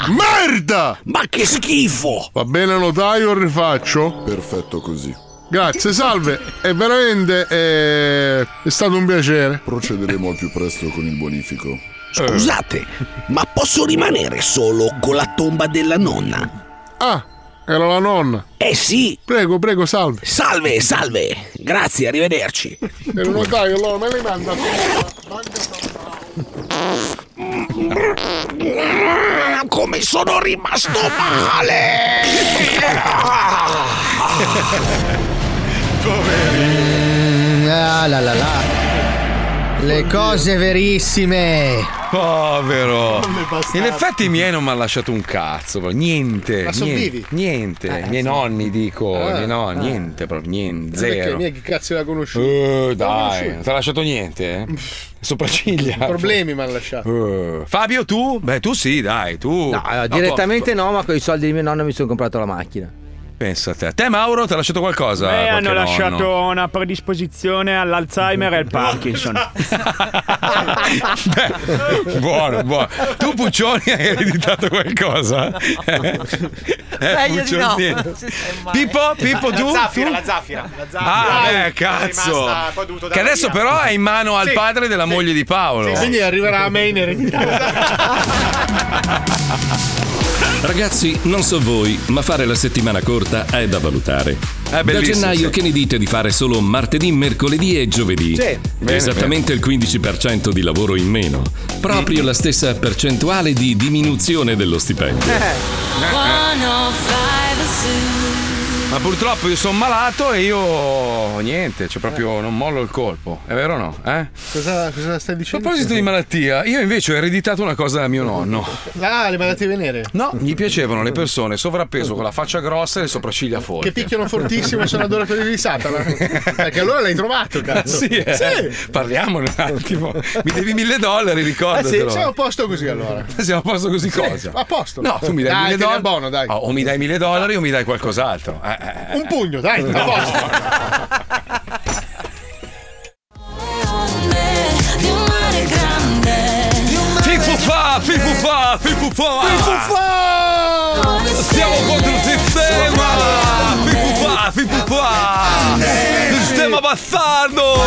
Speaker 25: merda
Speaker 23: ma che schifo
Speaker 25: va bene notaio rifaccio
Speaker 26: Perfetto così.
Speaker 25: grazie salve è veramente eh, è stato un piacere
Speaker 26: Procederemo al più presto con il bonifico.
Speaker 23: Scusate, ma posso rimanere solo con la tomba della nonna?
Speaker 25: ah era la nonna
Speaker 23: eh sì
Speaker 25: prego prego salve
Speaker 23: Salve, salve! Grazie, arrivederci.
Speaker 25: il notaio allora me li manda
Speaker 23: Come sono rimasto male!
Speaker 14: Mm, ah, la, la, la. Le cose verissime.
Speaker 4: Povero.
Speaker 14: Come bastardo.
Speaker 4: In effetti i miei non mi hanno lasciato un cazzo, proprio. niente.
Speaker 14: Ma son
Speaker 4: niente,
Speaker 14: vivi?
Speaker 4: Niente.
Speaker 7: Eh,
Speaker 4: I miei nonni dico,
Speaker 7: Ah,
Speaker 4: miei no,
Speaker 7: ah.
Speaker 4: niente, proprio niente,
Speaker 7: Perché
Speaker 4: zero.
Speaker 7: mica chi cazzo l'ha conosciuto?
Speaker 4: Eh, dai,
Speaker 7: conosciuto.
Speaker 4: non ti ha lasciato niente? eh? Sopracciglia.
Speaker 7: Problemi mi hanno lasciato.
Speaker 4: Eh, Fabio, tu? Beh, tu sì, dai, tu.
Speaker 2: No, allora, direttamente no, ma con i soldi di mio nonno mi sono comprato la macchina.
Speaker 4: Pensa a te. Te, Mauro, ti ha lasciato qualcosa?
Speaker 9: Beh,
Speaker 4: qualche
Speaker 9: hanno
Speaker 4: nonno?
Speaker 9: lasciato una predisposizione all'Alzheimer e al Parkinson.
Speaker 4: Eh, Beh, buono, buono. Tu, Puccioni, hai ereditato qualcosa? Eh,
Speaker 6: Meglio di no.
Speaker 4: niente.
Speaker 6: Non si sa mai.
Speaker 4: Pippo, Pippo,
Speaker 8: la
Speaker 4: tu?
Speaker 8: Zafira,
Speaker 4: Tu?
Speaker 8: la zafira, la zafira.
Speaker 4: Ah,
Speaker 8: È
Speaker 4: beh, cazzo.
Speaker 8: rimasta, poi ho dovuto
Speaker 4: Che
Speaker 8: darla
Speaker 4: adesso
Speaker 8: via.
Speaker 4: però è in mano al
Speaker 8: Sì.
Speaker 4: padre della moglie di Paolo.
Speaker 7: Quindi arriverà a me in eredità.
Speaker 1: Ragazzi, non so voi, ma fare la settimana corta è da valutare. da
Speaker 4: bellissimo,
Speaker 1: gennaio
Speaker 4: sì.
Speaker 1: che ne dite di fare solo martedì, mercoledì e giovedì?
Speaker 4: Sì. Bene,
Speaker 1: Esattamente il 15% di lavoro in meno. Proprio
Speaker 4: Mm-hmm.
Speaker 1: la stessa percentuale di diminuzione dello stipendio.
Speaker 4: Ma purtroppo io sono malato e io niente, cioè proprio non mollo il colpo. È vero o no? Eh?
Speaker 7: Cosa, cosa stai
Speaker 4: A
Speaker 7: dicendo?
Speaker 4: proposito di malattia, io invece ho ereditato una cosa da mio nonno.
Speaker 7: Ah, le malattie venere.
Speaker 4: No, gli piacevano le persone sovrappeso con la faccia grossa e le sopracciglia fuori.
Speaker 7: Che picchiano fortissimo e sono adoratori di Satana. Perché allora l'hai trovato, cazzo.
Speaker 4: Sì, eh. parliamone un attimo. Mi devi mille dollari,
Speaker 7: Eh sì,
Speaker 4: ricordatelo.
Speaker 7: siamo a posto così allora.
Speaker 4: Siamo a posto così
Speaker 7: Sì,
Speaker 4: cosa?
Speaker 7: a posto.
Speaker 4: No, tu mi dai
Speaker 7: Dai,
Speaker 4: mille
Speaker 7: tieni
Speaker 4: dollari.
Speaker 7: a buono, dai.
Speaker 4: Oh, o mi dai mille dollari o mi dai qualcos'altro. Eh, eh, eh.
Speaker 7: Un pugno, dai, a posto.
Speaker 4: Fifufà, fifufà, fifufà. Siamo contro il sistema. Fifufà, fifufà. Sistema bastardo.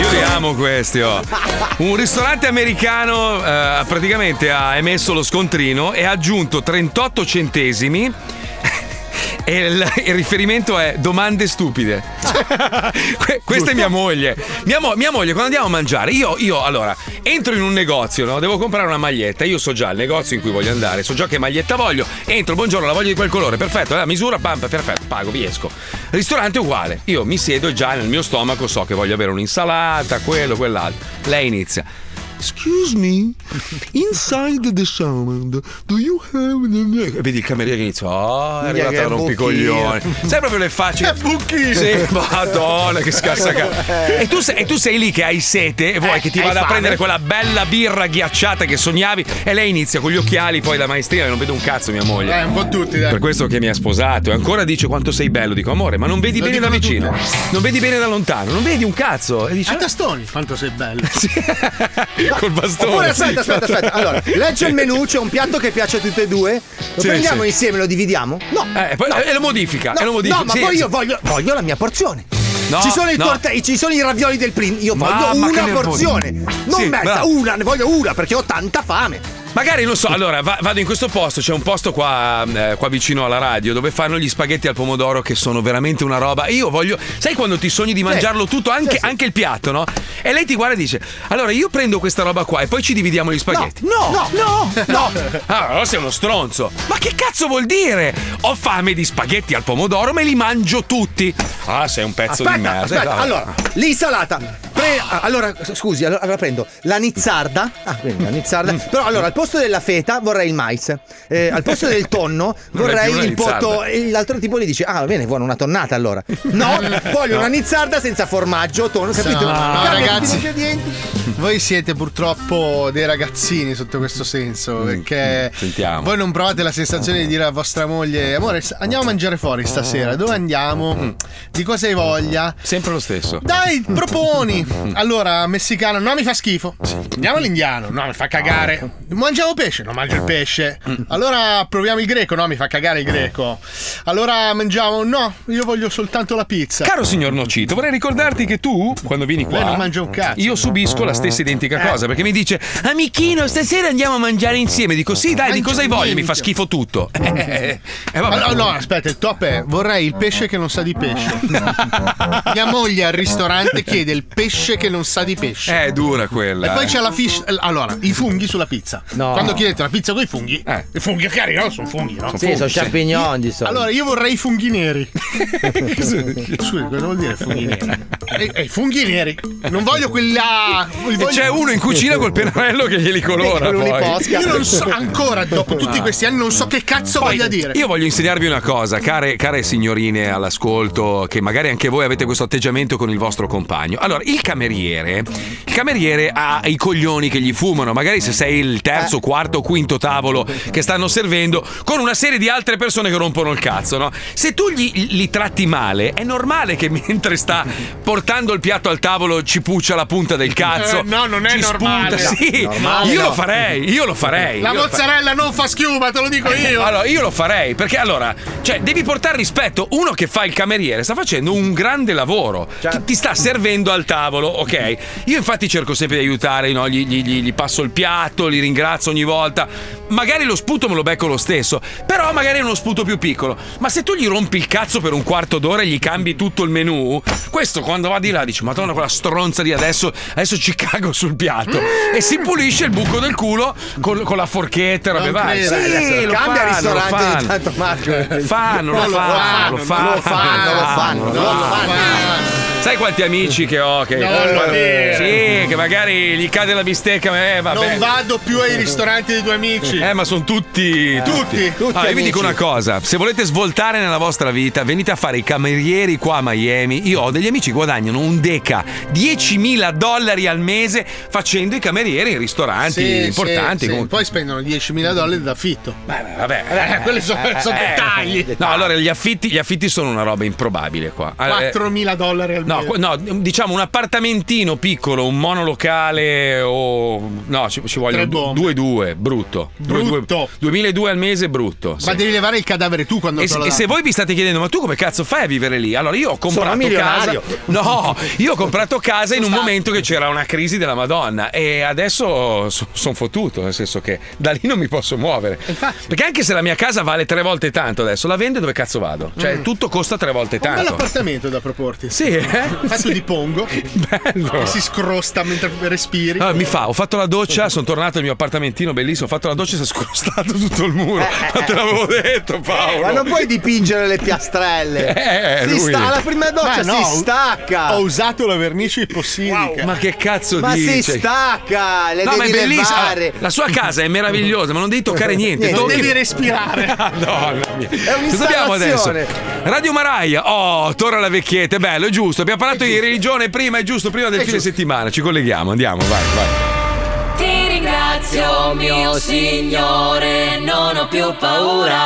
Speaker 4: Io li amo questi, oh. Un ristorante americano eh, praticamente ha emesso lo scontrino e ha aggiunto 38 centesimi. E il, il riferimento è domande stupide. Que- questa è mia moglie. Mia, mo- mia moglie, quando andiamo a mangiare, io, io, allora entro in un negozio, no? devo comprare una maglietta. Io so già il negozio in cui voglio andare, so già che maglietta voglio. Entro, buongiorno, la voglio di quel colore, perfetto, la misura, pam, perfetto, pago, vi esco. Ristorante uguale. Io mi siedo e già nel mio stomaco, so che voglio avere un'insalata, quello, quell'altro. Lei inizia. Excuse me, inside the sound, do you have. E Vedi il cameriere che inizia. Oh, è
Speaker 6: Minchia,
Speaker 4: arrivata
Speaker 6: che
Speaker 4: la rompicoglione.
Speaker 6: buchino.
Speaker 4: Sai proprio le facce.
Speaker 7: buchino.
Speaker 4: Sì, madonna, che scassacazzo.
Speaker 6: Eh.
Speaker 4: E, tu sei- e tu sei lì che hai sete e vuoi
Speaker 6: Eh,
Speaker 4: che ti
Speaker 6: hai
Speaker 4: vada a
Speaker 6: fame.
Speaker 4: prendere quella bella birra ghiacciata che sognavi. E lei inizia con gli occhiali, poi la maestrina, non vedo un cazzo mia moglie.
Speaker 7: Dai, un po' tutti, dai.
Speaker 4: Per questo che mi ha sposato e ancora dice quanto sei bello. Dico, amore, ma non vedi
Speaker 7: Lo
Speaker 4: bene da
Speaker 7: dicono
Speaker 4: vicino. Non vedi bene da lontano. Non vedi un cazzo. E dice,
Speaker 7: A tastoni, quanto sei bello.
Speaker 4: col bastone. certo.
Speaker 2: Oppure aspetta, aspetta, aspetta. Allora, leggi il menù, c'è un piatto che piace a tutti e due. Lo
Speaker 4: Sì,
Speaker 2: prendiamo
Speaker 4: sì.
Speaker 2: insieme, lo dividiamo? No.
Speaker 4: Eh, poi- e lo modifica,
Speaker 2: No,
Speaker 4: e lo modifica.
Speaker 2: no, ma
Speaker 4: Sì,
Speaker 2: poi
Speaker 4: sì.
Speaker 2: io voglio, voglio la mia porzione.
Speaker 4: No,
Speaker 2: ci, sono i
Speaker 4: no.
Speaker 2: torte- ci sono i ravioli del primo. Io voglio
Speaker 4: Mamma, che
Speaker 2: una
Speaker 4: nervoso.
Speaker 2: porzione. Non
Speaker 4: Sì,
Speaker 2: mezza,
Speaker 4: bravo.
Speaker 2: una, ne voglio una perché ho tanta fame.
Speaker 4: Magari non so, allora va- vado in questo posto, c'è un posto qua, eh, qua vicino alla radio dove fanno gli spaghetti al pomodoro che sono veramente una roba. E Io voglio, sai quando ti sogni di mangiarlo tutto, anche, anche il piatto, no? E lei ti guarda e dice, allora io prendo questa roba qua e poi ci dividiamo gli spaghetti.
Speaker 2: No, no, no, no.
Speaker 4: Ah, allora sei uno stronzo. Ma che cazzo vuol dire? Ho fame di spaghetti al pomodoro, me li mangio tutti. Ah, sei un pezzo
Speaker 2: aspetta,
Speaker 4: di merda.
Speaker 2: aspetta.
Speaker 4: Vabbè.
Speaker 2: Allora, l'insalata. Pre- allora, s- scusi, allora, allora prendo la nizzarda. Ah, quindi la nizzarda. Però allora, al posto della feta vorrei il mais. Eh, al posto del tonno
Speaker 6: Non è più
Speaker 2: vorrei
Speaker 6: una
Speaker 2: il poto.
Speaker 6: nizzarda.
Speaker 2: E l'altro tipo gli dice: Ah, va bene, vuole una tonnata allora. No, voglio
Speaker 7: No.
Speaker 2: una nizzarda senza formaggio, tonno, capito?
Speaker 7: No,
Speaker 2: Cambia tutti
Speaker 7: ragazzi.
Speaker 2: gli ingredienti.
Speaker 7: Voi siete purtroppo dei ragazzini sotto questo
Speaker 4: Mm.
Speaker 7: senso, perché
Speaker 4: sentiamo.
Speaker 7: voi non provate la sensazione di dire a vostra moglie, amore, s- andiamo a mangiare fuori stasera, dove andiamo? Di cosa hai voglia?
Speaker 4: Mm. Sempre lo stesso.
Speaker 7: Dai, proponi! Allora, messicano, no, mi fa schifo. Andiamo all'indiano, no, mi fa cagare. Mangiamo pesce, no, mangio il pesce.
Speaker 4: Mm.
Speaker 7: Allora proviamo il greco, no, mi fa cagare il greco. Allora mangiamo, no, io voglio soltanto la pizza.
Speaker 4: Caro signor Nocito, vorrei ricordarti che tu, quando vieni qua,
Speaker 7: Lei non mangia un cazzo. Eh.
Speaker 4: io subisco la stessa identica cosa perché mi dice: Amichino, stasera andiamo a mangiare insieme. Dico: Sì, dai, di
Speaker 7: Mangia
Speaker 4: cosa hai voglia? Mi fa
Speaker 7: minchia.
Speaker 4: schifo tutto. Eh, eh, eh, vabbè.
Speaker 7: Allora, no, aspetta, il top è vorrei il pesce che non sa di pesce. Mia moglie al ristorante chiede il pesce
Speaker 15: pesce che non sa di pesce.
Speaker 4: Eh, è dura quella.
Speaker 15: E poi
Speaker 4: eh.
Speaker 15: c'è la fish. Allora, i funghi sulla pizza.
Speaker 4: No.
Speaker 15: Quando chiedete la pizza con i funghi,
Speaker 4: Eh.
Speaker 15: i funghi cari, no? Sono funghi, no?
Speaker 2: Sì, sono champignon di solito.
Speaker 15: Allora, io vorrei i funghi neri. Scusi, cosa vuol dire funghi neri? Eh, eh, i funghi neri. Non voglio quella.
Speaker 4: E c'è uno in cucina col pennarello che glieli colora.
Speaker 15: Con
Speaker 4: poi.
Speaker 15: Io non so, ancora dopo tutti questi anni, non so che cazzo voglia dire.
Speaker 4: Io voglio insegnarvi una cosa, care, care signorine all'ascolto, che magari anche voi avete questo atteggiamento con il vostro compagno. Allora, il cameriere, il cameriere ha i coglioni che gli fumano, magari se sei il terzo,
Speaker 15: Eh.
Speaker 4: quarto, quinto tavolo che stanno servendo, con una serie di altre persone che rompono il cazzo, no? Se tu gli, li tratti male, è normale che mentre sta portando il piatto al tavolo ci puccia la punta del cazzo.
Speaker 15: Eh, no, non è
Speaker 4: ci
Speaker 15: normale.
Speaker 4: spunta, sì.
Speaker 15: Normale
Speaker 4: io
Speaker 15: no.
Speaker 4: lo farei, io lo farei.
Speaker 15: La
Speaker 4: io lo farei.
Speaker 15: mozzarella non fa schiuma, te lo dico io.
Speaker 4: Eh, Allora, io lo farei perché allora, cioè, devi portare rispetto. Uno che fa il cameriere sta facendo un grande lavoro, ti, ti sta servendo al tavolo, ok? Io, infatti, cerco sempre di aiutare, no? gli, gli- gli- gli passo il piatto, li ringrazio ogni volta. Magari lo sputo me lo becco lo stesso, però magari è uno sputo più piccolo. Ma se tu gli rompi il cazzo per un quarto d'ora e gli cambi tutto il menù, questo quando va di là dice: Madonna, quella stronza di adesso, adesso ci cago sul piatto. E si pulisce il buco del culo con, con la forchetta, robe varie.
Speaker 2: credo,
Speaker 4: Sì,
Speaker 2: ragazzi,
Speaker 4: lo
Speaker 2: cambia
Speaker 4: fanno, lo
Speaker 2: ristorante
Speaker 4: fanno.
Speaker 2: ogni tanto, Marco.
Speaker 4: Fanno, lo
Speaker 2: No, lo
Speaker 4: fanno, lo fanno,
Speaker 2: lo fanno, lo fanno,
Speaker 4: lo
Speaker 2: lo
Speaker 4: fanno. Sai quanti amici che ho che,
Speaker 15: Non lo dire.
Speaker 4: sì, che magari gli cade la bistecca, eh, vabbè.
Speaker 15: Non vado più ai ristoranti dei tuoi amici.
Speaker 4: Eh, ma sono tutti.
Speaker 15: Tutti, tutti
Speaker 4: Allora, io vi
Speaker 15: amici.
Speaker 4: dico una cosa: se volete svoltare nella vostra vita, venite a fare i camerieri qua a Miami. Io ho degli amici che guadagnano un deca, 10.000 dollari al mese facendo i camerieri in ristoranti
Speaker 15: Sì,
Speaker 4: importanti.
Speaker 15: sì, sì.
Speaker 4: comunque.
Speaker 15: Poi spendono 10.000 dollari d'affitto.
Speaker 4: Vabbè,
Speaker 15: Eh, quelli sono, sono
Speaker 4: eh,
Speaker 15: dettagli.
Speaker 4: No, allora gli affitti, gli affitti sono una roba improbabile qua. Eh,
Speaker 15: 4.000 dollari al
Speaker 4: No,
Speaker 15: mese.
Speaker 4: qu- no, diciamo un appartamentino piccolo, un monolocale o... No, ci, ci vogliono
Speaker 15: Tre bombe.
Speaker 4: 2-2, brutto. Due- due-
Speaker 15: Brutto.
Speaker 4: 2002 al mese, brutto. sì.
Speaker 15: Ma devi levare il cadavere tu quando
Speaker 4: E,
Speaker 15: te
Speaker 4: se-
Speaker 15: lo
Speaker 4: e se
Speaker 15: danno.
Speaker 4: voi vi state chiedendo, ma tu come cazzo fai a vivere lì? Allora io ho comprato casa.
Speaker 15: milionario.
Speaker 4: No, io ho comprato casa in un momento che c'era una crisi della Madonna e adesso sono fottuto, nel senso che da lì non mi posso muovere. Perché anche se la mia casa vale tre volte tanto adesso, la vendo e dove cazzo vado? Cioè,
Speaker 15: Mm.
Speaker 4: tutto costa tre volte
Speaker 15: Ho un bel
Speaker 4: tanto.
Speaker 15: appartamento da proporti.
Speaker 4: Sì, eh?
Speaker 15: Fatto di pongo. Che si scrosta mentre respiri.
Speaker 4: Allora, Ah, mi fa, ho fatto la doccia, sono tornato al mio appartamentino bellissimo, ho fatto la doccia e si è scostato tutto il muro. Ma te l'avevo detto, Paolo.
Speaker 2: Ma non puoi dipingere le piastrelle.
Speaker 4: Eh,
Speaker 2: si
Speaker 4: lui.
Speaker 2: sta alla prima doccia,
Speaker 15: Ma no,
Speaker 2: si stacca.
Speaker 15: Ho usato la vernice ipossidica.
Speaker 4: Ma che cazzo
Speaker 2: Ma
Speaker 4: dici?
Speaker 2: si stacca, le
Speaker 4: no, ma è
Speaker 2: devi
Speaker 4: bellissima.
Speaker 2: levare.
Speaker 4: La sua casa è meravigliosa, ma non devi toccare niente.
Speaker 15: Non
Speaker 4: tocchi-
Speaker 15: devi respirare.
Speaker 4: Madonna mia. Cosa abbiamo adesso?
Speaker 15: un'installazione.
Speaker 4: Radio Maraia. Oh, Torre alla Vecchietta, è bello, è giusto. Abbiamo parlato di religione prima, è giusto, prima del
Speaker 5: È
Speaker 4: fine settimana. Ci colleghiamo, andiamo, vai, vai.
Speaker 5: Ti ringrazio mio signore, non ho più paura.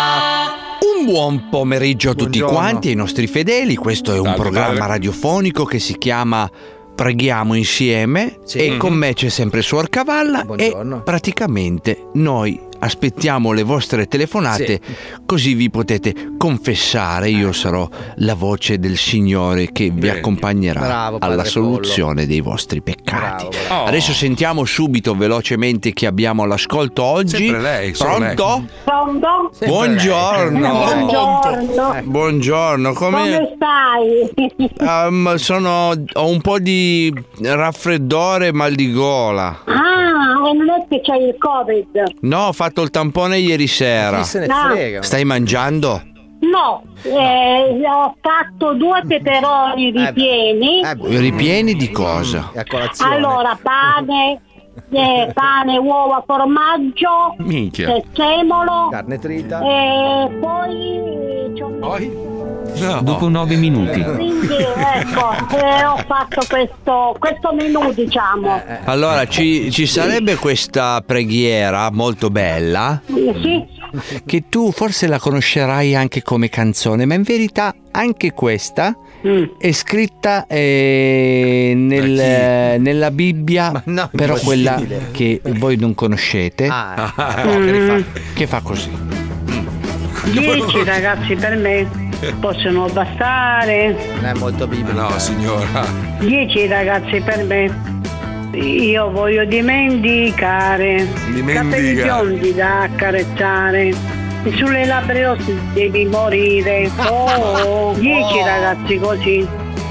Speaker 19: Un buon pomeriggio a tutti quanti, ai nostri fedeli. Questo è un programma
Speaker 15: salve.
Speaker 19: radiofonico che si chiama Preghiamo insieme e
Speaker 15: Mhm.
Speaker 19: con me c'è sempre Suor Cavalla e praticamente noi aspettiamo le vostre telefonate così vi potete confessare. Io sarò la voce del Signore che vi accompagnerà
Speaker 15: Bravo, padre
Speaker 19: alla
Speaker 15: Pollo.
Speaker 19: soluzione dei vostri peccati.
Speaker 15: bravo.
Speaker 19: Adesso sentiamo subito velocemente chi abbiamo all'ascolto oggi.
Speaker 4: Sempre lei, solo lei.
Speaker 19: Pronto?
Speaker 27: Pronto?
Speaker 19: Buongiorno.
Speaker 27: Buongiorno.
Speaker 19: Eh, Buongiorno,
Speaker 27: Come
Speaker 19: come...
Speaker 27: stai?
Speaker 19: Ehm, sono, ho un po' di raffreddore e mal di gola.
Speaker 27: Ah, e non è che c'è il Covid?
Speaker 19: No, ho fatto il tampone ieri sera.
Speaker 27: Chi se ne Ah. frega?
Speaker 19: Stai mangiando?
Speaker 27: No, eh, ho fatto due peperoni ripieni.
Speaker 19: Ripieni di cosa?
Speaker 27: allora, pane, eh, pane, uova, formaggio,
Speaker 19: Minchia.
Speaker 27: eh, semolo.
Speaker 2: Carne trita.
Speaker 27: E poi ci ho messo-
Speaker 28: Dopo
Speaker 2: Eh.
Speaker 28: 9 minuti.
Speaker 27: Quindi ecco, eh, ho fatto questo, questo menù diciamo.
Speaker 19: Eh, Allora, ci, ci sarebbe questa preghiera molto bella
Speaker 27: Sì,
Speaker 19: che tu forse la conoscerai anche come canzone, ma in verità anche questa
Speaker 27: Mm.
Speaker 19: è scritta eh, nel- nella Bibbia, però quella
Speaker 15: impossibile.
Speaker 19: che voi non conoscete,
Speaker 15: eh.
Speaker 19: Ah, ecco. che,
Speaker 27: Mm.
Speaker 19: fa, che fa così.
Speaker 27: 10 ragazzi per me possono bastare.
Speaker 2: Non è molto biblica.
Speaker 4: No, signora.
Speaker 27: 10 ragazzi per me. Io voglio dimenticare.
Speaker 4: Dimentica.
Speaker 27: Capelli biondi da accarezzare. Sulle labbra rossi devi morire. Oh, 10 ragazzi così.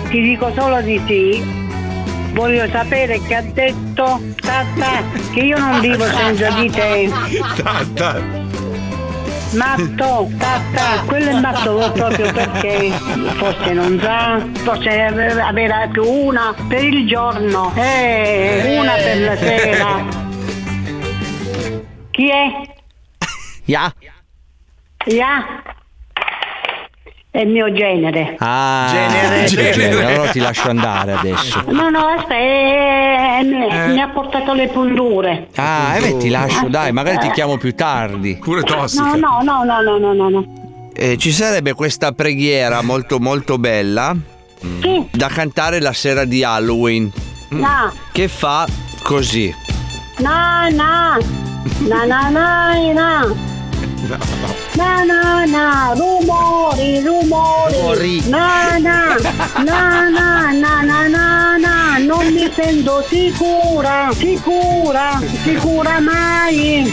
Speaker 27: Ti dico solo di sì. voglio sapere che ha detto Tata che io non vivo senza di te. Matto, tata, quello è matto proprio perché forse non sa, forse avere anche una per il giorno e una per la sera. Chi è?
Speaker 14: Ya.
Speaker 27: Ya? È il mio genere.
Speaker 19: Ah,
Speaker 27: Genere.
Speaker 19: genere. Allora ti lascio andare adesso.
Speaker 27: No, no, aspetta, eh, mi, mi ha portato le punture.
Speaker 19: Ah, eh beh, ti lascio, dai, magari ti chiamo più tardi. Pure
Speaker 27: No, no, no, no, no, no, no, no.
Speaker 19: ci sarebbe questa preghiera molto molto bella
Speaker 27: Sì. Mm.
Speaker 19: da cantare la sera di Halloween.
Speaker 27: No.
Speaker 19: Che fa così.
Speaker 27: No, no. No, no, no, no. No, no, no, rumori, rumori.
Speaker 18: Rumori.
Speaker 27: No, no, no, no, no, no, no, no, non mi sento sicura, sicura, sicura mai.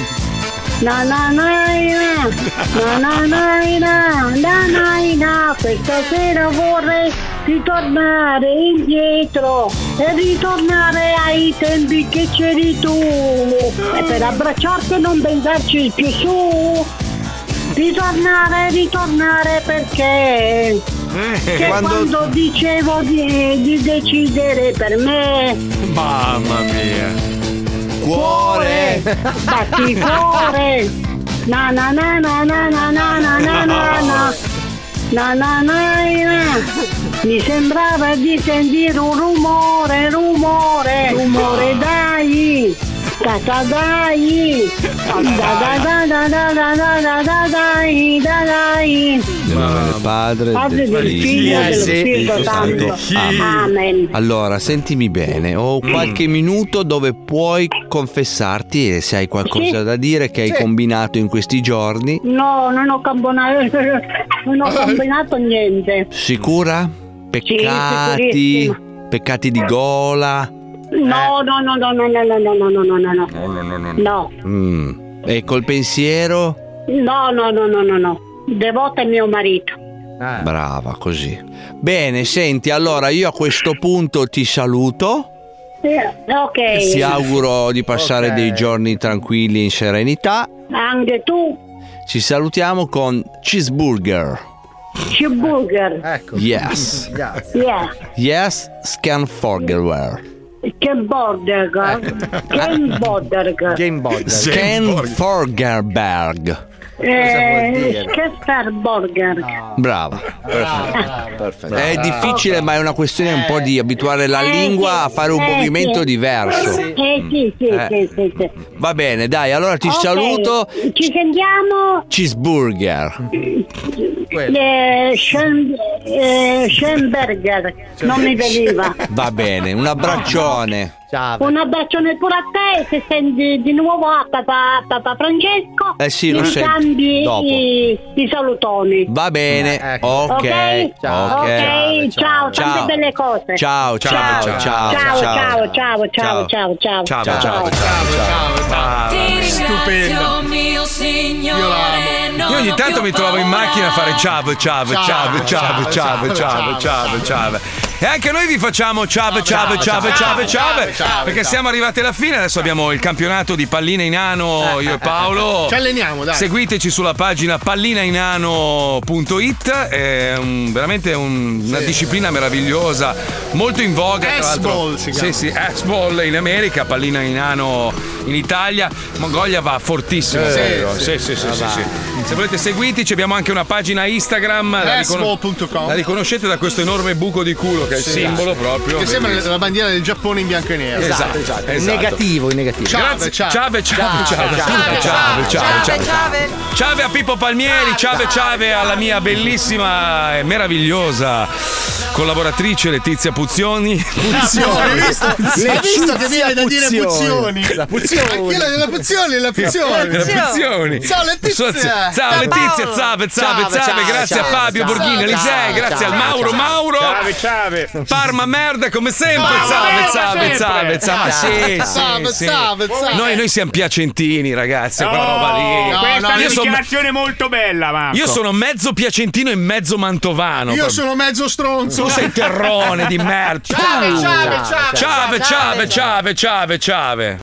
Speaker 27: No, no, no, no, no, no, no, no, no, no, no, questa sera vorrei ritornare indietro e ritornare ai tempi che c'eri tu. E per abbracciarti e non pensarci più su. Ritornare, ritornare perché che quando... dicevo di, di decidere per me
Speaker 4: Mamma mia.
Speaker 27: cuore batti cuore na na na na na na na na na na na na na na na. mi sembrava di sentire un rumore rumore rumore dai da da dai da da da da da da da da da dai da dai
Speaker 19: Del padre,
Speaker 27: Padre del Figlio e dello Spirito Santo.
Speaker 19: Amen.
Speaker 27: Amen.
Speaker 19: Allora, sentimi bene, ho
Speaker 27: Mm.
Speaker 19: qualche minuto dove puoi confessarti e se hai qualcosa
Speaker 27: Sì.
Speaker 19: da dire che hai
Speaker 27: Sì.
Speaker 19: combinato in questi giorni.
Speaker 27: No, non ho campionato, non ho combinato niente.
Speaker 19: Sicura? Peccati?
Speaker 27: sicurissima.
Speaker 19: peccati di gola?
Speaker 27: No, no, no, no, no, no, no, no, no, no,
Speaker 19: no, Eh.
Speaker 27: no, no, no.
Speaker 19: no, no.
Speaker 27: No,
Speaker 19: Mm. E col pensiero?
Speaker 27: no, no, no, no, no, no. Devoto è mio marito. Ah.
Speaker 19: Brava, così. Bene, senti, allora io a questo punto ti saluto.
Speaker 27: Eh, ok.
Speaker 19: Ti auguro di passare
Speaker 27: Ok.
Speaker 19: dei giorni tranquilli e in serenità.
Speaker 27: Anche tu,
Speaker 19: Ci salutiamo con Cheeseburger.
Speaker 27: cheeseburger. Ecco.
Speaker 19: Yes.
Speaker 27: Yeah.
Speaker 19: Yes, scan forgerware.
Speaker 27: Ken
Speaker 19: Eh.
Speaker 27: Borderger. Ken Borderger. Ken
Speaker 19: Scan Forgerberg.
Speaker 27: Eh, Chester Burger.
Speaker 19: Ah. Brava. Perfetto. È difficile, ma è una questione un po' di abituare la
Speaker 27: Eh,
Speaker 19: lingua a
Speaker 27: sì,
Speaker 19: fare un
Speaker 27: eh,
Speaker 19: movimento
Speaker 27: sì.
Speaker 19: diverso.
Speaker 27: Eh sì, sì,
Speaker 19: Eh.
Speaker 27: sì, sì, sì.
Speaker 19: Va bene, dai, allora ti
Speaker 27: Ok,
Speaker 19: saluto.
Speaker 27: Ci sentiamo.
Speaker 19: Cheeseburger.
Speaker 27: Eh, Schoen- eh, Schoenberger. Non mi veniva.
Speaker 19: Va bene, un abbraccione.
Speaker 27: Un abbraccione pure a te se senti di nuovo a papà, papà Francesco.
Speaker 19: Eh sì, lo
Speaker 27: mi
Speaker 19: sento
Speaker 27: cambi
Speaker 19: dopo.
Speaker 27: I, i salutoni.
Speaker 19: Va bene, ok.
Speaker 27: Ok?
Speaker 19: ok.
Speaker 27: Ok, ciao, tante belle cose.
Speaker 19: Ciao, ciao, ciao, ciao,
Speaker 27: ciao, ciao, ciao, ciao, ciao,
Speaker 19: Ciao, ciao, ciao,
Speaker 2: Ah,
Speaker 5: Ti
Speaker 19: ciao.
Speaker 5: ringrazio mio signore non
Speaker 4: Io ogni
Speaker 5: ho
Speaker 4: tanto mi
Speaker 5: più
Speaker 4: trovo in
Speaker 5: paura.
Speaker 4: macchina a fare ciao ciao ciao
Speaker 5: Ciao,
Speaker 4: ciao
Speaker 5: ciao,
Speaker 4: ciao ciao
Speaker 5: ciao,
Speaker 4: ciao ciao. E anche noi vi facciamo ciao ciao ciao ciao ciao perché siamo arrivati alla fine, adesso abbiamo il campionato di pallina in nano io e Paolo.
Speaker 15: Ci alleniamo, dai.
Speaker 4: Seguiteci sulla pagina pallinainano.it, è un- veramente un- una disciplina meravigliosa, molto in voga. tra l'altro.
Speaker 15: Asball si
Speaker 4: Sì,
Speaker 15: chiama.
Speaker 4: sì, Asball in America, pallina in nano in Italia. Mongolia va fortissimo.
Speaker 15: Eh,
Speaker 4: credo.
Speaker 15: sì,
Speaker 4: sì, sì, sì,
Speaker 15: va,
Speaker 4: sì,
Speaker 15: va.
Speaker 4: sì. Se volete seguiteci, abbiamo anche una pagina Instagram. Ah, La, riconos-
Speaker 15: Asball.com.
Speaker 4: la riconoscete da questo enorme buco di culo che è il
Speaker 15: Sì,
Speaker 4: simbolo
Speaker 15: esatto.
Speaker 4: proprio.
Speaker 15: Che sembra
Speaker 4: Bellissimo.
Speaker 15: la bandiera del Giappone in bianco e nero.
Speaker 4: Esatto, esatto.
Speaker 2: In negativo, in negativo.
Speaker 4: Grazie. Ciao, ciao, ciao, ciao, ciao, ciao, ciao. Ciao a Pippo
Speaker 15: Ah,
Speaker 4: Palmieri, ciao ciao alla mia bellissima e meravigliosa collaboratrice Letizia Puzzioni.
Speaker 15: Ah, Puzioni, hai visto? Hai visto che mi hai da dire Puzioni?
Speaker 4: La
Speaker 5: pozione. La, la pozione, la pozione.
Speaker 4: Le pozioni.
Speaker 5: Ciao Letizia.
Speaker 4: Sozzi- Ciao Letizia, Zave, Zave, Zave, grazie a Fabio Borghini, Elisei, grazie al Mauro, Mauro.
Speaker 8: Ciao, ciao.
Speaker 4: Parma merda come sempre,
Speaker 8: Parma
Speaker 4: Zave,
Speaker 8: merda
Speaker 4: Zave,
Speaker 8: sempre.
Speaker 4: Zave, Zave, sì,
Speaker 8: Zave,
Speaker 4: sì, sì.
Speaker 8: Zave, Zave.
Speaker 4: Noi, noi siamo piacentini ragazzi, quella
Speaker 8: Oh,
Speaker 4: roba lì.
Speaker 8: questa è una
Speaker 4: io, sono,
Speaker 8: dichiarazione molto bella, Marco.
Speaker 4: io sono mezzo piacentino e mezzo mantovano.
Speaker 5: Io
Speaker 4: proprio.
Speaker 5: sono mezzo stronzo.
Speaker 4: Tu sei terrone di merda.
Speaker 5: Ciao, ciao, ciao.
Speaker 4: Ciave, ciave, ciave, ciave, ciave.